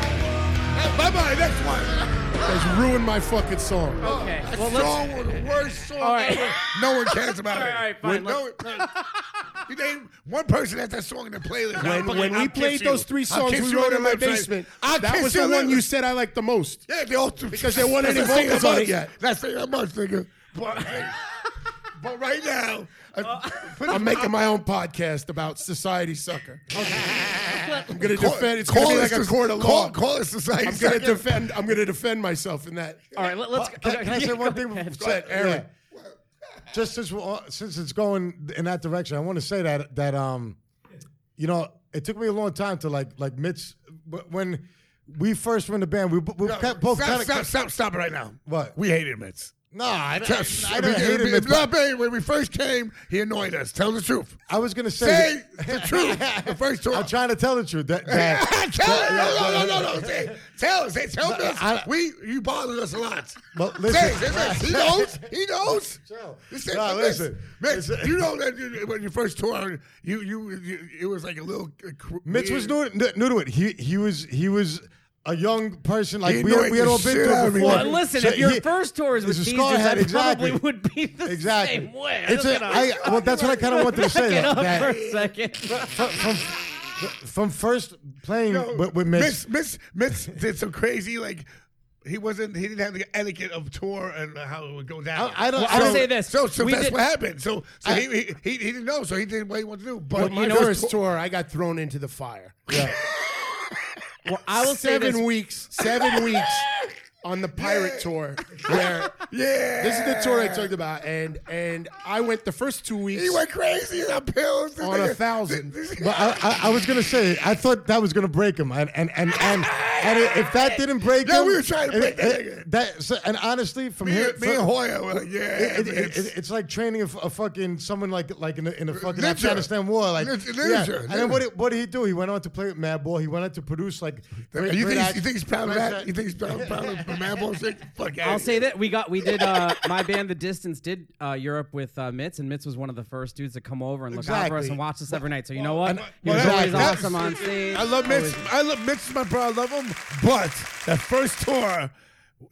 [SPEAKER 2] Bye bye. Next one.
[SPEAKER 4] Has ruined my fucking song.
[SPEAKER 1] Okay.
[SPEAKER 2] That
[SPEAKER 1] Well, let's,
[SPEAKER 2] song was the worst song
[SPEAKER 1] All right.
[SPEAKER 2] ever. No one cares about it.
[SPEAKER 1] All right,
[SPEAKER 2] When-
[SPEAKER 1] fine,
[SPEAKER 2] No, *laughs* you name one person that's that song in the playlist. I'll
[SPEAKER 4] When,
[SPEAKER 2] fucking-
[SPEAKER 4] when
[SPEAKER 2] I'll
[SPEAKER 4] we
[SPEAKER 2] kiss
[SPEAKER 4] played
[SPEAKER 2] you.
[SPEAKER 4] those three
[SPEAKER 2] I'll
[SPEAKER 4] songs
[SPEAKER 2] kiss
[SPEAKER 4] we
[SPEAKER 2] you
[SPEAKER 4] wrote
[SPEAKER 2] on
[SPEAKER 4] in my
[SPEAKER 2] the lips.
[SPEAKER 4] basement,
[SPEAKER 2] I'll
[SPEAKER 4] that
[SPEAKER 2] kiss
[SPEAKER 4] was
[SPEAKER 2] you
[SPEAKER 4] the
[SPEAKER 2] on
[SPEAKER 4] one you
[SPEAKER 2] lips.
[SPEAKER 4] said I liked the most.
[SPEAKER 2] Yeah, they all
[SPEAKER 4] Because there weren't any
[SPEAKER 2] That's the thing
[SPEAKER 4] vocals on
[SPEAKER 2] about
[SPEAKER 4] it yet.
[SPEAKER 2] That's the thing much, nigga. But, but right now, I-
[SPEAKER 3] Uh,
[SPEAKER 2] put
[SPEAKER 4] I'm
[SPEAKER 2] it-
[SPEAKER 4] making my own podcast about society sucker. I'm gonna
[SPEAKER 2] Call-
[SPEAKER 4] defend. It's
[SPEAKER 2] call
[SPEAKER 4] gonna be
[SPEAKER 2] us
[SPEAKER 4] like a
[SPEAKER 2] to-
[SPEAKER 4] court of
[SPEAKER 2] call-
[SPEAKER 4] law.
[SPEAKER 2] Call it society.
[SPEAKER 4] I'm gonna
[SPEAKER 2] Sucker.
[SPEAKER 4] defend. I'm gonna defend myself in that.
[SPEAKER 1] all right. Let, us
[SPEAKER 3] Can, can
[SPEAKER 1] *laughs*
[SPEAKER 3] I say one thing? before-
[SPEAKER 4] Go ahead, Aaron.
[SPEAKER 3] Just since we're, all- since it's going in that direction, I want to say that that um, you know, it took me a long time to like like Mitch wh- when we first were in the band. We, bo- we
[SPEAKER 2] Stop,
[SPEAKER 3] kept both
[SPEAKER 2] stop,
[SPEAKER 3] kinda-
[SPEAKER 2] stop, stop, stop it right now.
[SPEAKER 3] What?
[SPEAKER 2] We hated Mitz.
[SPEAKER 3] No, I, I,
[SPEAKER 2] Just-
[SPEAKER 3] I didn't hate him. Mitch,
[SPEAKER 2] Not
[SPEAKER 3] but
[SPEAKER 2] bad. When we first came, he annoyed us. Tell the truth.
[SPEAKER 3] I was gonna say,
[SPEAKER 2] Say the truth. The first two.
[SPEAKER 3] *laughs* I'm trying to tell the truth.
[SPEAKER 2] *laughs*
[SPEAKER 3] That,
[SPEAKER 2] tell
[SPEAKER 3] that
[SPEAKER 2] us. No, no, no, no, no. Say, tell, say, tell us.
[SPEAKER 3] I-
[SPEAKER 2] we, you bothered us a lot.
[SPEAKER 3] Well,
[SPEAKER 2] Say,
[SPEAKER 3] listen.
[SPEAKER 2] say, say, he knows. He knows.
[SPEAKER 3] Chill.
[SPEAKER 2] This is-
[SPEAKER 3] No,
[SPEAKER 2] this-
[SPEAKER 3] listen.
[SPEAKER 2] Mitch,
[SPEAKER 3] Listen.
[SPEAKER 2] you know that you- when you first toured, you, you, you, it was like a little. uh, cr-
[SPEAKER 3] Mitch was
[SPEAKER 2] weird-
[SPEAKER 3] new, new, new to it. He he was he was a young person like we had,
[SPEAKER 2] annoyed
[SPEAKER 3] we had
[SPEAKER 2] the
[SPEAKER 3] all been
[SPEAKER 2] shit out
[SPEAKER 3] through
[SPEAKER 2] of me.
[SPEAKER 3] before.
[SPEAKER 2] Well,
[SPEAKER 1] listen,
[SPEAKER 3] So
[SPEAKER 1] if your
[SPEAKER 3] he-
[SPEAKER 1] first tour is with
[SPEAKER 3] he's a
[SPEAKER 1] these,
[SPEAKER 3] scarhead,
[SPEAKER 1] that
[SPEAKER 3] exactly.
[SPEAKER 1] probably would be the *laughs*
[SPEAKER 3] exactly.
[SPEAKER 1] same way.
[SPEAKER 3] It's a, I, well, that's what I kind of wanted
[SPEAKER 1] *laughs*
[SPEAKER 3] to say.
[SPEAKER 1] Get
[SPEAKER 3] That,
[SPEAKER 1] up for
[SPEAKER 3] that
[SPEAKER 1] a second.
[SPEAKER 3] *laughs* from, from, from first playing
[SPEAKER 2] No,
[SPEAKER 3] with, with Mitch,
[SPEAKER 2] Mitch, Mitch, Mitch did some crazy like. He wasn't. He didn't have the etiquette of tour and how it would go down.
[SPEAKER 3] I- I don't-
[SPEAKER 1] Well, I would
[SPEAKER 3] so-
[SPEAKER 1] say this.
[SPEAKER 2] So, so
[SPEAKER 1] we
[SPEAKER 2] that's
[SPEAKER 1] did,
[SPEAKER 2] what happened. So, so he, he, he he didn't know. So he did what he wanted to do. But
[SPEAKER 4] But my
[SPEAKER 2] my
[SPEAKER 4] first
[SPEAKER 2] first
[SPEAKER 4] tour, I got thrown into the fire.
[SPEAKER 1] well, I will say
[SPEAKER 4] seven
[SPEAKER 1] this.
[SPEAKER 4] weeks. Seven weeks on the pirate tour. Where
[SPEAKER 2] yeah,
[SPEAKER 4] this is the tour I talked about, and and I went the first two weeks.
[SPEAKER 2] He went crazy on pills. This
[SPEAKER 4] On a
[SPEAKER 2] nigga-
[SPEAKER 4] thousand.
[SPEAKER 2] this- this-
[SPEAKER 3] But I, I, I was gonna say, I thought that was gonna break him, and and and and, and if that didn't break
[SPEAKER 2] Yeah,
[SPEAKER 3] him,
[SPEAKER 2] we were trying to
[SPEAKER 3] it-
[SPEAKER 2] break that
[SPEAKER 3] it-
[SPEAKER 2] nigga.
[SPEAKER 3] that- so- and honestly,
[SPEAKER 2] *laughs*
[SPEAKER 3] from
[SPEAKER 2] me,
[SPEAKER 3] here,
[SPEAKER 2] and- me and
[SPEAKER 3] from-
[SPEAKER 2] Hoya were like, yeah.
[SPEAKER 3] it- it-
[SPEAKER 2] it's-
[SPEAKER 3] it- it's like training a, f- a fucking someone like like in a, in a fucking
[SPEAKER 2] Ninja.
[SPEAKER 3] Afghanistan war, like
[SPEAKER 2] Ninja,
[SPEAKER 3] yeah.
[SPEAKER 2] ninja,
[SPEAKER 3] And then
[SPEAKER 2] ninja.
[SPEAKER 3] what did, what did he do? He went on to play with Mad Ball. He went on to produce like.
[SPEAKER 2] you, think, he's- you think he's proud of that? You think he's proud, proud of Mambo six? Fuck
[SPEAKER 1] I'll
[SPEAKER 2] outta
[SPEAKER 1] say
[SPEAKER 2] here.
[SPEAKER 1] that we got we did uh my band The Distance did uh Europe with uh Mitz and Mitz was one of the first dudes to come over and look out for us
[SPEAKER 3] Exactly.
[SPEAKER 1] and watch us every night. So you know what?
[SPEAKER 2] uh,
[SPEAKER 3] and-
[SPEAKER 1] he was
[SPEAKER 3] well,
[SPEAKER 1] always
[SPEAKER 3] that-
[SPEAKER 1] awesome on stage.
[SPEAKER 2] I love Mitch.
[SPEAKER 1] Always-
[SPEAKER 2] I love Mitch, my bro. I love him. But that first tour,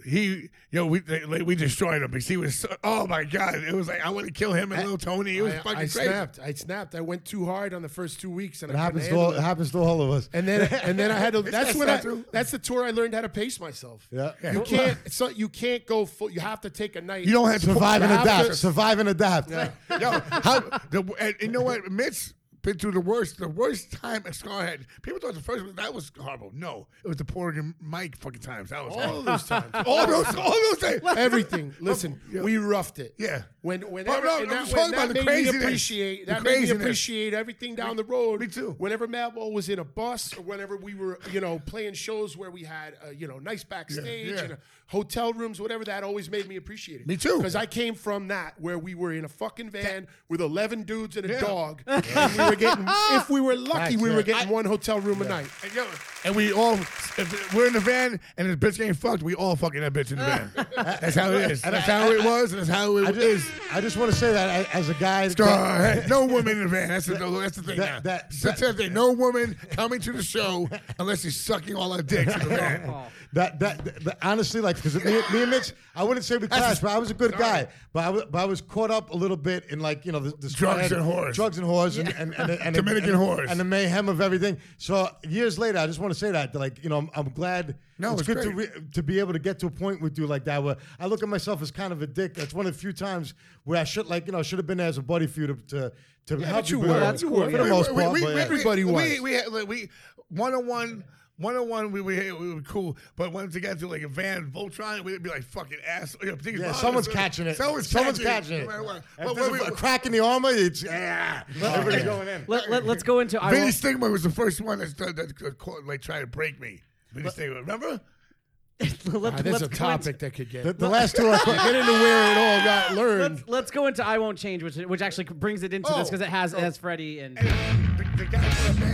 [SPEAKER 2] he, yo, we they, like, we destroyed him because he was. So, oh my god, it was like I want to kill him and little Tony. It was
[SPEAKER 4] I,
[SPEAKER 2] fucking
[SPEAKER 4] I
[SPEAKER 2] crazy.
[SPEAKER 4] snapped. I snapped. I went too hard on the first two weeks, and
[SPEAKER 3] It
[SPEAKER 4] I
[SPEAKER 3] happens
[SPEAKER 4] happens
[SPEAKER 3] to all, it happens to all of us.
[SPEAKER 4] And then, and then I had to. That's
[SPEAKER 2] that
[SPEAKER 4] when I.
[SPEAKER 2] true?
[SPEAKER 4] That's the tour I learned how to pace myself.
[SPEAKER 3] Yeah. Yeah.
[SPEAKER 4] You can't. So you can't go full. You have to take a night.
[SPEAKER 2] You don't have to
[SPEAKER 3] survive and
[SPEAKER 4] You have
[SPEAKER 3] adapt.
[SPEAKER 4] to-
[SPEAKER 3] Survive and adapt.
[SPEAKER 2] Yo, *laughs* how, the, and you know what? Mitch been through the worst, the worst time at Scarhead. People thought the first one that was horrible. No, it was the Porter and Mike fucking times. That was
[SPEAKER 4] All those times.
[SPEAKER 2] *laughs* all those, all those things. *laughs*
[SPEAKER 4] Everything. Listen,
[SPEAKER 2] Yeah.
[SPEAKER 4] we roughed it.
[SPEAKER 2] Yeah.
[SPEAKER 4] When whenever
[SPEAKER 2] no,
[SPEAKER 4] and
[SPEAKER 2] I'm
[SPEAKER 4] that,
[SPEAKER 2] just
[SPEAKER 4] when
[SPEAKER 2] talking
[SPEAKER 4] that
[SPEAKER 2] about the
[SPEAKER 4] made me
[SPEAKER 2] craziness.
[SPEAKER 4] appreciate
[SPEAKER 2] The
[SPEAKER 4] that made me
[SPEAKER 2] craziness.
[SPEAKER 4] appreciate everything down the road.
[SPEAKER 2] me too.
[SPEAKER 4] Whenever Madball was in a bus or whenever we were, you know, playing shows where we had, uh, you know, nice backstage
[SPEAKER 2] yeah.
[SPEAKER 4] and uh, hotel rooms, whatever. That always made me appreciate it.
[SPEAKER 2] Me too.
[SPEAKER 4] Because I came from that where we were in a fucking van with eleven dudes and a
[SPEAKER 2] Yeah. *laughs*
[SPEAKER 4] dog, and we were getting. If we were lucky,
[SPEAKER 3] Facts,
[SPEAKER 4] we
[SPEAKER 3] yeah.
[SPEAKER 4] were getting one hotel room a night.
[SPEAKER 2] And, yo, and we all, if we're in the van and this bitch ain't fucked, we all fucking that bitch in the
[SPEAKER 3] *laughs*
[SPEAKER 2] van. That's how it is. That's how it was. That's how
[SPEAKER 3] I
[SPEAKER 2] it is.
[SPEAKER 3] just, I just want to say that I- as a guy. that-
[SPEAKER 2] Scarhead. No woman in the van. That's the, that's the thing
[SPEAKER 3] That-
[SPEAKER 2] now.
[SPEAKER 3] that-
[SPEAKER 2] Since
[SPEAKER 3] that-
[SPEAKER 2] there's no woman coming to the show unless she's sucking all our dicks in
[SPEAKER 3] *laughs*
[SPEAKER 2] the van.
[SPEAKER 3] That, that that- honestly, like, because me, me and Mitch, I wouldn't say we clashed, but I was a good guy. But I, wa- but I was caught up a little bit in like you know the, the
[SPEAKER 2] Drugs
[SPEAKER 3] spread-
[SPEAKER 2] and whores.
[SPEAKER 3] drugs and whores, and, and, and, and
[SPEAKER 2] Dominican
[SPEAKER 3] and,
[SPEAKER 2] whores.
[SPEAKER 3] and the mayhem of everything. So years later, I just want to say that, that, like you know, I'm, I'm glad.
[SPEAKER 2] No, it's
[SPEAKER 3] good to
[SPEAKER 2] great.
[SPEAKER 3] re- to be able to get to a point with you like that where I look at myself as kind of a dick. That's one of the few times where I should like you know I should have been there as a buddy for you to to, to help
[SPEAKER 4] but you
[SPEAKER 3] but
[SPEAKER 4] were.
[SPEAKER 3] I-
[SPEAKER 4] That's
[SPEAKER 3] for
[SPEAKER 4] cool.
[SPEAKER 3] the
[SPEAKER 4] We-
[SPEAKER 3] most
[SPEAKER 2] we-
[SPEAKER 3] part.
[SPEAKER 2] we-
[SPEAKER 3] but
[SPEAKER 2] we-
[SPEAKER 3] yeah.
[SPEAKER 4] Everybody
[SPEAKER 2] we,
[SPEAKER 4] was.
[SPEAKER 2] We had like, we one on one. One on one, we we we were cool, but once it got to like a van Voltron, we'd be like fucking ass. you know, things
[SPEAKER 3] Yeah,
[SPEAKER 2] bothering
[SPEAKER 3] someone's
[SPEAKER 2] us.
[SPEAKER 3] catching it.
[SPEAKER 2] Someone's,
[SPEAKER 3] Someone's
[SPEAKER 2] catching,
[SPEAKER 3] catching it.
[SPEAKER 2] No matter what.
[SPEAKER 3] If
[SPEAKER 2] But
[SPEAKER 3] there's
[SPEAKER 2] when
[SPEAKER 3] a
[SPEAKER 2] we-
[SPEAKER 3] crack in the armor,
[SPEAKER 2] *laughs*
[SPEAKER 3] it's
[SPEAKER 2] yeah.
[SPEAKER 3] everybody going in.
[SPEAKER 1] Let, let, let's go into I
[SPEAKER 2] Vinny
[SPEAKER 1] will,
[SPEAKER 2] Stigma was the first one that that, that, that caught- like tried to break me. Vinny Stigma, remember?
[SPEAKER 1] *laughs* let,
[SPEAKER 4] Ah, that's
[SPEAKER 1] let's
[SPEAKER 4] a
[SPEAKER 1] go into-
[SPEAKER 4] topic that could get.
[SPEAKER 3] The, the last two *laughs* I
[SPEAKER 4] get into where it all got
[SPEAKER 1] *laughs*
[SPEAKER 4] learned.
[SPEAKER 1] Let's, let's go into I won't change, which which actually brings it into this
[SPEAKER 2] Oh.
[SPEAKER 1] because it has it has Freddie and
[SPEAKER 2] The, the guy from the band.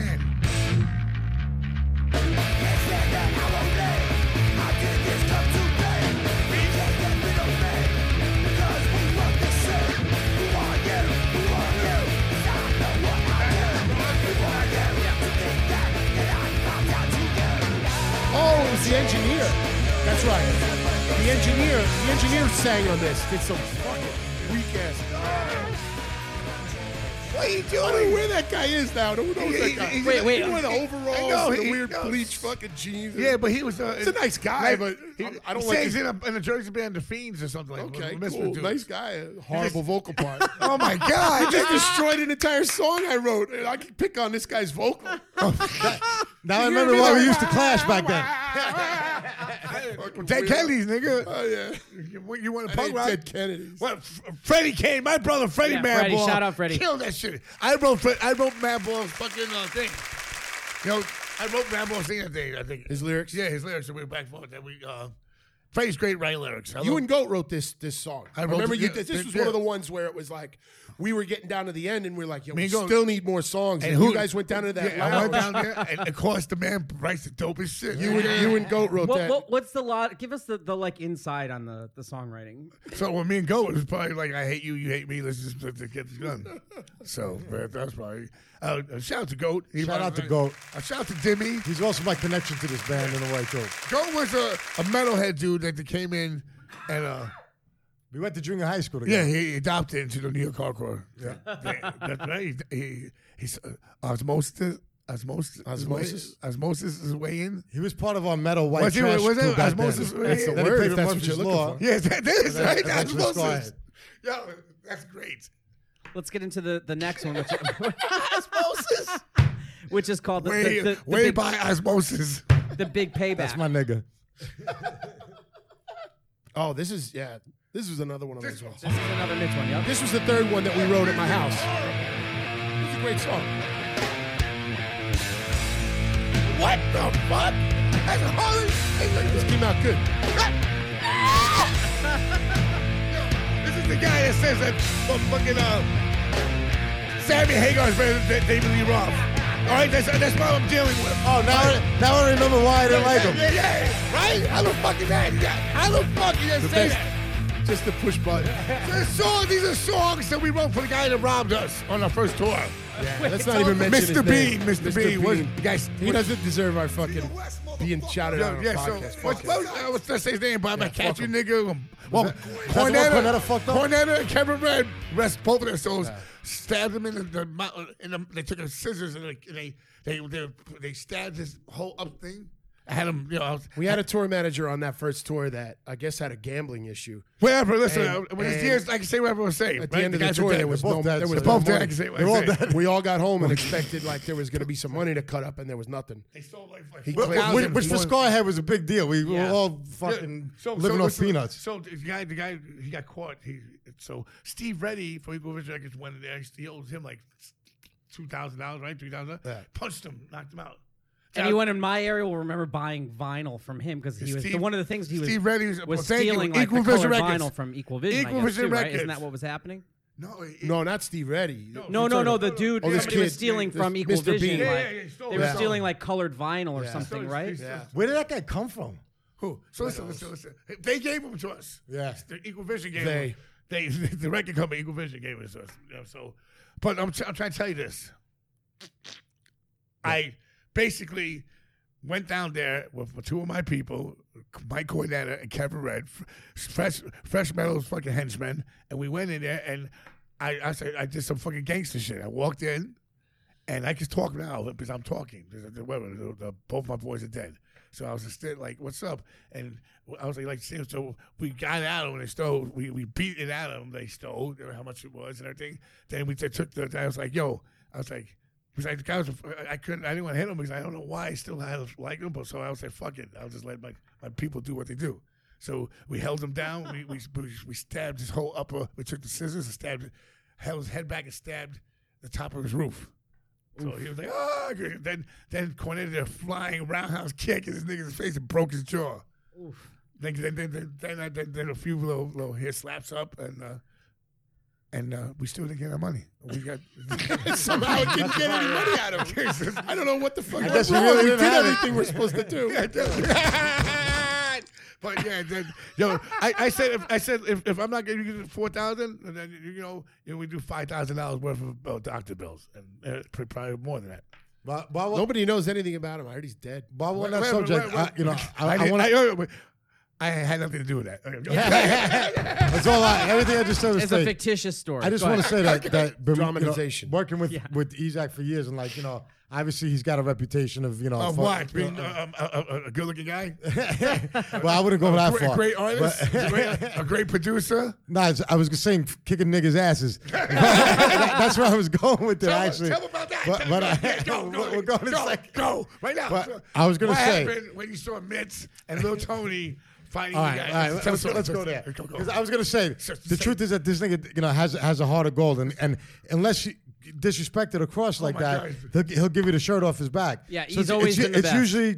[SPEAKER 4] Oh, it was the engineer. That's right. The engineer. The engineer sang on this. It's a fucking weak ass.
[SPEAKER 2] What are you
[SPEAKER 4] I don't know where that guy is now. I don't know
[SPEAKER 2] He-
[SPEAKER 4] that
[SPEAKER 2] he-
[SPEAKER 4] guy.
[SPEAKER 2] he's-
[SPEAKER 1] Wait, wait.
[SPEAKER 4] He wore the
[SPEAKER 2] he- I
[SPEAKER 4] overalls
[SPEAKER 2] know,
[SPEAKER 4] and the
[SPEAKER 2] he-
[SPEAKER 4] weird
[SPEAKER 2] no.
[SPEAKER 4] bleach fucking jeans.
[SPEAKER 2] Yeah, but he was. Uh,
[SPEAKER 4] He's a nice guy, but
[SPEAKER 2] he,
[SPEAKER 4] I'm- I don't
[SPEAKER 2] he
[SPEAKER 4] like
[SPEAKER 2] sings
[SPEAKER 4] his-
[SPEAKER 2] in a, in a Jersey band, The Fiends, or something like
[SPEAKER 4] *laughs* okay,
[SPEAKER 2] Miss
[SPEAKER 4] cool.
[SPEAKER 2] Dude.
[SPEAKER 4] Nice guy. Horrible vocal *laughs* part.
[SPEAKER 2] Oh my
[SPEAKER 4] I
[SPEAKER 2] God!
[SPEAKER 4] *laughs* just destroyed an entire song I wrote. and I can pick on this guy's vocal.
[SPEAKER 3] now I remember why we used to clash back *laughs* then.
[SPEAKER 2] Dead Kennedys, nigga.
[SPEAKER 4] Oh yeah.
[SPEAKER 2] you, you want to
[SPEAKER 4] I
[SPEAKER 2] punk
[SPEAKER 4] hate
[SPEAKER 2] rock?
[SPEAKER 4] Dead Kennedys.
[SPEAKER 2] Well, F- Freddie Kane, my brother Freddie
[SPEAKER 1] Yeah,
[SPEAKER 2] Madball.
[SPEAKER 1] Freddie, shout out Freddie.
[SPEAKER 2] Kill that shit. I wrote Fred, I wrote Madball's fucking uh, thing. You know, I wrote Madball's thing. I think. I think
[SPEAKER 4] His lyrics?
[SPEAKER 2] Yeah, his lyrics. And we were back and forth. That we uh, Freddie's great writing lyrics. I
[SPEAKER 4] You
[SPEAKER 2] love-
[SPEAKER 4] and Goat wrote this this song.
[SPEAKER 2] I
[SPEAKER 4] I,
[SPEAKER 2] wrote
[SPEAKER 4] remember
[SPEAKER 2] it,
[SPEAKER 4] you.
[SPEAKER 2] yeah.
[SPEAKER 4] This, this was
[SPEAKER 2] Yeah.
[SPEAKER 4] one of the ones where it was like we were getting down to the end, and we are like, "Yo,
[SPEAKER 2] Me
[SPEAKER 4] we
[SPEAKER 2] and Goat.
[SPEAKER 4] still need more songs." And,
[SPEAKER 2] who-
[SPEAKER 4] you guys went down to that.
[SPEAKER 2] Yeah, I went
[SPEAKER 4] lounge.
[SPEAKER 2] down there, and of course, the man writes the dopest shit.
[SPEAKER 4] You and, you and Goat wrote
[SPEAKER 1] what,
[SPEAKER 4] that.
[SPEAKER 1] what what's the lot? Give us the, the like inside on the the songwriting.
[SPEAKER 2] So when me and Go it was probably like, I hate you, you hate me. Let's just let's just get this done. So man, that's probably. Uh, uh, shout out to Goat. He
[SPEAKER 3] Shout
[SPEAKER 2] might-
[SPEAKER 3] out to Goat.
[SPEAKER 2] Uh, shout out to Demi.
[SPEAKER 3] He's also my connection to this band in a way too.
[SPEAKER 2] Goat was a, a metalhead dude that came in and uh,
[SPEAKER 3] We went to junior high school
[SPEAKER 2] yeah,
[SPEAKER 3] together.
[SPEAKER 2] he adopted into the New York hardcore. Yeah, that's right. He, he he's uh, osmosis. Osmosis,
[SPEAKER 4] Osmosis?
[SPEAKER 2] osmosis is way in.
[SPEAKER 3] He was part of our metal white
[SPEAKER 2] Was he-
[SPEAKER 3] trash
[SPEAKER 2] was
[SPEAKER 3] crew
[SPEAKER 2] it
[SPEAKER 3] back
[SPEAKER 2] Osmosis?
[SPEAKER 3] then.
[SPEAKER 2] That's the
[SPEAKER 3] Then he
[SPEAKER 2] word.
[SPEAKER 3] played
[SPEAKER 2] That's
[SPEAKER 3] for
[SPEAKER 2] what
[SPEAKER 3] Murphy's
[SPEAKER 2] you're
[SPEAKER 3] Law.
[SPEAKER 2] Yes, that is
[SPEAKER 3] then-
[SPEAKER 2] right.
[SPEAKER 3] and then just
[SPEAKER 2] Osmosis.
[SPEAKER 3] quiet.
[SPEAKER 2] Yo, that's great.
[SPEAKER 1] Let's get into the, the next one, which
[SPEAKER 2] *laughs*
[SPEAKER 1] *laughs* which is called the, the-
[SPEAKER 2] Way,
[SPEAKER 1] the, the
[SPEAKER 2] way
[SPEAKER 1] big,
[SPEAKER 2] by osmosis.
[SPEAKER 1] the big payback.
[SPEAKER 3] That's my nigga.
[SPEAKER 4] Oh, this is yeah. This was another one of those ones.
[SPEAKER 1] this is another Mitch one, yep.
[SPEAKER 4] This was the third one that we wrote at my house. It's a great song.
[SPEAKER 2] What the fuck? That's hard
[SPEAKER 4] This came out good.
[SPEAKER 2] This is the guy that says that fucking uh, Sammy Hagar's better than David Lee Roth. All right, that's, that's what I'm dealing with.
[SPEAKER 3] Oh, now I, now I remember why I didn't like him.
[SPEAKER 2] Yeah, yeah, yeah. Right? How the fuck is that? Yeah. How the fuck you just
[SPEAKER 4] The
[SPEAKER 2] say
[SPEAKER 4] best-
[SPEAKER 2] that?
[SPEAKER 4] Just the push button.
[SPEAKER 2] These are songs- these are songs that we wrote for the guy that robbed us on our first tour.
[SPEAKER 3] Let's not even mention his
[SPEAKER 2] Mr. B,
[SPEAKER 3] name.
[SPEAKER 2] Mr. B,
[SPEAKER 4] Bean.
[SPEAKER 2] was the guy.
[SPEAKER 3] He doesn't deserve our fucking.
[SPEAKER 4] Being shouted out
[SPEAKER 2] Yeah,
[SPEAKER 4] on a
[SPEAKER 2] yeah so
[SPEAKER 4] podcast. Fuck
[SPEAKER 2] what's
[SPEAKER 4] it.
[SPEAKER 2] what, uh, what's that say his name? Bob, I catch
[SPEAKER 3] fuck
[SPEAKER 2] you,
[SPEAKER 3] him.
[SPEAKER 2] nigga. Um, Well,
[SPEAKER 3] that what Cornetta
[SPEAKER 2] Cornetta,
[SPEAKER 3] fucked up?
[SPEAKER 2] Cornetta and Kevin Red, rest both of their souls, stabbed him in the, the mouth. In the, they took a scissors and they they they, they, they stabbed his whole up thing. I had him, you know, I was,
[SPEAKER 4] We had a tour manager on that first tour that I guess had a gambling issue.
[SPEAKER 2] Whatever, listen,
[SPEAKER 4] And-
[SPEAKER 2] uh, when it's
[SPEAKER 4] and-
[SPEAKER 2] years, I can say whatever I was saying.
[SPEAKER 4] At the end of the tour, there was no,
[SPEAKER 3] dead,
[SPEAKER 4] there
[SPEAKER 3] so
[SPEAKER 4] was
[SPEAKER 3] they're
[SPEAKER 4] no
[SPEAKER 2] both dead.
[SPEAKER 4] money.
[SPEAKER 2] I can say what I They're all said.
[SPEAKER 4] We all got home *laughs* and expected like there was going to be some money to cut up, and there was nothing.
[SPEAKER 2] They stole like, like
[SPEAKER 4] He
[SPEAKER 2] four
[SPEAKER 4] claimed-
[SPEAKER 2] thousand-
[SPEAKER 3] Which, which for Scarhead was a big deal. We
[SPEAKER 1] Yeah.
[SPEAKER 3] were all fucking
[SPEAKER 2] So- so
[SPEAKER 3] living off
[SPEAKER 2] what's the-
[SPEAKER 3] peanuts.
[SPEAKER 2] So the guy, the guy, he got caught. He so Steve Reddy for Eagle Rich Records went in there. He owes him like two thousand dollars, right? Three thousand. dollars Punched him, knocked him out.
[SPEAKER 1] Anyone in my area will remember buying vinyl from him because he was the,
[SPEAKER 2] Steve-
[SPEAKER 1] one of the things he was,
[SPEAKER 2] Steve Reddy was- well,
[SPEAKER 1] was
[SPEAKER 2] thank you.
[SPEAKER 1] stealing like
[SPEAKER 2] Equal
[SPEAKER 1] the colored
[SPEAKER 2] Vision Records.
[SPEAKER 1] vinyl from Equal Vision.
[SPEAKER 2] Equal
[SPEAKER 1] I guess,
[SPEAKER 2] Vision
[SPEAKER 1] too, right? Isn't
[SPEAKER 2] Records.
[SPEAKER 1] that what was happening?
[SPEAKER 2] No, it-
[SPEAKER 4] No, not Steve Reddy.
[SPEAKER 1] No, no, no. The dude
[SPEAKER 4] Oh, this
[SPEAKER 1] somebody was
[SPEAKER 4] kid.
[SPEAKER 1] stealing
[SPEAKER 4] This-
[SPEAKER 1] from Equal
[SPEAKER 4] Mr.
[SPEAKER 1] Vision.
[SPEAKER 4] Bean.
[SPEAKER 1] Like,
[SPEAKER 2] Yeah, yeah, yeah, he stole
[SPEAKER 1] they were
[SPEAKER 2] it.
[SPEAKER 1] stealing like colored vinyl or something, right?
[SPEAKER 2] Yeah.
[SPEAKER 3] Where did that guy come from?
[SPEAKER 2] Who? So listen, listen, listen. They gave them to us.
[SPEAKER 3] Yeah.
[SPEAKER 2] The Equal Vision gave
[SPEAKER 4] They.
[SPEAKER 2] them. They, *laughs* the record company Equal Vision gave it to us. You know, so, but I'm, try- I'm trying to tell you this. I basically went down there with two of my people, Mike Cornetta and Kevin Red, fr- fresh fresh metal's fucking henchmen, and we went in there and I I said I did some fucking gangster shit. I walked in. And I can talk now because I'm talking. There's- there's- wait, wait, the- the- Both my boys are dead. So I was just there, like, what's up? And I was like, like, see, so we got out of them. They stole, we, we beat it out of them. They stole you know, how much it was and everything. Then we t- took the, I was like, yo, I was like, because I, the guy was, I couldn't, I didn't want to hit him because I don't know why I still had like him. But so I was like, fuck it. I'll just let my, my people do what they do. So we held him down. we, we, we, we stabbed his whole upper, we took the scissors and stabbed, held his head back and stabbed the top of his roof. So he was like, ah, good." then then Cornette did a flying roundhouse kick in this nigga's face and broke his jaw. Then then then then, then, I- then, then a few little little hair slaps up and uh, and uh, we still didn't get our money. We
[SPEAKER 3] *laughs*
[SPEAKER 2] got *laughs*
[SPEAKER 4] Somehow it didn't get any money out of him. I don't know what the fuck.
[SPEAKER 3] I
[SPEAKER 4] went
[SPEAKER 3] guess we
[SPEAKER 4] wrong.
[SPEAKER 3] really
[SPEAKER 4] we
[SPEAKER 3] didn't
[SPEAKER 4] did
[SPEAKER 3] have it.
[SPEAKER 4] everything we're supposed to do.
[SPEAKER 2] Yeah,
[SPEAKER 3] *laughs*
[SPEAKER 2] dude. *laughs* but yeah, then, yo, I, I said if I said if, if I'm not gonna get four thousand, and then you know, you know, we do five thousand dollars worth of uh, doctor bills, and uh, pr- probably more than that.
[SPEAKER 3] But, but, what-
[SPEAKER 4] Nobody knows anything about him. I heard he's dead.
[SPEAKER 3] but on
[SPEAKER 2] Wait,
[SPEAKER 3] that
[SPEAKER 2] wait,
[SPEAKER 3] subject,
[SPEAKER 2] wait, wait.
[SPEAKER 3] I,
[SPEAKER 2] *laughs*
[SPEAKER 3] you know, I, I,
[SPEAKER 2] didn't-
[SPEAKER 3] want to.
[SPEAKER 2] I- wait, I had nothing to do with that. Uh, Okay, go.
[SPEAKER 3] That's all I. Everything I just said was
[SPEAKER 1] It's a
[SPEAKER 3] fake.
[SPEAKER 1] fictitious story.
[SPEAKER 3] I just
[SPEAKER 1] Go
[SPEAKER 3] want to
[SPEAKER 1] ahead.
[SPEAKER 3] say that
[SPEAKER 2] *laughs*
[SPEAKER 3] that Berm-
[SPEAKER 4] Dramatization.
[SPEAKER 3] You know, working with with Ezak for years and like you know, obviously he's got a reputation of you know.
[SPEAKER 2] Of
[SPEAKER 3] fuck-
[SPEAKER 2] uh, what?
[SPEAKER 3] you
[SPEAKER 2] Being
[SPEAKER 3] know,
[SPEAKER 2] um, a, a, a good-looking
[SPEAKER 3] *laughs*
[SPEAKER 2] guy,
[SPEAKER 3] well, I wouldn't go
[SPEAKER 2] a,
[SPEAKER 3] that
[SPEAKER 2] great-
[SPEAKER 3] far.
[SPEAKER 2] great artist,
[SPEAKER 3] But-
[SPEAKER 2] a,
[SPEAKER 3] *laughs*
[SPEAKER 2] great, a great producer.
[SPEAKER 3] No, I was, I was saying kicking niggas' asses. *laughs* That- that's where I was going with it,
[SPEAKER 2] Tell,
[SPEAKER 3] actually.
[SPEAKER 2] tell about that.
[SPEAKER 3] But,
[SPEAKER 2] Tell
[SPEAKER 3] but
[SPEAKER 2] about
[SPEAKER 3] I,
[SPEAKER 2] that.
[SPEAKER 3] *laughs*
[SPEAKER 2] go, go,
[SPEAKER 3] we're going to
[SPEAKER 2] go,
[SPEAKER 3] second.
[SPEAKER 2] go right now.
[SPEAKER 3] But
[SPEAKER 2] So,
[SPEAKER 3] I was gonna
[SPEAKER 2] what
[SPEAKER 3] say-
[SPEAKER 2] happened when you saw Mitz and
[SPEAKER 3] *laughs*
[SPEAKER 2] Lil Tony fighting.
[SPEAKER 3] All
[SPEAKER 2] the
[SPEAKER 3] right,
[SPEAKER 2] guy?
[SPEAKER 3] all right.
[SPEAKER 2] Tell
[SPEAKER 3] Let's,
[SPEAKER 2] us-
[SPEAKER 3] let's go there.
[SPEAKER 2] go, go.
[SPEAKER 3] 'Cause I was gonna say the
[SPEAKER 2] say-
[SPEAKER 3] truth is that this nigga, you know, has has a heart of gold, and, and unless you disrespected a crush like
[SPEAKER 2] my
[SPEAKER 3] that,
[SPEAKER 2] God.
[SPEAKER 3] he'll, he'll give you the shirt off his back.
[SPEAKER 1] Yeah, he's
[SPEAKER 3] it's-
[SPEAKER 1] always
[SPEAKER 3] it's, u-
[SPEAKER 1] been the
[SPEAKER 3] it's
[SPEAKER 1] best.
[SPEAKER 3] usually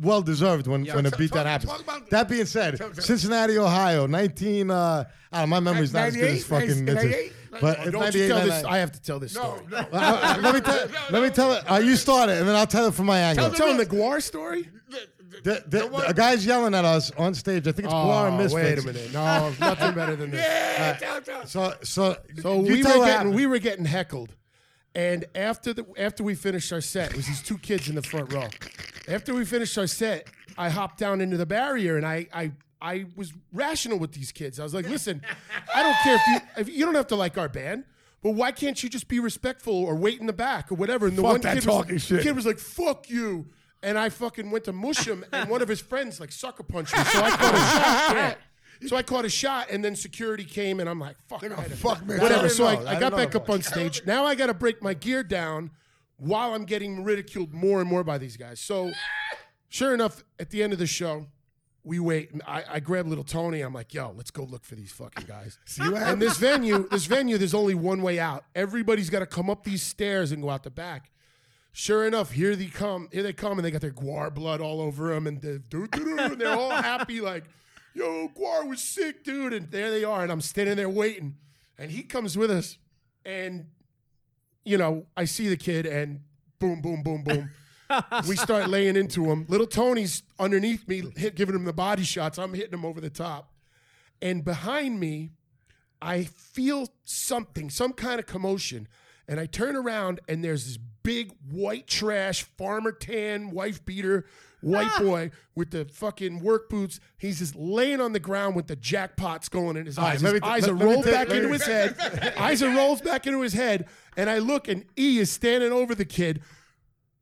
[SPEAKER 3] well deserved when when a
[SPEAKER 2] Talk-
[SPEAKER 3] beat
[SPEAKER 2] talk-
[SPEAKER 3] that happens.
[SPEAKER 2] talk about-
[SPEAKER 3] that being said,
[SPEAKER 2] Talk- talk-
[SPEAKER 3] Cincinnati, Ohio, nineteen. Uh, I don't know, my memory's not as good as
[SPEAKER 2] 98?
[SPEAKER 3] fucking. Mitch's.
[SPEAKER 2] 98?
[SPEAKER 3] But
[SPEAKER 2] Oh,
[SPEAKER 3] it's
[SPEAKER 4] Don't you
[SPEAKER 3] 98,
[SPEAKER 4] tell this.
[SPEAKER 3] 99.
[SPEAKER 4] I have to tell this
[SPEAKER 2] No,
[SPEAKER 4] story.
[SPEAKER 2] no.
[SPEAKER 3] Well, I- I- let me tell.
[SPEAKER 2] No, no,
[SPEAKER 3] let me tell it. Uh, you start it, and then I'll tell it from my angle.
[SPEAKER 2] the
[SPEAKER 4] Telling the Guar story?
[SPEAKER 3] The, the, the- a guy's yelling at us on stage. I think it's Guar and
[SPEAKER 4] Oh,
[SPEAKER 3] Misfits.
[SPEAKER 4] wait a minute. No, nothing better *laughs* than this.
[SPEAKER 2] Yeah, tell, tell.
[SPEAKER 3] So, so,
[SPEAKER 4] So
[SPEAKER 3] you
[SPEAKER 4] we
[SPEAKER 3] tell
[SPEAKER 4] were
[SPEAKER 3] what
[SPEAKER 4] getting
[SPEAKER 3] happened.
[SPEAKER 4] we were getting heckled, and after the after we finished our set, it was these two kids in the front row. After we finished our set, I hopped down into the barrier and I I I was rational with these kids. I was like, listen, I don't care if you if you don't have to like our band. But why can't you just be respectful or wait in the back or whatever? And the
[SPEAKER 2] Fuck
[SPEAKER 4] one
[SPEAKER 2] that
[SPEAKER 4] kid,
[SPEAKER 2] talking
[SPEAKER 4] was,
[SPEAKER 2] shit.
[SPEAKER 4] kid was like, "Fuck you," and I fucking went to mush him, and one of his friends like sucker punched me, so I caught a shot. Yeah. So I caught a shot, and then security came, and I'm like, "Fuck, I had a-
[SPEAKER 2] fuck me.
[SPEAKER 4] Whatever.
[SPEAKER 3] don't
[SPEAKER 4] So
[SPEAKER 3] know.
[SPEAKER 4] I, I,
[SPEAKER 3] I
[SPEAKER 4] got
[SPEAKER 3] don't know.
[SPEAKER 4] back up on stage. Now I got to break my gear down while I'm getting ridiculed more and more by these guys. So, sure enough, at the end of the show, we wait. And I, I grab little Tony. I'm like, yo, let's go look for these fucking guys. and this venue, this venue, there's only one way out. Everybody's got to come up these stairs and go out the back. Sure enough, here they come. Here they come, and they got their guar blood all over them, and they're, doo, doo, doo, and they're all happy, like, "Yo, guar was sick, dude!" And there they are, and I'm standing there waiting, and he comes with us, and you know, I see the kid, and boom, boom, boom, boom. *laughs* we start laying into him. Little Tony's underneath me, hit, giving him the body shots. I'm hitting him over the top. And behind me, I feel something, some kind of commotion. And I turn around and there's this big white trash, farmer tan, wife beater, white boy with the fucking work boots. He's just laying on the ground with the jackpots going in his
[SPEAKER 3] right,
[SPEAKER 4] eyes.
[SPEAKER 3] let
[SPEAKER 4] His
[SPEAKER 3] me-
[SPEAKER 4] eyes
[SPEAKER 3] let-
[SPEAKER 4] are
[SPEAKER 3] let me
[SPEAKER 4] rolled
[SPEAKER 3] take-
[SPEAKER 4] back
[SPEAKER 3] let
[SPEAKER 4] into
[SPEAKER 3] me-
[SPEAKER 4] his head. eyes are rolls back into his head. And I look and E is standing over the kid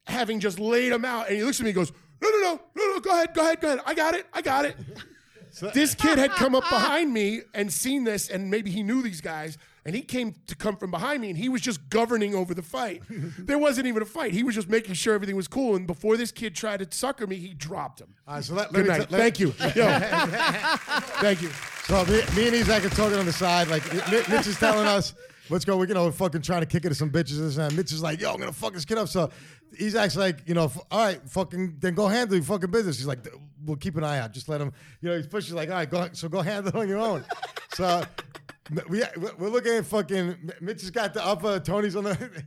[SPEAKER 4] having just laid him out, and he looks at me and goes, No, no, no, no, no, go ahead, go ahead, go ahead. I got it,
[SPEAKER 3] *laughs*
[SPEAKER 4] I got it. this kid had
[SPEAKER 2] *laughs*
[SPEAKER 4] come up behind me and seen this, and maybe he knew these guys, and he came to come from behind me, and he was just governing over
[SPEAKER 2] *laughs*
[SPEAKER 4] the fight. there wasn't even a fight. He was just making sure everything was cool, and before this kid tried to sucker me, he dropped him.
[SPEAKER 3] All right, so let, let
[SPEAKER 4] Good
[SPEAKER 3] me
[SPEAKER 4] night.
[SPEAKER 3] let-
[SPEAKER 2] *laughs*
[SPEAKER 4] Thank you. Yo, thank you.
[SPEAKER 3] So me, me and Isaac are talking on the side. Like Mi- Mitch is telling us, let's go. We're you know fucking trying to kick it to some bitches and this and that. Mitch is like, yo, I'm gonna fuck this kid up. So Isaac's like, you know, f- all right, fucking, then go handle your fucking business. He's like, we'll keep an eye out. Just let him. You know, he's pushing like, all right, go. So go handle it on your own. so. We, we're looking at fucking. Mitch has got the upper. Tony's on the *laughs*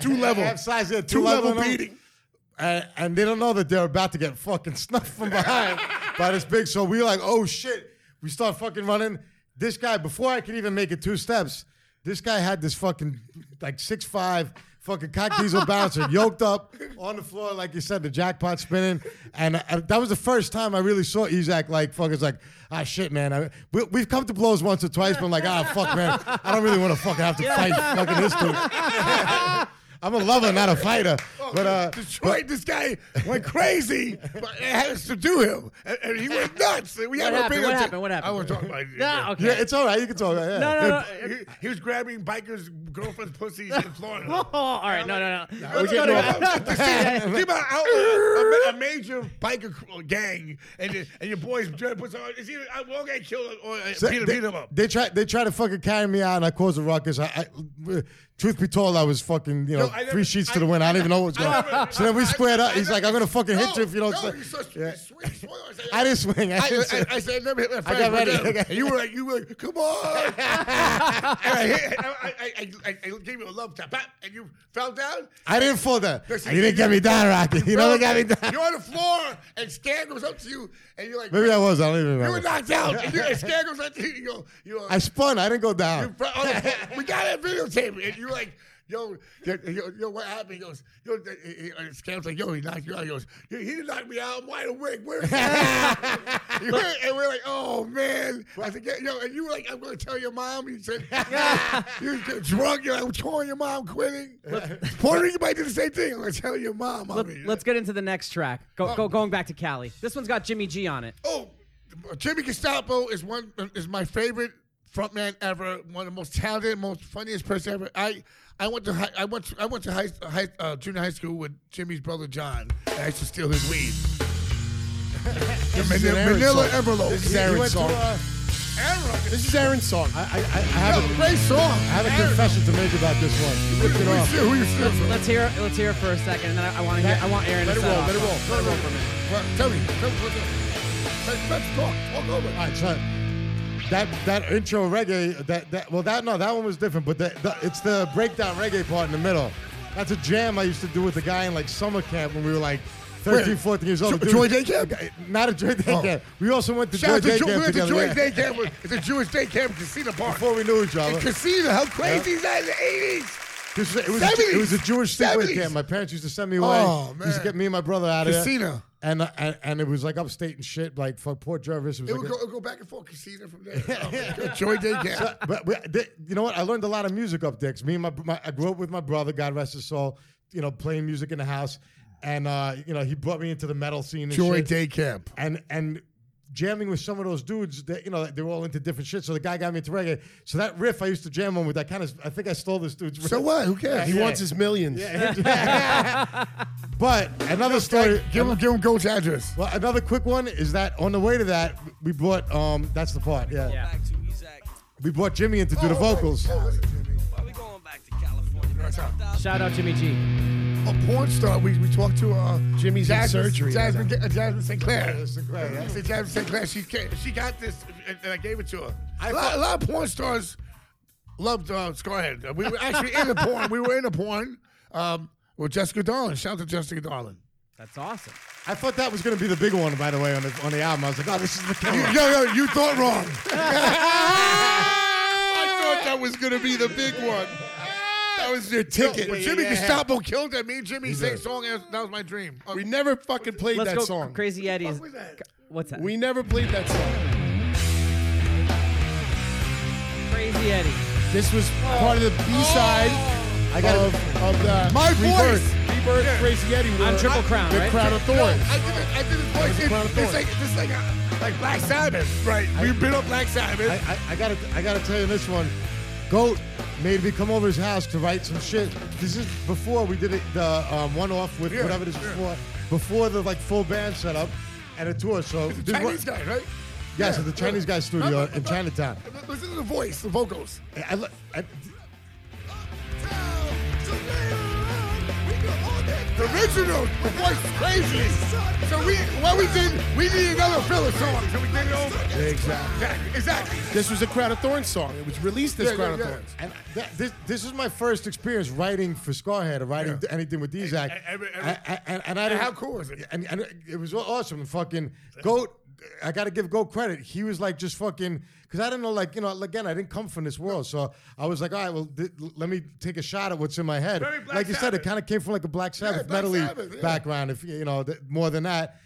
[SPEAKER 4] Two level.
[SPEAKER 3] half size. Yeah, two,
[SPEAKER 4] Two level
[SPEAKER 3] on him
[SPEAKER 4] beating.
[SPEAKER 3] and, and they don't know that they're about to get fucking snuffed from behind by this big. So we're like, oh shit. We start fucking running. This guy, before I could even make it two steps, this guy had this fucking like six five fucking cock diesel bouncer yoked up on the floor, like you said, the jackpot spinning. And I, I- that was the first time I really saw Ezak like fuckers like, ah shit, man. I, we, we've come to blows once or twice, but I'm like, ah fuck, man. I don't really want to fucking have to fight fucking this dude. *laughs* I'm a lover, not a fighter. But uh,
[SPEAKER 2] Detroit, Oh, this guy went crazy, but it has to do him. And, and he went nuts. We had an
[SPEAKER 1] What happened?
[SPEAKER 2] opinion
[SPEAKER 1] What
[SPEAKER 2] to-
[SPEAKER 1] happened? What happened? Ah,
[SPEAKER 2] I want to talk about
[SPEAKER 1] *laughs*
[SPEAKER 2] it.
[SPEAKER 1] *laughs* No, okay.
[SPEAKER 3] *laughs* Yeah, it's all right. You can talk. About it, yeah.
[SPEAKER 1] no, no, no.
[SPEAKER 2] He, he was grabbing bikers' girlfriends' pussies in Florida.
[SPEAKER 1] Oh, *laughs* all right, no, no, no.
[SPEAKER 2] Let's go to *laughs*
[SPEAKER 1] *laughs*
[SPEAKER 2] Think about out a, ma- a major biker gang, and your- and your boys trying to put some. uh, It's either I won't get killed or uh,
[SPEAKER 3] So
[SPEAKER 2] beat, him-
[SPEAKER 3] they,
[SPEAKER 2] beat him up.
[SPEAKER 3] They try. They try to fucking carry me out, and I caused a ruckus. I, I, truth be told, I was fucking you know
[SPEAKER 2] No, I never-
[SPEAKER 3] three sheets to
[SPEAKER 2] I-
[SPEAKER 3] the wind. I, didn't even know what was going.
[SPEAKER 2] I
[SPEAKER 3] on.
[SPEAKER 2] never-
[SPEAKER 3] so then we
[SPEAKER 2] I-
[SPEAKER 3] squared up.
[SPEAKER 2] I
[SPEAKER 3] He's like,
[SPEAKER 2] never-
[SPEAKER 3] "I'm gonna fucking hit you if you don't."
[SPEAKER 2] No,
[SPEAKER 3] stop."
[SPEAKER 2] you such,
[SPEAKER 3] Yeah.
[SPEAKER 2] you swing, swing. I, said,
[SPEAKER 3] I didn't swing.
[SPEAKER 2] *laughs*
[SPEAKER 3] I,
[SPEAKER 2] I,
[SPEAKER 3] didn't
[SPEAKER 2] I,
[SPEAKER 3] swing.
[SPEAKER 2] I said, never hit my
[SPEAKER 3] got ready.
[SPEAKER 2] friend.
[SPEAKER 3] I got-
[SPEAKER 2] And you were like, you were like, come
[SPEAKER 3] *laughs*
[SPEAKER 2] on. and I, hit, I, I, I, I I gave you a love tap, Bap, and you fell down.
[SPEAKER 3] I didn't fall down.
[SPEAKER 2] Listen,
[SPEAKER 3] you didn't get me down, Rocky. You never got me down.
[SPEAKER 2] You're on the floor, and Stan goes up to you, and you're like,
[SPEAKER 3] *laughs* Maybe I was. I don't even
[SPEAKER 2] you were
[SPEAKER 3] remember.
[SPEAKER 2] knocked out.
[SPEAKER 3] *laughs*
[SPEAKER 2] And, you, and Stan goes up to you, you go, you go,
[SPEAKER 3] I spun. I didn't go
[SPEAKER 2] You
[SPEAKER 3] down.
[SPEAKER 2] pro- oh, we got it videotape. And you're like, yo, yo, yo, yo, what happened? He goes, yo, th- he- he- and Scam's like, yo, he knocked you out. He goes, he he didn't knock me out. I'm wide awake. Where is he? You were- and we're like, oh, man. I said, yeah, yo, and you were like, I'm going to tell your mom. You said, you were drunk. You're like, I'm telling your mom, quitting. Puerto Rican might do the same thing. I'm going to tell your mom. I mean,
[SPEAKER 1] Let's get into the next track. Go, go, going back to Cali. This one's got Jimmy G on it.
[SPEAKER 2] Oh, Jimmy Gestapo is one is my favorite frontman ever. One of the most talented, most funniest person ever. I I went to high, I went to, I went to high, high uh, junior high school with Jimmy's brother John. And I used to steal his weed. The
[SPEAKER 3] an
[SPEAKER 2] Manila,
[SPEAKER 3] Aaron
[SPEAKER 2] Manila
[SPEAKER 3] song.
[SPEAKER 2] envelope.
[SPEAKER 4] This is
[SPEAKER 3] He- he
[SPEAKER 4] Aaron's
[SPEAKER 3] went to,
[SPEAKER 4] song.
[SPEAKER 3] uh,
[SPEAKER 4] This is Aaron's song.
[SPEAKER 3] I, I, I have
[SPEAKER 2] Yo,
[SPEAKER 3] a,
[SPEAKER 2] great song.
[SPEAKER 3] I have a confession to make about this one. You ripped it
[SPEAKER 2] Who you
[SPEAKER 3] off.
[SPEAKER 2] steal? Who you steal from?
[SPEAKER 1] Let's hear. Let's hear it for a second, and then I, I want to hear. I want Aaron
[SPEAKER 4] Let
[SPEAKER 1] to
[SPEAKER 4] it
[SPEAKER 1] set
[SPEAKER 4] roll,
[SPEAKER 1] off.
[SPEAKER 4] let it roll.
[SPEAKER 2] Let it roll for me. Well, Tell me. Tell me what's up. Let's- Let's talk. Talk over.
[SPEAKER 3] All right, so that that intro reggae, that, that well, that no, that one was different, but the, the, it's the breakdown reggae part in the middle. That's a jam I used to do with a guy in like summer camp when we were like 13,
[SPEAKER 2] Where?
[SPEAKER 3] 14 years old.
[SPEAKER 2] Jo-
[SPEAKER 3] The
[SPEAKER 2] Joy Day Camp?
[SPEAKER 3] the guy- Not a Joy Day
[SPEAKER 2] Oh.
[SPEAKER 3] camp. We also went to
[SPEAKER 2] Shout
[SPEAKER 3] Joy
[SPEAKER 2] out to
[SPEAKER 3] Day
[SPEAKER 2] Jew- we
[SPEAKER 3] camp
[SPEAKER 2] went to
[SPEAKER 3] together.
[SPEAKER 2] Jewish
[SPEAKER 3] yeah.
[SPEAKER 2] day camp. It's a Jewish day camp casino park.
[SPEAKER 3] Before uh, we knew each
[SPEAKER 2] In
[SPEAKER 3] other.
[SPEAKER 2] casino, how crazy is that in the eighties?
[SPEAKER 3] This was, it, was a, Ju- it was a Jewish
[SPEAKER 2] 70s.
[SPEAKER 3] sleepaway camp. My parents used to send me away.
[SPEAKER 2] Oh,
[SPEAKER 3] Used to
[SPEAKER 2] man.
[SPEAKER 3] get me and my brother out of
[SPEAKER 2] Casino.
[SPEAKER 3] There. And, uh, and and it was like upstate and shit, like for Port Jervis. It was
[SPEAKER 2] It
[SPEAKER 3] like
[SPEAKER 2] would
[SPEAKER 3] a-
[SPEAKER 2] go, it'll go back and forth casino from there. Oh, man. Good Joy day camp.
[SPEAKER 3] *laughs* but we, they, you know what? I learned a lot of music up there. 'cause Me and my, my, I grew up with my brother, God rest his soul. You know, playing music in the house, and uh, you know, he brought me into the metal scene. And
[SPEAKER 2] Joy
[SPEAKER 3] shit.
[SPEAKER 2] day camp.
[SPEAKER 3] and and jamming with some of those dudes that you know they were all into different shit. So the guy got me into reggae. So that riff I used to jam on with. I kind of, I think I stole this dude's. Riff.
[SPEAKER 2] So what? Who cares?
[SPEAKER 4] He wants his millions.
[SPEAKER 3] *laughs* But another story.
[SPEAKER 2] Give him, give him Gold's address.
[SPEAKER 3] Well, another quick one is that on the way to that we brought um that's the part yeah,
[SPEAKER 1] Yeah.
[SPEAKER 3] we brought Jimmy in to do the vocals.
[SPEAKER 2] Oh, listen to me.
[SPEAKER 6] Why we going back to California? That's
[SPEAKER 2] out.
[SPEAKER 1] Shout out Jimmy G.
[SPEAKER 2] A porn star. We, we talked to uh,
[SPEAKER 4] Jimmy's in
[SPEAKER 2] Jasmine,
[SPEAKER 4] surgery.
[SPEAKER 2] Jasmine, uh, Jasmine St. Clair.
[SPEAKER 3] Yeah, St. Clair, yeah.
[SPEAKER 2] I said Jasmine St. Clair. She ca- she got this, and, and I gave it to her.
[SPEAKER 3] I
[SPEAKER 2] A lot, a lot of porn Uh, stars loved uh, Scarhead. We were actually in a porn. We were in a porn. Um, Well, Jessica Darling. Shout out to Jessica Darling.
[SPEAKER 1] That's awesome.
[SPEAKER 3] I thought that was gonna be the big one, by the way, on the on the album. I was like, oh, this is the killer.
[SPEAKER 2] You- yo, *laughs* yo, you thought wrong.
[SPEAKER 4] I thought that was gonna be the big one.
[SPEAKER 2] That was your ticket.
[SPEAKER 4] Wait,
[SPEAKER 2] Jimmy
[SPEAKER 4] yeah.
[SPEAKER 2] Gestapo killed that. Me and Jimmy sang song. That was my dream. Uh,
[SPEAKER 4] We never fucking played
[SPEAKER 1] Let's
[SPEAKER 4] that
[SPEAKER 1] go.
[SPEAKER 4] song.
[SPEAKER 1] Crazy Eddie's.
[SPEAKER 2] was that?
[SPEAKER 1] What's that?
[SPEAKER 4] We never played that song.
[SPEAKER 1] Crazy Eddie.
[SPEAKER 4] This was part of the B side
[SPEAKER 3] I
[SPEAKER 2] Oh.
[SPEAKER 3] gotta.
[SPEAKER 4] of, of the
[SPEAKER 3] My
[SPEAKER 4] Rebirth.
[SPEAKER 3] voice.
[SPEAKER 4] Rebirth, Crazy Eddie.
[SPEAKER 1] On
[SPEAKER 4] were
[SPEAKER 1] Triple Crown,
[SPEAKER 4] the
[SPEAKER 1] right?
[SPEAKER 4] Crown of Thorns.
[SPEAKER 2] I did it. I did his voice. It,
[SPEAKER 4] Crown of
[SPEAKER 2] it's
[SPEAKER 4] Thorns.
[SPEAKER 2] like it's like uh, like Black Sabbath. Right. We've been on Black Sabbath.
[SPEAKER 3] I, I, I gotta. I gotta tell you this one. Goat made me come over his house to write some shit. This is before we did it, the um, one off with whatever this is for. Before the like full band setup and a tour. So this
[SPEAKER 2] Chinese
[SPEAKER 3] wa-
[SPEAKER 2] guy, right?
[SPEAKER 3] Yeah, so the Chinese guy studio
[SPEAKER 2] No, no,
[SPEAKER 3] in
[SPEAKER 2] no.
[SPEAKER 3] Chinatown.
[SPEAKER 2] Listen to the voice, the vocals.
[SPEAKER 3] I, I, lo- I-
[SPEAKER 2] The original, the voice is crazy. So we, what we did, we needed another filler song, so we did it over. Exactly, exactly.
[SPEAKER 4] This was a Crown of Thorns song. It was released as
[SPEAKER 2] Yeah,
[SPEAKER 4] Crown
[SPEAKER 2] yeah,
[SPEAKER 4] of
[SPEAKER 2] yeah.
[SPEAKER 4] Thorns.
[SPEAKER 3] and that, this, this is my first experience writing for Scarhead or writing
[SPEAKER 2] Yeah.
[SPEAKER 3] anything with these acts.
[SPEAKER 2] and- and-
[SPEAKER 3] And, and- and I didn't-
[SPEAKER 2] how cool was it?
[SPEAKER 3] And, and it was awesome. Fucking Goat, I gotta give Goat credit. He was like just fucking because I didn't know like you know again I didn't come from this world, so I was like all right, well th- let me take a shot at what's in my head.
[SPEAKER 2] Very Black
[SPEAKER 3] like you said, it
[SPEAKER 2] Sabbath.
[SPEAKER 3] kind of came from like a Black Sabbath
[SPEAKER 2] Black
[SPEAKER 3] medley
[SPEAKER 2] Sabbath, yeah.
[SPEAKER 3] background, if you know th- more than that.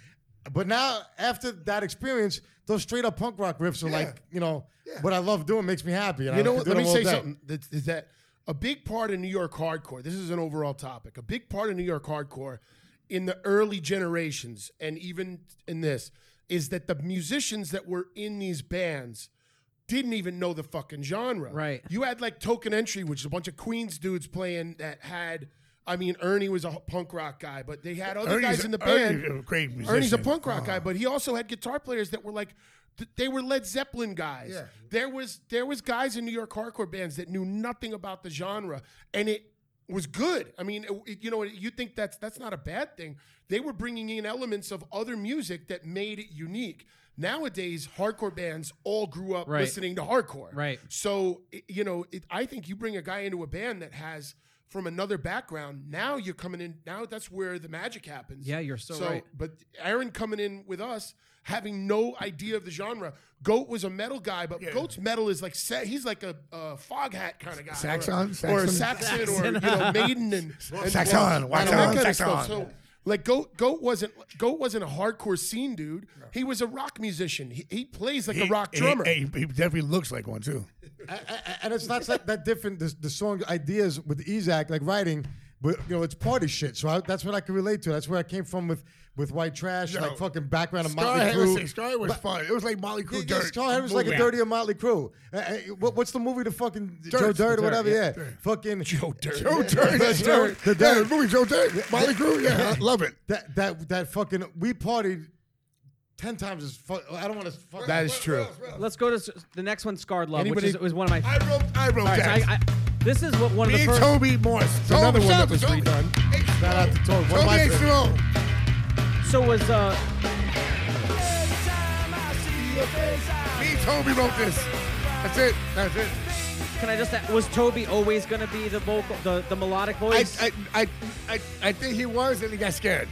[SPEAKER 3] But now after that experience, those straight up punk rock riffs are like you know. What I love doing makes me happy. And
[SPEAKER 4] You
[SPEAKER 3] I
[SPEAKER 4] know
[SPEAKER 3] could
[SPEAKER 4] what?
[SPEAKER 3] do
[SPEAKER 4] Let me
[SPEAKER 3] them all
[SPEAKER 4] say
[SPEAKER 3] day.
[SPEAKER 4] something. That, is that a big part of New York hardcore? This is an overall topic. A big part of New York hardcore in the early generations and even in this is that the musicians that were in these bands didn't even know the fucking genre.
[SPEAKER 1] Right.
[SPEAKER 4] You had like Token Entry, which is a bunch of Queens dudes playing that had. I mean, Ernie was a punk rock guy, but they had other
[SPEAKER 2] Ernie's-
[SPEAKER 4] guys in the
[SPEAKER 2] Ernie's
[SPEAKER 4] band.
[SPEAKER 2] a great
[SPEAKER 4] Ernie's a
[SPEAKER 2] musician. Oh.
[SPEAKER 4] punk rock guy, but he also had guitar players that were like, th- they were Led Zeppelin guys. There was there was guys in New York hardcore bands that knew nothing about the genre, and it was good. I mean, it- it- you know, you think that's that's not a bad thing. They were bringing in elements of other music that made it unique. Nowadays, hardcore bands all grew up
[SPEAKER 1] Right.
[SPEAKER 4] listening to hardcore.
[SPEAKER 1] Right.
[SPEAKER 4] So i- you know, it, I think you bring a guy into a band that has from another background. Now you're coming in. Now that's where the magic happens.
[SPEAKER 1] Yeah, you're so right.
[SPEAKER 4] But Aaron coming in with us, having no idea of the genre. Goat was a metal guy, but Goat's metal is like sa- he's like a, a fog hat kind of guy,
[SPEAKER 2] Saxon?
[SPEAKER 4] or, or a
[SPEAKER 2] Saxon?
[SPEAKER 4] Saxon, or you know,
[SPEAKER 2] *laughs*
[SPEAKER 4] Maiden and, and
[SPEAKER 2] Saxon,
[SPEAKER 4] and all that
[SPEAKER 2] Waxon,
[SPEAKER 4] kind of
[SPEAKER 2] Saxon.
[SPEAKER 4] stuff. So like Goat, Goat wasn't Goat wasn't a hardcore scene dude. He was a rock musician. He, he plays like a rock drummer.
[SPEAKER 2] He, he- he definitely looks like one too.
[SPEAKER 3] A- and it's not that, that different. The, the song ideas with Ezak, like writing, but you know, it's party shit. So I, that's what I can relate to. That's where I came from with with white trash, like fucking background of Motley
[SPEAKER 2] Scarhead
[SPEAKER 3] Crue.
[SPEAKER 2] was, Scarhead was fun. It was like Molly
[SPEAKER 3] Yeah,
[SPEAKER 2] Crew
[SPEAKER 3] yeah,
[SPEAKER 2] dirt.
[SPEAKER 3] Scarhead was like a
[SPEAKER 2] movie.
[SPEAKER 3] dirtier Motley Crue. Uh, uh, what, what's the movie? The fucking Joe Dirt or whatever. Yeah, fucking Joe Dirt. *laughs*
[SPEAKER 2] Joe Dirt.
[SPEAKER 3] The Dirt. The
[SPEAKER 2] Yeah,
[SPEAKER 3] Dirt.
[SPEAKER 2] movie Joe Dirt. Molly Crew. Yeah, I love it.
[SPEAKER 3] That that that fucking we partied ten times as fuck. I don't want to. fuck.
[SPEAKER 4] that is true.
[SPEAKER 1] Let's go to s- the next one, Scarred Love,
[SPEAKER 4] Anybody-
[SPEAKER 1] which is, was one of my.
[SPEAKER 2] I wrote. I wrote
[SPEAKER 1] All right, so
[SPEAKER 2] that.
[SPEAKER 1] I, I, this is what one of
[SPEAKER 2] Me
[SPEAKER 1] the
[SPEAKER 2] and
[SPEAKER 1] first.
[SPEAKER 2] Toby Morse. Toby,
[SPEAKER 4] another one that
[SPEAKER 2] shout
[SPEAKER 4] was
[SPEAKER 2] out to Toby.
[SPEAKER 3] Shout out to Toby. One of
[SPEAKER 2] Toby
[SPEAKER 3] my
[SPEAKER 2] H.
[SPEAKER 3] favorites.
[SPEAKER 2] Simone.
[SPEAKER 1] So was uh,
[SPEAKER 2] Me and Toby wrote this. That's it. That's it.
[SPEAKER 1] can I just a- was Toby always gonna be the vocal, the, the melodic
[SPEAKER 2] I,
[SPEAKER 1] voice?
[SPEAKER 2] I, I, I, I think he was, and he got scared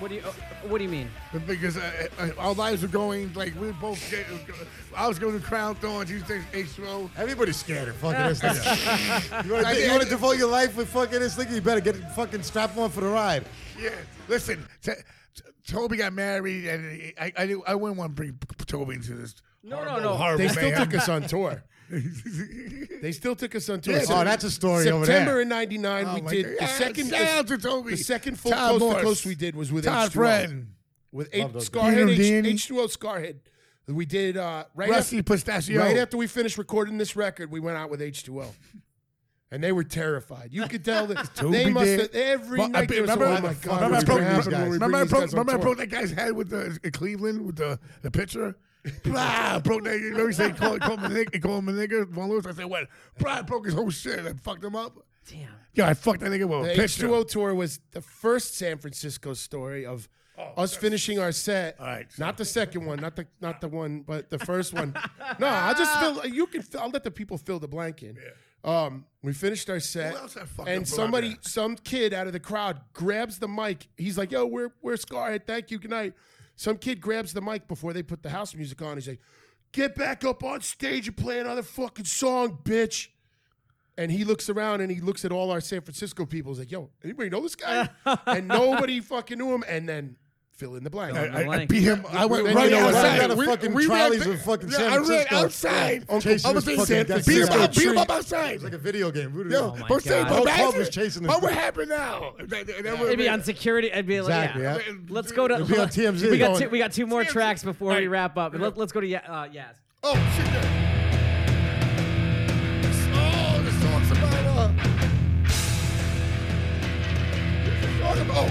[SPEAKER 1] what do you uh, What do you mean?
[SPEAKER 2] because uh, uh, our lives were going like we were both. Get, uh, I was going to Crown Thorns. You think H row.
[SPEAKER 3] Everybody's scared of fucking
[SPEAKER 2] *laughs*
[SPEAKER 3] this thing. you want to devote your life with fucking this thing? You better get fucking strap on for the ride.
[SPEAKER 2] Yeah. Listen, t- t- Toby got married, and he- I, I, didn't- I wouldn't want to bring Toby into this.
[SPEAKER 1] No,
[SPEAKER 2] horrible,
[SPEAKER 1] no, no.
[SPEAKER 2] Horrible
[SPEAKER 4] They still
[SPEAKER 2] mayhem.
[SPEAKER 4] took us on tour.
[SPEAKER 2] *laughs*
[SPEAKER 4] They still took us on tour.
[SPEAKER 3] Yeah. Oh, that's a story
[SPEAKER 4] September
[SPEAKER 3] over there.
[SPEAKER 4] in '99,
[SPEAKER 2] Oh,
[SPEAKER 4] we
[SPEAKER 2] my
[SPEAKER 4] did
[SPEAKER 2] God.
[SPEAKER 4] the second.
[SPEAKER 2] Shout out to Toby.
[SPEAKER 4] The second full
[SPEAKER 2] Todd
[SPEAKER 4] coast
[SPEAKER 2] Morse.
[SPEAKER 4] to coast we did was with
[SPEAKER 2] Todd
[SPEAKER 4] H2O.
[SPEAKER 2] Friend.
[SPEAKER 4] With H-
[SPEAKER 3] those
[SPEAKER 2] guys.
[SPEAKER 4] Scarhead, H-
[SPEAKER 2] Peter Dini.
[SPEAKER 4] H2O Scarhead. We did uh, right
[SPEAKER 2] Rusty
[SPEAKER 4] after,
[SPEAKER 2] Pistachio.
[SPEAKER 4] right after we finished recording this record. We went out with H2O, and they were terrified. You could tell
[SPEAKER 2] *laughs*
[SPEAKER 4] that they
[SPEAKER 2] Toby
[SPEAKER 4] must
[SPEAKER 2] did.
[SPEAKER 4] have every
[SPEAKER 2] Well, I
[SPEAKER 4] night.
[SPEAKER 2] be-
[SPEAKER 4] there was,
[SPEAKER 2] remember-
[SPEAKER 4] oh my god!
[SPEAKER 2] Remember, I
[SPEAKER 4] what's
[SPEAKER 2] broke,
[SPEAKER 4] gonna happen when we
[SPEAKER 2] remember,
[SPEAKER 4] bring
[SPEAKER 2] I
[SPEAKER 4] these
[SPEAKER 2] broke,
[SPEAKER 4] guys on
[SPEAKER 2] remember I
[SPEAKER 4] tour?
[SPEAKER 2] broke that guy's head with the in Cleveland with the the pitcher. Blah, broke that. You know, he said call, call him a nigga, call him a nigga. Von Lewis. I said what? Blah, I broke his whole shit. I fucked him up.
[SPEAKER 1] Damn.
[SPEAKER 2] Yo, I fucked that nigga with a
[SPEAKER 4] The
[SPEAKER 2] pitcher.
[SPEAKER 4] H2O tour was the first San Francisco story of us finishing our set.
[SPEAKER 2] Oh, All right, so-
[SPEAKER 4] Not the second one, not the not the one, but the first one. no, I just fill. You can. Fill, I'll let the people fill the blank in. Um, we finished our set,
[SPEAKER 2] Who else had fucking
[SPEAKER 4] and
[SPEAKER 2] Barack
[SPEAKER 4] somebody,
[SPEAKER 2] there?
[SPEAKER 4] some kid out of the crowd grabs the mic. He's like, "Yo, we're we're Scarhead. Thank you. Good night." Some kid grabs the mic before they put the house music on. He's like, "Get back up on stage and play another fucking song, bitch." And he looks around and he looks at all our San Francisco people. He's like, "Yo, anybody know this guy?"
[SPEAKER 2] *laughs*
[SPEAKER 4] and nobody fucking knew him. And then fill in the blank.
[SPEAKER 1] I- I
[SPEAKER 2] I beat him. I went
[SPEAKER 4] Then
[SPEAKER 2] right
[SPEAKER 4] you know what
[SPEAKER 2] outside.
[SPEAKER 4] happened.
[SPEAKER 3] We- we ran ba- yeah,
[SPEAKER 2] I ran outside.
[SPEAKER 3] Uncle-
[SPEAKER 2] I was in San Francisco. Beat him up outside.
[SPEAKER 3] It was like a video game. We were
[SPEAKER 2] Yo,
[SPEAKER 4] Oh
[SPEAKER 3] just-
[SPEAKER 1] Oh my
[SPEAKER 2] but say,
[SPEAKER 1] God.
[SPEAKER 2] but
[SPEAKER 3] Whole club
[SPEAKER 2] imagine-
[SPEAKER 3] was chasing this
[SPEAKER 2] What would
[SPEAKER 3] guy.
[SPEAKER 2] happen now? And that- and that would've
[SPEAKER 1] It'd be
[SPEAKER 2] been-
[SPEAKER 1] on security. I'd be like,
[SPEAKER 3] Exactly,
[SPEAKER 1] yeah.
[SPEAKER 3] yeah.
[SPEAKER 1] Let's go to.
[SPEAKER 3] It'll be on
[SPEAKER 1] *laughs*
[SPEAKER 3] TMZ.
[SPEAKER 1] We got
[SPEAKER 3] Going-
[SPEAKER 1] two, we got two more
[SPEAKER 2] TMZ.
[SPEAKER 1] tracks before we
[SPEAKER 2] Alright.
[SPEAKER 1] wrap up. Let, us go to yeah. Uh, yes.
[SPEAKER 2] Oh, shit. there. Oh, the song's about, uh. this is song about- oh, oh.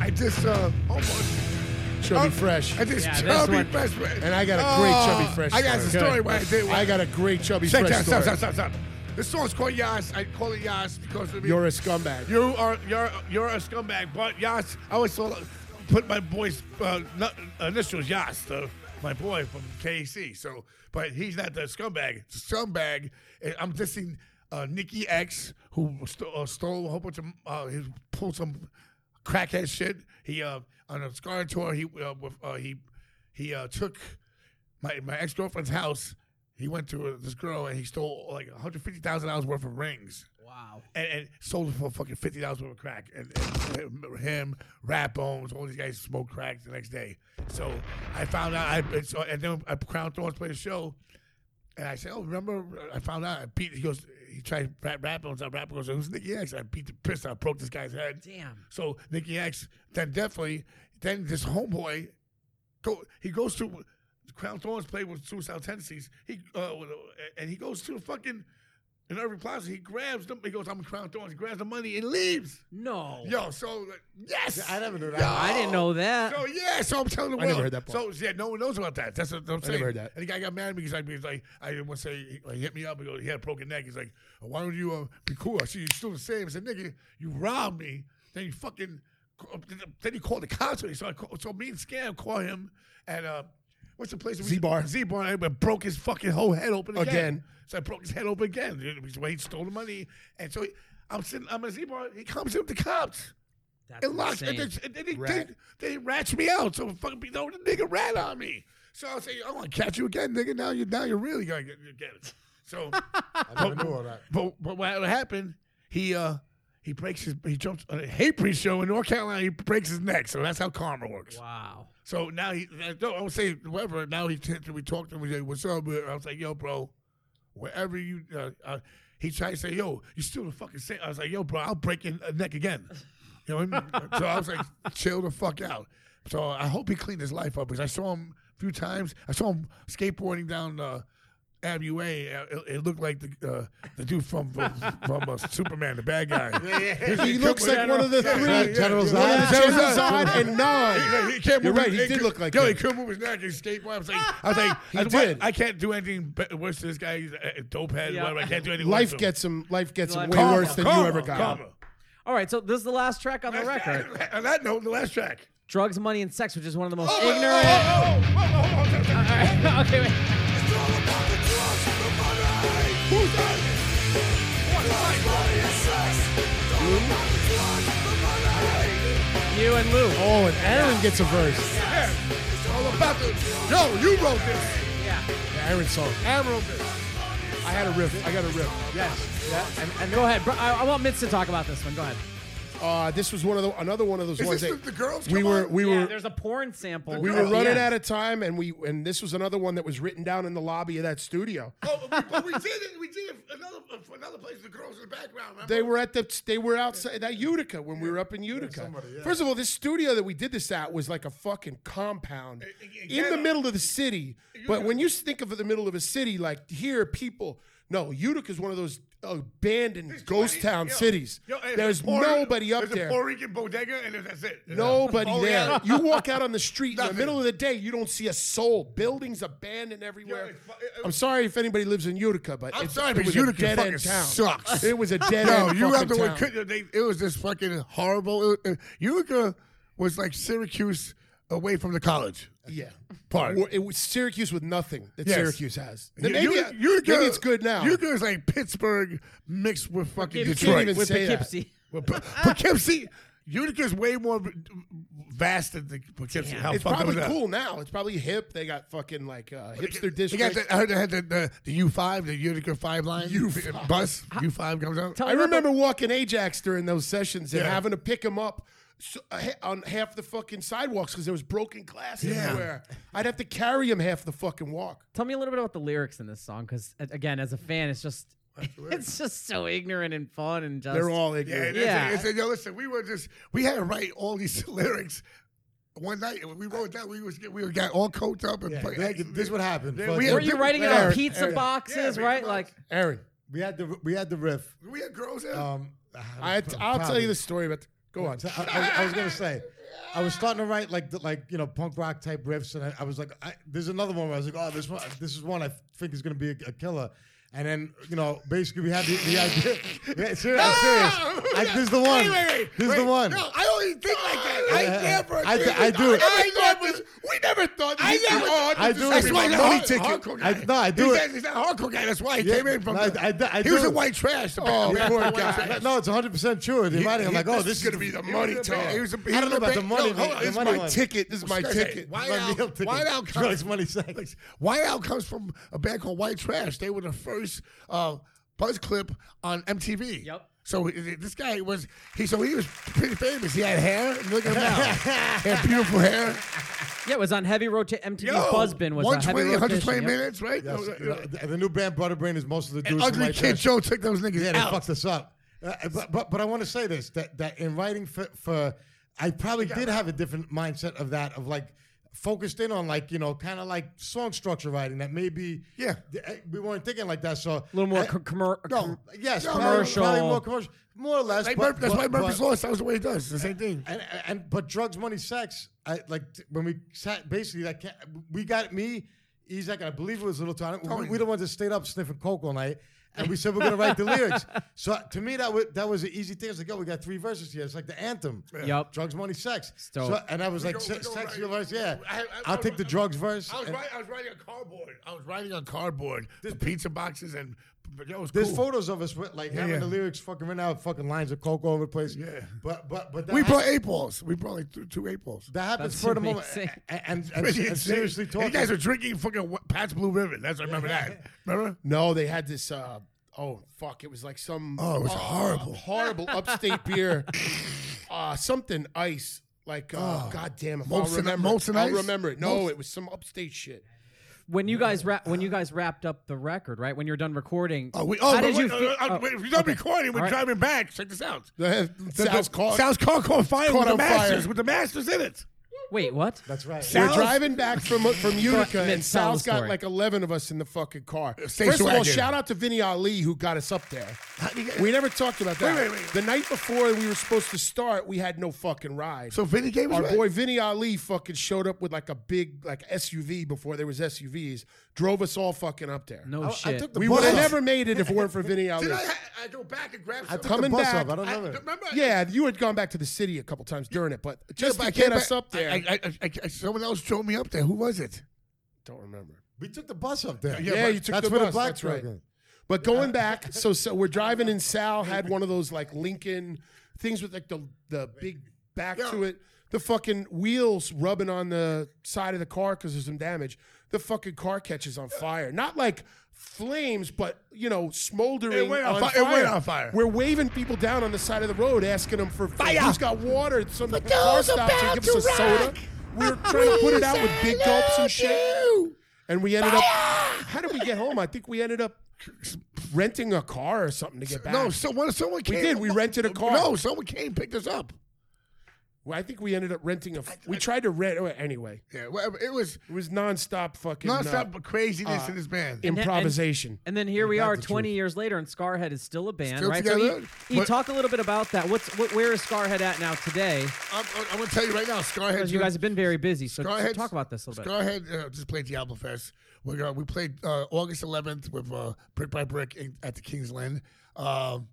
[SPEAKER 2] I just, uh. Almost,
[SPEAKER 4] Chubby Fresh.
[SPEAKER 2] Oh. I just
[SPEAKER 1] Yeah, this
[SPEAKER 2] chubby
[SPEAKER 1] one.
[SPEAKER 2] fresh. Oh,
[SPEAKER 4] And I got a great Chubby Fresh
[SPEAKER 2] I got a
[SPEAKER 4] story.
[SPEAKER 2] story where I did
[SPEAKER 4] I got a great chubby
[SPEAKER 2] Check
[SPEAKER 4] fresh
[SPEAKER 2] that. Stop,
[SPEAKER 4] story.
[SPEAKER 2] stop, stop, stop. This song's called Yas. I call it Yas because I mean,
[SPEAKER 4] You're a scumbag.
[SPEAKER 2] You are you're you're a scumbag, but Yas. I always saw, put my boy's uh, nu- initials Yas, the, my boy from KC. So, but he's not the scumbag. It's a scumbag. And I'm dissing uh, Nikki X, who st- uh, stole a whole bunch of uh, he pulled some crackhead shit. He uh, on a scar tour. He uh, with, uh, he he uh, took my my ex girlfriend's house. He went to uh, this girl and he stole like one hundred fifty thousand dollars worth of rings. Wow! And, and sold it for fucking fifty dollars worth of crack. And, and him, Rat Bones, all these guys smoked crack the next day. So I found out. I and so, and then I Crown Thorns played a show, and I said, "Oh, remember?" I found out. I beat. He goes. He tried Rat, Rat Bones. Out Rat Bones. Who's Nicky X? I beat the piss. out, I broke this guy's head.
[SPEAKER 1] Damn.
[SPEAKER 2] So Nicky X. Then definitely. Then this homeboy go. He goes to Crown Thorns played with Suicide Tendencies. He uh, and he goes to fucking in Irving Plaza. He grabs them. He goes, "I'm Crown Thorns." He grabs the money and leaves.
[SPEAKER 1] No.
[SPEAKER 2] Yo, so like, yes,
[SPEAKER 3] Oh. I never knew that.
[SPEAKER 1] I didn't know that.
[SPEAKER 2] So yeah, so I'm telling the
[SPEAKER 3] I
[SPEAKER 2] world.
[SPEAKER 3] never heard that
[SPEAKER 2] So
[SPEAKER 3] part.
[SPEAKER 2] yeah, no one knows about that. That's what I'm saying.
[SPEAKER 3] heard that.
[SPEAKER 2] And the guy got mad at me because like, because, like I didn't want to say he, like, hit me up. He, goes, he had a broken neck. He's like, why don't you uh, be cool? I see you're still the same. I said, nigga, you robbed me. Then you fucking. uh, Then he called the cops. on me. So I call, so me and Scam call him at uh, what's the place? Z bar. Z bar. I broke his fucking whole head open again.
[SPEAKER 4] Again.
[SPEAKER 2] So I broke his head open again. Because he stole the money. And so he, I'm sitting. I'm at Z bar. He comes in with the cops.
[SPEAKER 1] That's
[SPEAKER 2] And locks, and
[SPEAKER 1] insane.
[SPEAKER 2] then, and then they, they, they ratched me out. So fucking be no the nigga rat on me. So I say, I want to catch you again, nigga. Now you now you're really gonna get, you get it. So,
[SPEAKER 3] *laughs* I never knew all that.
[SPEAKER 2] but but what happened? He uh he breaks his he jumps on a Hapri show in North Carolina. He breaks his neck. So that's how karma works.
[SPEAKER 1] Wow.
[SPEAKER 2] So now he I don't I would say whatever. Now he t- we talked to him. He's like, "What's up?" man?" I was like, "Yo, bro, wherever you." Uh, uh, he tried to say, "Yo, you still the fucking same." I was like, "Yo, bro, I'll break your neck again." You know what I mean? so I was like, "Chill the fuck out." So I hope he cleaned his life up because I saw him a few times. I saw him skateboarding down. Uh, Abu A, it, it looked like the uh, the dude from from, from uh, Superman, the bad
[SPEAKER 4] *laughs*
[SPEAKER 2] guy.
[SPEAKER 4] He looks like one of the
[SPEAKER 2] uh,
[SPEAKER 4] three.
[SPEAKER 3] yeah, General
[SPEAKER 4] One
[SPEAKER 3] Zod.
[SPEAKER 4] of the
[SPEAKER 3] General
[SPEAKER 4] General Zod and
[SPEAKER 2] He's
[SPEAKER 4] nine.
[SPEAKER 2] like, he can't
[SPEAKER 4] You're
[SPEAKER 2] move
[SPEAKER 4] right,
[SPEAKER 2] his-
[SPEAKER 4] he did
[SPEAKER 2] could-
[SPEAKER 4] look like
[SPEAKER 2] yo,
[SPEAKER 4] that.
[SPEAKER 2] he couldn't move his neck. He skateboard. I was like, I was like,
[SPEAKER 4] He
[SPEAKER 2] I, was like,
[SPEAKER 4] did.
[SPEAKER 2] I can't do anything be- worse than this guy. He's a a dope head.
[SPEAKER 1] Yeah.
[SPEAKER 2] Whatever. I can't do anything. worse
[SPEAKER 4] Life
[SPEAKER 2] to him.
[SPEAKER 4] gets him. Life gets him way
[SPEAKER 1] Karma,
[SPEAKER 4] worse than you
[SPEAKER 2] Karma,
[SPEAKER 4] ever got.
[SPEAKER 2] karma.
[SPEAKER 1] All right. So this is the last track on the
[SPEAKER 2] That's-
[SPEAKER 1] record.
[SPEAKER 2] On that note, the last track.
[SPEAKER 1] Drugs, money, and sex, which is one of the most
[SPEAKER 2] Oh, oh,
[SPEAKER 1] ignorant. *laughs*
[SPEAKER 2] oh, oh, oh, oh, oh, oh, oh, oh, oh, oh, oh.
[SPEAKER 1] okay, wait. You and Lou.
[SPEAKER 4] Oh, and Aaron gets a verse.
[SPEAKER 2] Yeah. It's all about the. Yo, you wrote this.
[SPEAKER 4] Aaron song.
[SPEAKER 2] Aaron wrote this.
[SPEAKER 4] I had a riff. I got a riff.
[SPEAKER 1] Yes. Yeah. And, and go ahead. Bro, I, I want Mitz to talk about this one. Go ahead.
[SPEAKER 4] Uh, this was one of the another one of those
[SPEAKER 2] Is
[SPEAKER 4] ones
[SPEAKER 2] this
[SPEAKER 4] that
[SPEAKER 2] the- the girls?
[SPEAKER 4] we
[SPEAKER 2] Come
[SPEAKER 4] were
[SPEAKER 2] on.
[SPEAKER 4] we
[SPEAKER 1] yeah,
[SPEAKER 4] were
[SPEAKER 1] there's a porn sample.
[SPEAKER 4] we were running out of time, and we and this was another one that was written down in the lobby of that studio.
[SPEAKER 2] Oh, but we did it. We did it for another for another place. The girls in the background. Remember?
[SPEAKER 4] They were at the they were outside that Utica when we were up in Utica. First of all, this studio that we did this at was like a fucking compound
[SPEAKER 2] e-
[SPEAKER 4] in the
[SPEAKER 2] yeah.
[SPEAKER 4] middle of the city. But when you think of the middle of a city, like here, people no Utica is one of those abandoned ghost town
[SPEAKER 2] Yo,
[SPEAKER 4] cities.
[SPEAKER 2] yo, and
[SPEAKER 4] there's
[SPEAKER 2] Puerto-
[SPEAKER 4] nobody up
[SPEAKER 2] there's
[SPEAKER 4] there.
[SPEAKER 2] A Puerto Rican bodega, and that's it.
[SPEAKER 4] Nobody
[SPEAKER 2] Oh,
[SPEAKER 4] there.
[SPEAKER 2] yeah.
[SPEAKER 4] You walk out on the street in
[SPEAKER 2] Nothing.
[SPEAKER 4] the middle of the day, you don't see a soul. Buildings abandoned everywhere.
[SPEAKER 2] Yo, it's fu- it- it-
[SPEAKER 4] I'm sorry if anybody lives in Utica, but
[SPEAKER 2] I'm
[SPEAKER 4] it's-
[SPEAKER 2] sorry,
[SPEAKER 4] it
[SPEAKER 2] because
[SPEAKER 4] was
[SPEAKER 2] Utica
[SPEAKER 4] a dead
[SPEAKER 2] fucking
[SPEAKER 4] end town.
[SPEAKER 2] sucks. *laughs*
[SPEAKER 4] It was a dead
[SPEAKER 2] No,
[SPEAKER 4] end.
[SPEAKER 2] you
[SPEAKER 4] fucking
[SPEAKER 2] have to.
[SPEAKER 4] town.
[SPEAKER 2] They, it was just fucking horrible. It, it, Utica was like Syracuse. uh, away from the college
[SPEAKER 4] Yeah.
[SPEAKER 2] part.
[SPEAKER 4] Or it was Syracuse with nothing that
[SPEAKER 2] Yes.
[SPEAKER 4] Syracuse has.
[SPEAKER 2] You-
[SPEAKER 4] Maybe,
[SPEAKER 2] you-
[SPEAKER 4] maybe
[SPEAKER 2] Utica-
[SPEAKER 4] it's good now.
[SPEAKER 2] Utica is like Pittsburgh mixed with fucking
[SPEAKER 1] Gibbs
[SPEAKER 2] Detroit.
[SPEAKER 4] can't even
[SPEAKER 1] with
[SPEAKER 4] say that.
[SPEAKER 1] Poughkeepsie.
[SPEAKER 2] With
[SPEAKER 4] *laughs*
[SPEAKER 2] P- Poughkeepsie, Utica is way more vast than the Poughkeepsie. How
[SPEAKER 4] it's
[SPEAKER 2] fucked up
[SPEAKER 4] probably
[SPEAKER 2] is that?
[SPEAKER 4] cool now. It's probably hip. They got fucking like uh, hipster
[SPEAKER 2] They got
[SPEAKER 4] district.
[SPEAKER 2] the, I heard they had the, the, the U five, the Utica five line
[SPEAKER 4] U5.
[SPEAKER 2] bus. U five comes out.
[SPEAKER 1] Tell
[SPEAKER 4] I
[SPEAKER 1] me about
[SPEAKER 4] remember walking Ajax during those sessions and
[SPEAKER 2] Yeah.
[SPEAKER 4] having to pick him up so, uh, ha- on half the fucking sidewalks because there was broken glass everywhere. I'd have to carry him half the fucking walk.
[SPEAKER 1] Tell me a little bit about the lyrics in this song, because again, as a fan, it's just *laughs* it's just so ignorant and fun and just.
[SPEAKER 4] They're all
[SPEAKER 2] Yeah,
[SPEAKER 4] ignorant.
[SPEAKER 2] and they
[SPEAKER 1] Yeah.
[SPEAKER 2] said- they said, yo, listen, we were just we had to write all these *laughs* lyrics. One night and when we wrote that we was we were got all coked up and
[SPEAKER 3] Yeah,
[SPEAKER 2] fucking-
[SPEAKER 3] that- this what happened.
[SPEAKER 2] They-
[SPEAKER 3] Fuck
[SPEAKER 2] we
[SPEAKER 3] it.
[SPEAKER 2] had
[SPEAKER 1] Were you
[SPEAKER 2] people-
[SPEAKER 1] writing it on
[SPEAKER 2] Aaron,
[SPEAKER 1] pizza
[SPEAKER 2] Aaron. Yeah,
[SPEAKER 1] boxes,
[SPEAKER 2] pizza
[SPEAKER 1] right?
[SPEAKER 2] box.
[SPEAKER 1] Like
[SPEAKER 4] Aaron,
[SPEAKER 3] We had the we had the riff.
[SPEAKER 2] we had girls there. *laughs*
[SPEAKER 3] Um,
[SPEAKER 4] I, I'll tell you the story, but go on.
[SPEAKER 3] So I, I- I was gonna say, I was starting to write like the, like you know punk rock type riffs, and I, I was like, I, there's another one where I was like, oh, this one, this is one I think is gonna be a, a killer. And then you know, basically we had the, the idea. *laughs* Yeah, serious, I'm serious. I, this is the one.
[SPEAKER 2] Wait, wait, wait.
[SPEAKER 3] This is
[SPEAKER 2] Wait,
[SPEAKER 3] the one.
[SPEAKER 2] No, I don't even think like that. I
[SPEAKER 3] Yeah.
[SPEAKER 2] never.
[SPEAKER 3] I
[SPEAKER 2] think
[SPEAKER 3] d- I do it.
[SPEAKER 2] I thought this. We never thought. This.
[SPEAKER 4] I never-
[SPEAKER 3] I do
[SPEAKER 2] That's
[SPEAKER 3] it.
[SPEAKER 2] why
[SPEAKER 3] No,
[SPEAKER 2] he
[SPEAKER 3] he
[SPEAKER 2] took
[SPEAKER 3] took it.
[SPEAKER 2] hardcore guy.
[SPEAKER 3] I- no, I do
[SPEAKER 2] he's
[SPEAKER 3] it.
[SPEAKER 2] That, he's that hardcore guy. That's why he
[SPEAKER 3] Yeah,
[SPEAKER 2] came in from.
[SPEAKER 3] no,
[SPEAKER 2] the,
[SPEAKER 3] I- I- I
[SPEAKER 2] he
[SPEAKER 3] do
[SPEAKER 2] was a
[SPEAKER 3] it.
[SPEAKER 2] white trash.
[SPEAKER 4] Oh,
[SPEAKER 2] back
[SPEAKER 4] poor
[SPEAKER 2] then.
[SPEAKER 4] guy.
[SPEAKER 3] No, it's 100 percent true. The writing, I'm like, oh, this
[SPEAKER 2] is gonna be the money
[SPEAKER 3] talk.
[SPEAKER 2] talk. He was a, he
[SPEAKER 3] I
[SPEAKER 2] was
[SPEAKER 3] don't know
[SPEAKER 2] a
[SPEAKER 3] about
[SPEAKER 2] big-
[SPEAKER 3] the money.
[SPEAKER 2] No, hold on,
[SPEAKER 3] the
[SPEAKER 2] it's
[SPEAKER 3] money
[SPEAKER 2] my
[SPEAKER 3] one.
[SPEAKER 4] Ticket. This is my
[SPEAKER 2] Scorsese.
[SPEAKER 4] ticket.
[SPEAKER 2] Why
[SPEAKER 3] My meal
[SPEAKER 2] out?
[SPEAKER 3] ticket. *laughs*
[SPEAKER 2] Why out?
[SPEAKER 3] Drugs, money, sex.
[SPEAKER 2] Why out comes from a band called White Trash. They were the first uh, buzz clip on MTV.
[SPEAKER 1] Yep.
[SPEAKER 2] So he- he- this guy was he. So he was pretty famous. He had hair. and Look
[SPEAKER 3] *laughs*
[SPEAKER 2] at him now.
[SPEAKER 1] *laughs*
[SPEAKER 2] he had beautiful hair.
[SPEAKER 1] yeah, it was on heavy rotate. MTV
[SPEAKER 2] Yo,
[SPEAKER 1] Buzzbin was on
[SPEAKER 2] 120,
[SPEAKER 1] heavy rotation.
[SPEAKER 2] 120
[SPEAKER 1] yep.
[SPEAKER 2] minutes, right?
[SPEAKER 3] Yes,
[SPEAKER 2] That was-
[SPEAKER 3] the, the- the new band Butterbrain is most of the dudes.
[SPEAKER 2] And
[SPEAKER 3] from
[SPEAKER 2] ugly
[SPEAKER 3] White
[SPEAKER 2] kid
[SPEAKER 3] Trash.
[SPEAKER 2] Joe took those niggas
[SPEAKER 3] Yeah, they
[SPEAKER 2] out.
[SPEAKER 3] fucked us up. Uh, but, but but I want to say this that that in writing for, for I probably did have a different mindset of that of like focused in on like you know kind of like song structure writing that maybe
[SPEAKER 2] Yeah.
[SPEAKER 3] th- eh, we weren't thinking like that so a
[SPEAKER 1] little more co- commer-
[SPEAKER 3] no yes
[SPEAKER 2] No,
[SPEAKER 3] probably-
[SPEAKER 1] commercial.
[SPEAKER 3] probably more commercial more or less
[SPEAKER 2] Like
[SPEAKER 3] but-
[SPEAKER 2] Murphy, that's
[SPEAKER 3] but-
[SPEAKER 2] why Murphy's
[SPEAKER 3] but-
[SPEAKER 2] lost. That was the way he does. The same thing.
[SPEAKER 3] and, and but drugs, money, sex. I like t- when we sat basically that can we got me, Isaac, and I believe it was Little Tony. We, we the ones that stayed up sniffing coke all night, and we said we're gonna
[SPEAKER 2] *laughs*
[SPEAKER 3] write the lyrics. So to me, that was that was an easy thing. It's like, yo, we got three verses here. It's like the anthem.
[SPEAKER 1] Yup.
[SPEAKER 3] Drugs, money, sex.
[SPEAKER 1] dope.
[SPEAKER 3] So and I was like,
[SPEAKER 2] go-
[SPEAKER 3] se-
[SPEAKER 2] we go
[SPEAKER 3] sex,
[SPEAKER 2] right-
[SPEAKER 3] your verse, yeah.
[SPEAKER 2] I- I-
[SPEAKER 3] I, will take the drugs verse.
[SPEAKER 2] I was,
[SPEAKER 3] and
[SPEAKER 2] writing, I was writing on cardboard. I was writing on cardboard. The pizza boxes and but that was
[SPEAKER 3] There's
[SPEAKER 2] cool.
[SPEAKER 3] photos of us with like having
[SPEAKER 2] yeah.
[SPEAKER 3] the lyrics fucking written out, fucking lines of coke all over the place.
[SPEAKER 2] Yeah.
[SPEAKER 3] But but but that
[SPEAKER 2] We
[SPEAKER 3] hap-
[SPEAKER 2] brought eight balls. We brought like two, two eight balls. *laughs*
[SPEAKER 3] that happens
[SPEAKER 1] That's *laughs*
[SPEAKER 3] for the moment.
[SPEAKER 1] amazing.
[SPEAKER 3] And, and, and,
[SPEAKER 2] Pretty
[SPEAKER 3] and
[SPEAKER 2] insane.
[SPEAKER 3] seriously talking.
[SPEAKER 2] You guys are drinking fucking wh- Pat's Blue Ribbon. That's I remember that. Remember?
[SPEAKER 4] No, they had this. Uh, oh fuck! It was like some.
[SPEAKER 2] Oh, it was horrible.
[SPEAKER 4] Horrible upstate
[SPEAKER 2] *laughs*
[SPEAKER 4] beer. Uh, something ice. Like uh, goddamn, if I'll
[SPEAKER 2] Oh, Molson-
[SPEAKER 4] remember.
[SPEAKER 2] Molson
[SPEAKER 4] I'll
[SPEAKER 2] Ice?
[SPEAKER 4] remember it. No, it was some upstate shit.
[SPEAKER 1] When you guys wrap, when you guys wrapped up the record, right? When you were done recording,
[SPEAKER 2] Oh, we. Oh,
[SPEAKER 1] how did
[SPEAKER 2] wait,
[SPEAKER 1] you?
[SPEAKER 2] uh,
[SPEAKER 1] feel-
[SPEAKER 2] uh,
[SPEAKER 1] oh,
[SPEAKER 2] wait, if you're not
[SPEAKER 1] okay.
[SPEAKER 2] recording, we're
[SPEAKER 1] All right.
[SPEAKER 2] driving back. Check this out.
[SPEAKER 4] South Car-
[SPEAKER 2] South Car caught fire
[SPEAKER 4] Caught
[SPEAKER 2] with the
[SPEAKER 4] on fire.
[SPEAKER 2] Masters with the Masters in it.
[SPEAKER 1] Wait, what?
[SPEAKER 3] That's right.
[SPEAKER 4] We're
[SPEAKER 2] Sal's-
[SPEAKER 4] driving back from uh, from Utica,
[SPEAKER 1] Sorry,
[SPEAKER 4] and
[SPEAKER 1] Mitch, tell
[SPEAKER 4] Sal's
[SPEAKER 1] the
[SPEAKER 4] got
[SPEAKER 1] story.
[SPEAKER 4] like eleven of us in the fucking car.
[SPEAKER 2] Stay
[SPEAKER 4] First of all,
[SPEAKER 2] swaggered.
[SPEAKER 4] shout out to Vinny Ali who got us up there.
[SPEAKER 2] do you get-
[SPEAKER 4] We never talked about
[SPEAKER 2] Wait,
[SPEAKER 4] that.
[SPEAKER 2] wait, wait.
[SPEAKER 4] The night before we were supposed to start, we had no fucking ride.
[SPEAKER 2] So Vinny gave us
[SPEAKER 4] our
[SPEAKER 2] red.
[SPEAKER 4] boy Vinny Ali fucking showed up with like a big like SUV before there was SUVs. Drove us all fucking up there.
[SPEAKER 1] No
[SPEAKER 3] I,
[SPEAKER 1] shit.
[SPEAKER 3] I took the
[SPEAKER 4] we
[SPEAKER 3] bus
[SPEAKER 4] would have
[SPEAKER 3] up.
[SPEAKER 4] never made it if it weren't
[SPEAKER 2] *laughs*
[SPEAKER 4] for Vinny Ali.
[SPEAKER 2] Did I, I go back and grab
[SPEAKER 3] I
[SPEAKER 2] some?
[SPEAKER 3] took
[SPEAKER 4] coming
[SPEAKER 3] the bus
[SPEAKER 4] back,
[SPEAKER 3] up. I don't
[SPEAKER 2] I-
[SPEAKER 3] remember.
[SPEAKER 2] remember?
[SPEAKER 4] yeah, you had gone back to the city a couple times during it, but just
[SPEAKER 2] but
[SPEAKER 4] to
[SPEAKER 2] I
[SPEAKER 4] get
[SPEAKER 2] came
[SPEAKER 4] us
[SPEAKER 2] back-
[SPEAKER 4] up there.
[SPEAKER 2] I, I, I, I, someone else drove me up there. Who was it?
[SPEAKER 4] don't remember.
[SPEAKER 3] we took the bus up there.
[SPEAKER 2] Yeah,
[SPEAKER 4] Yeah,
[SPEAKER 2] but
[SPEAKER 4] you took
[SPEAKER 3] that's
[SPEAKER 4] the
[SPEAKER 3] where
[SPEAKER 4] bus,
[SPEAKER 3] the black
[SPEAKER 4] that's right.
[SPEAKER 3] truck is.
[SPEAKER 4] But going back, so so we're driving and Sal had one of those like Lincoln things with like the the big back to it. The fucking wheels rubbing on the side of the car because there's some damage. The fucking car catches on fire. Not like flames, but you know, smoldering.
[SPEAKER 2] It went on fi-
[SPEAKER 4] fire.
[SPEAKER 2] it went on fire.
[SPEAKER 4] We're waving people down on the side of the road, asking them for
[SPEAKER 2] Fire.
[SPEAKER 4] Who's got water? Some
[SPEAKER 2] But
[SPEAKER 4] car
[SPEAKER 2] those
[SPEAKER 4] stops and
[SPEAKER 2] about
[SPEAKER 4] gives us a
[SPEAKER 2] to
[SPEAKER 4] soda.
[SPEAKER 2] rock.
[SPEAKER 4] We were trying to put it out with big gulps and
[SPEAKER 2] salute
[SPEAKER 4] shit.
[SPEAKER 2] you.
[SPEAKER 4] And we ended up. How did we get home? I think we ended up renting a car or something to get back.
[SPEAKER 2] No, someone, someone came.
[SPEAKER 4] did. We rented a car.
[SPEAKER 2] No, someone came and picked us up.
[SPEAKER 4] Well, I think we ended up renting a. we tried to rent oh, anyway.
[SPEAKER 2] Yeah, whatever. It was
[SPEAKER 4] It was nonstop fucking uh,
[SPEAKER 2] nonstop craziness in this band.
[SPEAKER 1] And-
[SPEAKER 4] improvisation.
[SPEAKER 1] And then here we are, 20 years later, and Scarhead is still a band,
[SPEAKER 2] Still
[SPEAKER 1] right? so
[SPEAKER 2] together,
[SPEAKER 1] you, you
[SPEAKER 2] but-
[SPEAKER 1] talk a little bit about that. What's what? Where is Scarhead at now today?
[SPEAKER 2] I'm, I'm going to tell you right now, Scarhead.
[SPEAKER 1] Because you guys have been very busy. So so
[SPEAKER 2] Scarhead.
[SPEAKER 1] talk about this a little bit.
[SPEAKER 2] Scarhead uh, just played Diablo Fest. We uh, we played uh, August 11th with uh, Brick by Brick in, at the King's Lynn. Um,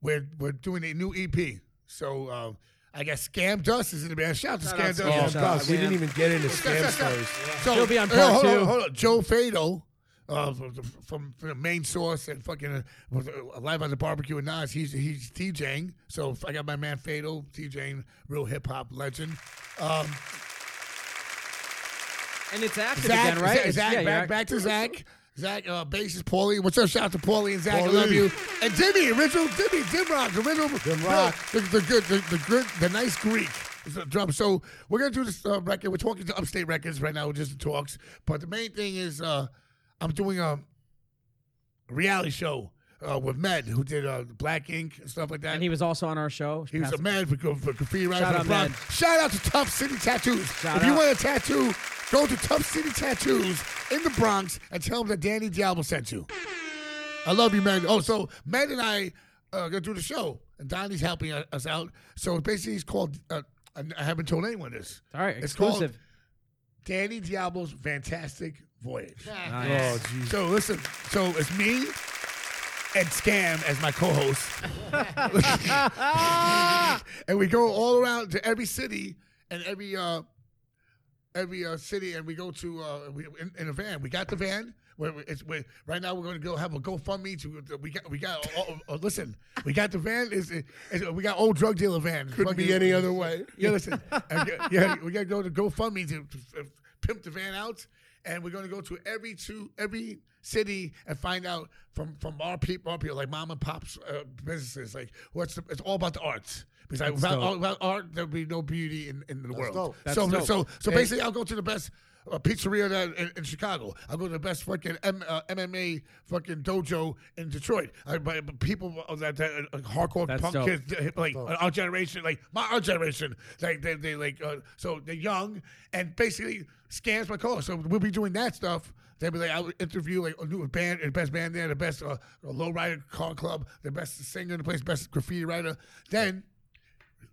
[SPEAKER 2] we're we're doing a new EP. E So um, I guess Scam Dust is in the band. Shout out to
[SPEAKER 1] Shout
[SPEAKER 2] Scam
[SPEAKER 1] out
[SPEAKER 2] Dust.
[SPEAKER 1] to
[SPEAKER 4] Oh,
[SPEAKER 1] Scam
[SPEAKER 2] Scam
[SPEAKER 4] God,
[SPEAKER 1] Dust.
[SPEAKER 4] we
[SPEAKER 1] Scam.
[SPEAKER 4] didn't even get
[SPEAKER 2] *laughs*
[SPEAKER 4] into scam
[SPEAKER 2] Dust, Dust.
[SPEAKER 4] stories.
[SPEAKER 2] So,
[SPEAKER 1] He'll be on
[SPEAKER 2] uh,
[SPEAKER 1] part
[SPEAKER 2] hold on,
[SPEAKER 1] two.
[SPEAKER 2] hold on. Joe Fado uh, from, from, from the main source and fucking uh, was, uh, live on the barbecue and Nas. He's he's DJing. So I got my man Fado DJing, real hip hop legend. Um,
[SPEAKER 1] And it's active
[SPEAKER 2] Zach,
[SPEAKER 1] again, right?
[SPEAKER 2] Zach,
[SPEAKER 1] It's-
[SPEAKER 2] Zach,
[SPEAKER 1] yeah,
[SPEAKER 2] back,
[SPEAKER 1] you're-
[SPEAKER 2] back to
[SPEAKER 1] *laughs*
[SPEAKER 2] Zach. Zach, uh, bassist Paulie. What's up? Shout out to Paulie and Zach. I
[SPEAKER 3] Paulie.
[SPEAKER 2] love you. And Jimmy, original Jimmy, Dim Rock, the original,
[SPEAKER 3] Dim Rock.
[SPEAKER 2] The, the, the good, the, the good, the nice Greek is the drum. So we're gonna do this uh, record. We're talking to Upstate Records right now. We're just in talks. But the main thing is, uh, I'm doing a reality show uh, with Med, who did uh, Black Ink and stuff like that.
[SPEAKER 1] And he was also on our show.
[SPEAKER 2] He was a man for, for graffiti writers.
[SPEAKER 1] Shout
[SPEAKER 2] on
[SPEAKER 1] out,
[SPEAKER 2] the block.
[SPEAKER 1] man.
[SPEAKER 2] Shout out to Tough City Tattoos.
[SPEAKER 1] Shout
[SPEAKER 2] if you
[SPEAKER 1] out.
[SPEAKER 2] want a tattoo, go to Tough City Tattoos in the Bronx and tell them that Danny Diablo sent you. I love you, man. Oh, so Matt and I uh, are gonna do the show, and Donnie's helping u- us out. So basically, it's called. Uh, I- I haven't told anyone this.
[SPEAKER 1] All right,
[SPEAKER 2] It's called
[SPEAKER 1] exclusive.
[SPEAKER 2] Danny Diablo's Fantastic Voyage.
[SPEAKER 4] Oh,
[SPEAKER 1] Nice.
[SPEAKER 2] So listen, so it's me and Scam as my co-host, *laughs* and we go all around to every city and every uh, every uh, city, and we go to uh, we, in, in a van. We got the van. We're, we're- it's, we're, right now, we're going to go have a GoFundMe. To, we got we got. Oh, oh, listen, we got the van. Is we got old drug dealer van.
[SPEAKER 4] Couldn't be
[SPEAKER 2] Fucking- uh,
[SPEAKER 4] any other way.
[SPEAKER 2] *laughs* yeah, listen. uh, yeah, we gotta go to GoFundMe to, to uh, pimp the van out, and we're gonna go to every two every city and find out from from our people, our people like mom and pops uh, businesses, like what's the, it's all about the arts. Because like, without, all, without art, there'd be no beauty in, in the world.
[SPEAKER 3] dope.
[SPEAKER 2] so,
[SPEAKER 1] That's
[SPEAKER 2] so
[SPEAKER 1] dope.
[SPEAKER 2] so basically, I'll go to the best. uh pizzeria that in, in Chicago. I'll go to the best fucking M, uh, MMA fucking dojo in Detroit. I, by, by people that, that uh, hardcore
[SPEAKER 1] That's
[SPEAKER 2] punk
[SPEAKER 1] dope.
[SPEAKER 2] kids th- hip- like our generation, like my our generation, like they, they like uh, so they're young and basically scans my call. So we'll be doing that stuff. They'll be like, I'll interview like a new band, the best band there, the best uh, lowrider car club, the best singer in the place, best graffiti writer. Then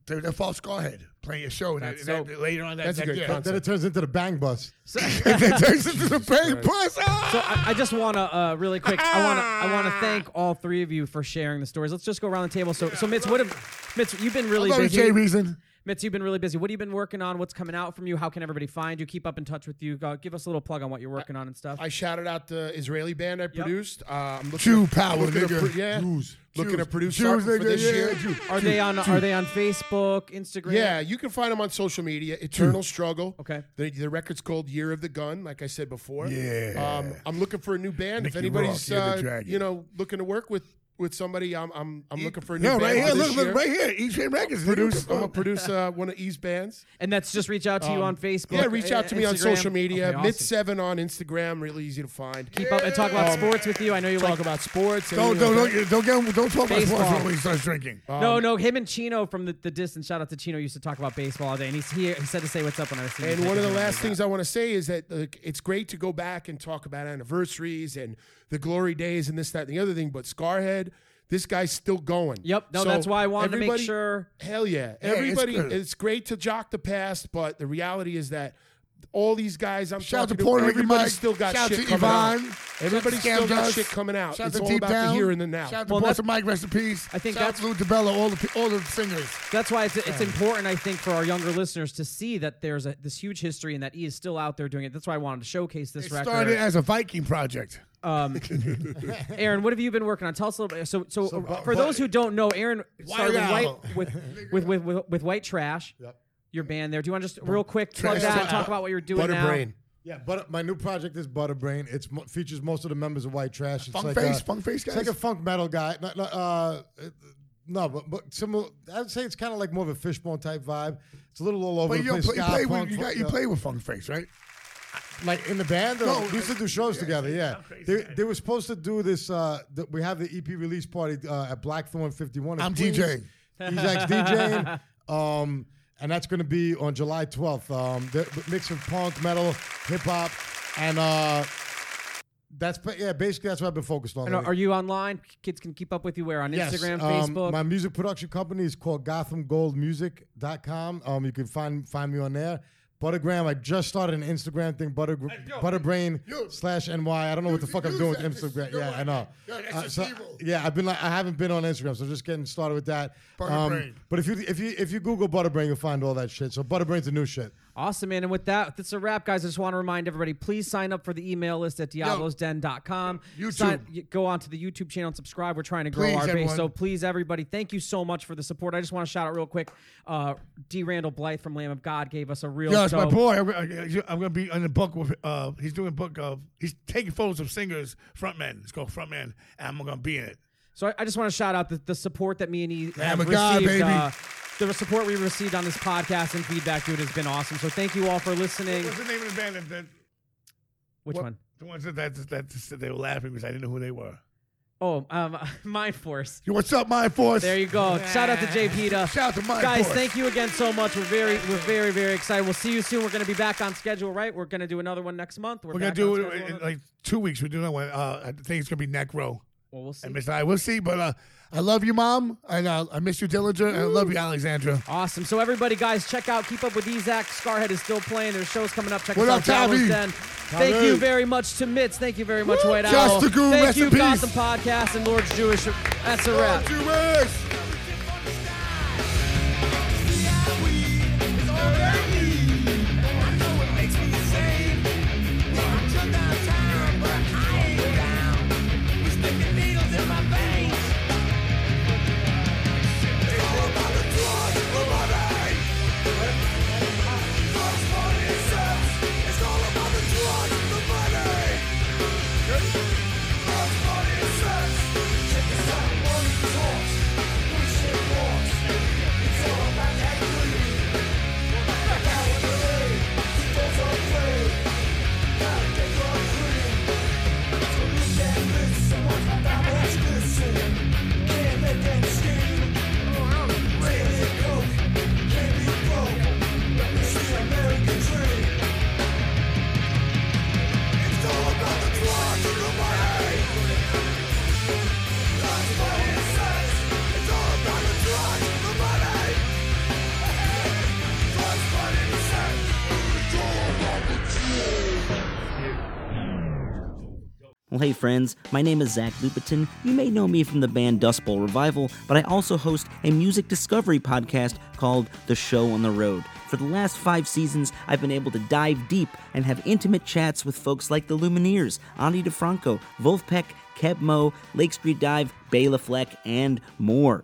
[SPEAKER 2] they're, they're false scarhead playing a show and
[SPEAKER 1] That's
[SPEAKER 2] that-
[SPEAKER 1] dope.
[SPEAKER 2] later on that,
[SPEAKER 4] That's a
[SPEAKER 2] that
[SPEAKER 4] good
[SPEAKER 2] year.
[SPEAKER 4] concept.
[SPEAKER 3] Then it turns into the bang bus.
[SPEAKER 2] it turns into the bang bus. Ah!
[SPEAKER 1] So I, I just want to uh, really quick. I want to I want to
[SPEAKER 4] Ah.
[SPEAKER 1] thank all three of you for sharing the stories. Let's just go around the table. So so Mitz, what have Mitz? You've been really
[SPEAKER 2] Love you,
[SPEAKER 1] busy.
[SPEAKER 2] Jay Reason.
[SPEAKER 1] Mitz, you've been really busy. What have you been working on? What's coming out from you? How can everybody find you? Keep up in touch with you. Go, give us a little plug on what you're working on and stuff.
[SPEAKER 4] I shouted out the Israeli band I produced. Uh, I'm looking
[SPEAKER 2] Jew
[SPEAKER 4] to-
[SPEAKER 2] power,
[SPEAKER 4] looking to
[SPEAKER 2] nigga.
[SPEAKER 4] pro- yeah,
[SPEAKER 2] Jews.
[SPEAKER 4] looking
[SPEAKER 2] Jews.
[SPEAKER 4] to produce
[SPEAKER 2] Jews,
[SPEAKER 4] something
[SPEAKER 2] nigga,
[SPEAKER 4] for this
[SPEAKER 2] yeah,
[SPEAKER 4] year.
[SPEAKER 2] Jew.
[SPEAKER 1] are they on Are they on Facebook, Instagram?
[SPEAKER 4] Yeah, you can find them on social media.
[SPEAKER 2] Hmm.
[SPEAKER 4] Eternal Struggle.
[SPEAKER 1] Okay.
[SPEAKER 4] The, the record's called Year of the Gun, like I said before.
[SPEAKER 2] Yeah.
[SPEAKER 4] Um, I'm looking for a new band. if
[SPEAKER 2] Mickey Rock,
[SPEAKER 4] anybody's,
[SPEAKER 2] Year of the
[SPEAKER 4] uh,
[SPEAKER 2] Dragon.
[SPEAKER 4] you know, looking to work with with somebody, I'm I'm, I'm looking for a new
[SPEAKER 2] No,
[SPEAKER 4] band.
[SPEAKER 2] right
[SPEAKER 4] for
[SPEAKER 2] here,
[SPEAKER 4] this
[SPEAKER 2] look, look,
[SPEAKER 4] year.
[SPEAKER 2] right here. EJ Records.
[SPEAKER 4] Produce, I'm gonna produce uh, one of E's bands.
[SPEAKER 1] And that's just reach out to you on Facebook.
[SPEAKER 4] Um, yeah, reach out to me on
[SPEAKER 1] Instagram.
[SPEAKER 4] social media.
[SPEAKER 1] Okay, awesome.
[SPEAKER 4] Mid Seven on Instagram, really easy to find.
[SPEAKER 1] Keep up and talk about sports with you. I know you
[SPEAKER 4] Talk
[SPEAKER 1] like
[SPEAKER 4] about sports.
[SPEAKER 2] Don't
[SPEAKER 4] everything
[SPEAKER 2] don't
[SPEAKER 4] like
[SPEAKER 2] don't get- don't get don't talk about
[SPEAKER 1] Baseball.
[SPEAKER 2] sports when he starts drinking.
[SPEAKER 1] no, no. Him and Chino from the, the distance. Shout out to Chino. Used to talk about baseball all day, and he's here. He said to say what's up when I was. seeing him.
[SPEAKER 4] And one of the last
[SPEAKER 1] Yeah.
[SPEAKER 4] things I want to say is that like, it's great to go back and talk about anniversaries and the glory days and this, that, and the other thing. But Scarhead, this guy's still going.
[SPEAKER 1] Yep. No,
[SPEAKER 4] So
[SPEAKER 1] that's why I wanted to make
[SPEAKER 4] everybody-
[SPEAKER 1] sure.
[SPEAKER 4] Hell yeah.
[SPEAKER 2] it's
[SPEAKER 4] Everybody,
[SPEAKER 2] good.
[SPEAKER 4] it's, great to jock the past, but the reality is that all these guys, I'm
[SPEAKER 2] Shout out to
[SPEAKER 4] talking
[SPEAKER 2] Puerto Rican
[SPEAKER 4] everybody's
[SPEAKER 2] Mike.
[SPEAKER 4] still got
[SPEAKER 2] Shout out
[SPEAKER 4] shit
[SPEAKER 2] to
[SPEAKER 4] coming
[SPEAKER 2] Yvonne.
[SPEAKER 4] out.
[SPEAKER 2] Shout out
[SPEAKER 4] Everybody's
[SPEAKER 2] to Scam
[SPEAKER 4] still got
[SPEAKER 2] Dust.
[SPEAKER 4] shit coming out.
[SPEAKER 2] Shout out
[SPEAKER 4] it's
[SPEAKER 2] to
[SPEAKER 4] all
[SPEAKER 2] Deep
[SPEAKER 4] about
[SPEAKER 2] Down.
[SPEAKER 4] the here and the now.
[SPEAKER 2] Shout out to
[SPEAKER 1] Well,
[SPEAKER 2] Boss
[SPEAKER 1] that's-
[SPEAKER 2] and Mike, rest in peace.
[SPEAKER 1] I think
[SPEAKER 2] Shout out to Lou
[SPEAKER 1] that's-
[SPEAKER 2] DiBella, all the pe- all the singers.
[SPEAKER 1] That's why it's, it's important, I think, for our younger listeners to see that there's a, this huge history and that he is still out there doing it. That's why I wanted to showcase this
[SPEAKER 2] It
[SPEAKER 1] record.
[SPEAKER 2] started as a Viking project.
[SPEAKER 1] um, Aaron, what have you been working on? Tell us a little bit. So, so,
[SPEAKER 3] but-
[SPEAKER 1] for those who don't know, Aaron started with
[SPEAKER 2] Wow.
[SPEAKER 1] white, with, with, with, with, with White Trash,
[SPEAKER 3] Yep.
[SPEAKER 1] your band there. Do you want to just real quick plug
[SPEAKER 2] Trash
[SPEAKER 1] that and
[SPEAKER 2] Trash.
[SPEAKER 1] talk about what you're doing now?
[SPEAKER 4] Butterbrain.
[SPEAKER 3] Yeah, but my new project is Butterbrain. It's mo- features most of the members of White Trash. It's
[SPEAKER 2] Funk
[SPEAKER 3] like
[SPEAKER 2] face,
[SPEAKER 3] a,
[SPEAKER 2] funk face
[SPEAKER 3] It's like
[SPEAKER 2] guys?
[SPEAKER 3] a funk metal guy. No, no, uh, it- no but but similar. I would say it's kind of like more of a fishbone type vibe. It's a little all over
[SPEAKER 2] But
[SPEAKER 3] the
[SPEAKER 2] you
[SPEAKER 3] place.
[SPEAKER 2] play, you
[SPEAKER 3] ska,
[SPEAKER 2] play with
[SPEAKER 3] punk,
[SPEAKER 2] you,
[SPEAKER 3] funk,
[SPEAKER 2] got, you
[SPEAKER 3] uh,
[SPEAKER 2] play with Funk Face, right?
[SPEAKER 3] like in the band. Or
[SPEAKER 2] No,
[SPEAKER 3] we used to do shows together. Yeah, they, they were supposed to do this. Uh, th- we have the EP release party uh, at Blackthorn Fifty One.
[SPEAKER 2] I'm DJing.
[SPEAKER 3] Ezak's *laughs* DJing. Um, and that's going to be on July 12th. Um, the the mix of punk, metal, hip hop, and uh, that's ba- yeah. Basically, that's what I've been focused on.
[SPEAKER 1] And are,
[SPEAKER 3] lately.
[SPEAKER 1] are you online? Kids can keep up with you where on
[SPEAKER 3] Yes,
[SPEAKER 1] Instagram,
[SPEAKER 3] um,
[SPEAKER 1] Facebook.
[SPEAKER 3] My music production company is called GothamGoldMusic.com. Um, you can find find me on there. Buttergram. I just started an Instagram thing, Butter Butterbrain slash NY. I don't know what the fuck I'm doing with Instagram. Yeah, I know. Uh, so- yeah, I've been like I haven't been on Instagram, so just getting started with that. Um,
[SPEAKER 2] Butterbrain.
[SPEAKER 3] but if you if you if you Google Butterbrain, you'll find all that shit. So Butterbrain's the new shit.
[SPEAKER 1] Awesome, man. And with that, that's a wrap, guys. I just want to remind everybody, please sign up for the email list at diablosden.com.
[SPEAKER 2] YouTube.
[SPEAKER 1] Sign- y- go on to the YouTube channel and subscribe. We're trying to grow
[SPEAKER 2] Please,
[SPEAKER 1] our base.
[SPEAKER 2] everyone.
[SPEAKER 1] So please, everybody, thank you so much for the support. I just want to shout out real quick. Uh, D. Randall Blythe from Lamb of God gave us a real
[SPEAKER 2] Yeah, it's my
[SPEAKER 1] dope-
[SPEAKER 2] boy. I'm, I'm gonna be in the book with. Uh, he's doing a book of. He's taking photos of singers, frontmen. It's called frontmen, and I'm gonna be in it.
[SPEAKER 1] So I, I just want to shout out the, the support that me and he have
[SPEAKER 2] Lamb of
[SPEAKER 1] received.
[SPEAKER 2] God, baby.
[SPEAKER 1] Uh, the support we received on this podcast and feedback, dude, has been awesome. So thank you all for listening.
[SPEAKER 2] What's the name of the band? That, that,
[SPEAKER 1] Which
[SPEAKER 2] what-
[SPEAKER 1] one?
[SPEAKER 2] The ones that, that, that, that they were laughing because I didn't know who they were.
[SPEAKER 1] Oh, um, *laughs* Mind Force.
[SPEAKER 2] Yo, what's up, Mind Force?
[SPEAKER 1] There you go. Shout out to Jay Pita.
[SPEAKER 2] Shout out to Mind
[SPEAKER 1] Guys,
[SPEAKER 2] Force.
[SPEAKER 1] thank you again so much. We're very, we're very, very excited. We'll see you soon. We're going to be back on schedule, right? We're going to do another one next month. We're,
[SPEAKER 2] We're gonna
[SPEAKER 1] back
[SPEAKER 2] do
[SPEAKER 1] on
[SPEAKER 2] it
[SPEAKER 1] schedule
[SPEAKER 2] in,
[SPEAKER 1] on-
[SPEAKER 2] like two weeks. We're doing that one. Uh, I think it's gonna be Necro
[SPEAKER 1] well, we'll see.
[SPEAKER 2] and Miss I. We'll see. But uh, I love you, Mom, and uh, I miss you, Dillinger, and I love you, Alexandra.
[SPEAKER 1] Awesome. So everybody, guys, check out. Keep up with Ezak. Scarhead is still playing. There's shows coming up. Check
[SPEAKER 2] What
[SPEAKER 1] us
[SPEAKER 2] up,
[SPEAKER 1] out.
[SPEAKER 2] Tavi?
[SPEAKER 1] Then. Thank
[SPEAKER 2] Tavi.
[SPEAKER 1] you very much to Mitz. Thank you very much, White
[SPEAKER 2] Just
[SPEAKER 1] Owl.
[SPEAKER 2] the Goon.
[SPEAKER 1] Thank
[SPEAKER 2] Rest
[SPEAKER 1] you,
[SPEAKER 2] in peace.
[SPEAKER 1] Gotham Podcast and Lord's Jewish. That's a wrap.
[SPEAKER 7] Well, hey friends, my name is Zach Lupitin. You may know me from the band Dust Bowl Revival, but I also host a music discovery podcast called The Show on the Road. For the last five seasons, I've been able to dive deep and have intimate chats with folks like the Lumineers, Andy DeFranco, Wolfpack, Keb Mo, Lake Street Dive, Bela Fleck, and more.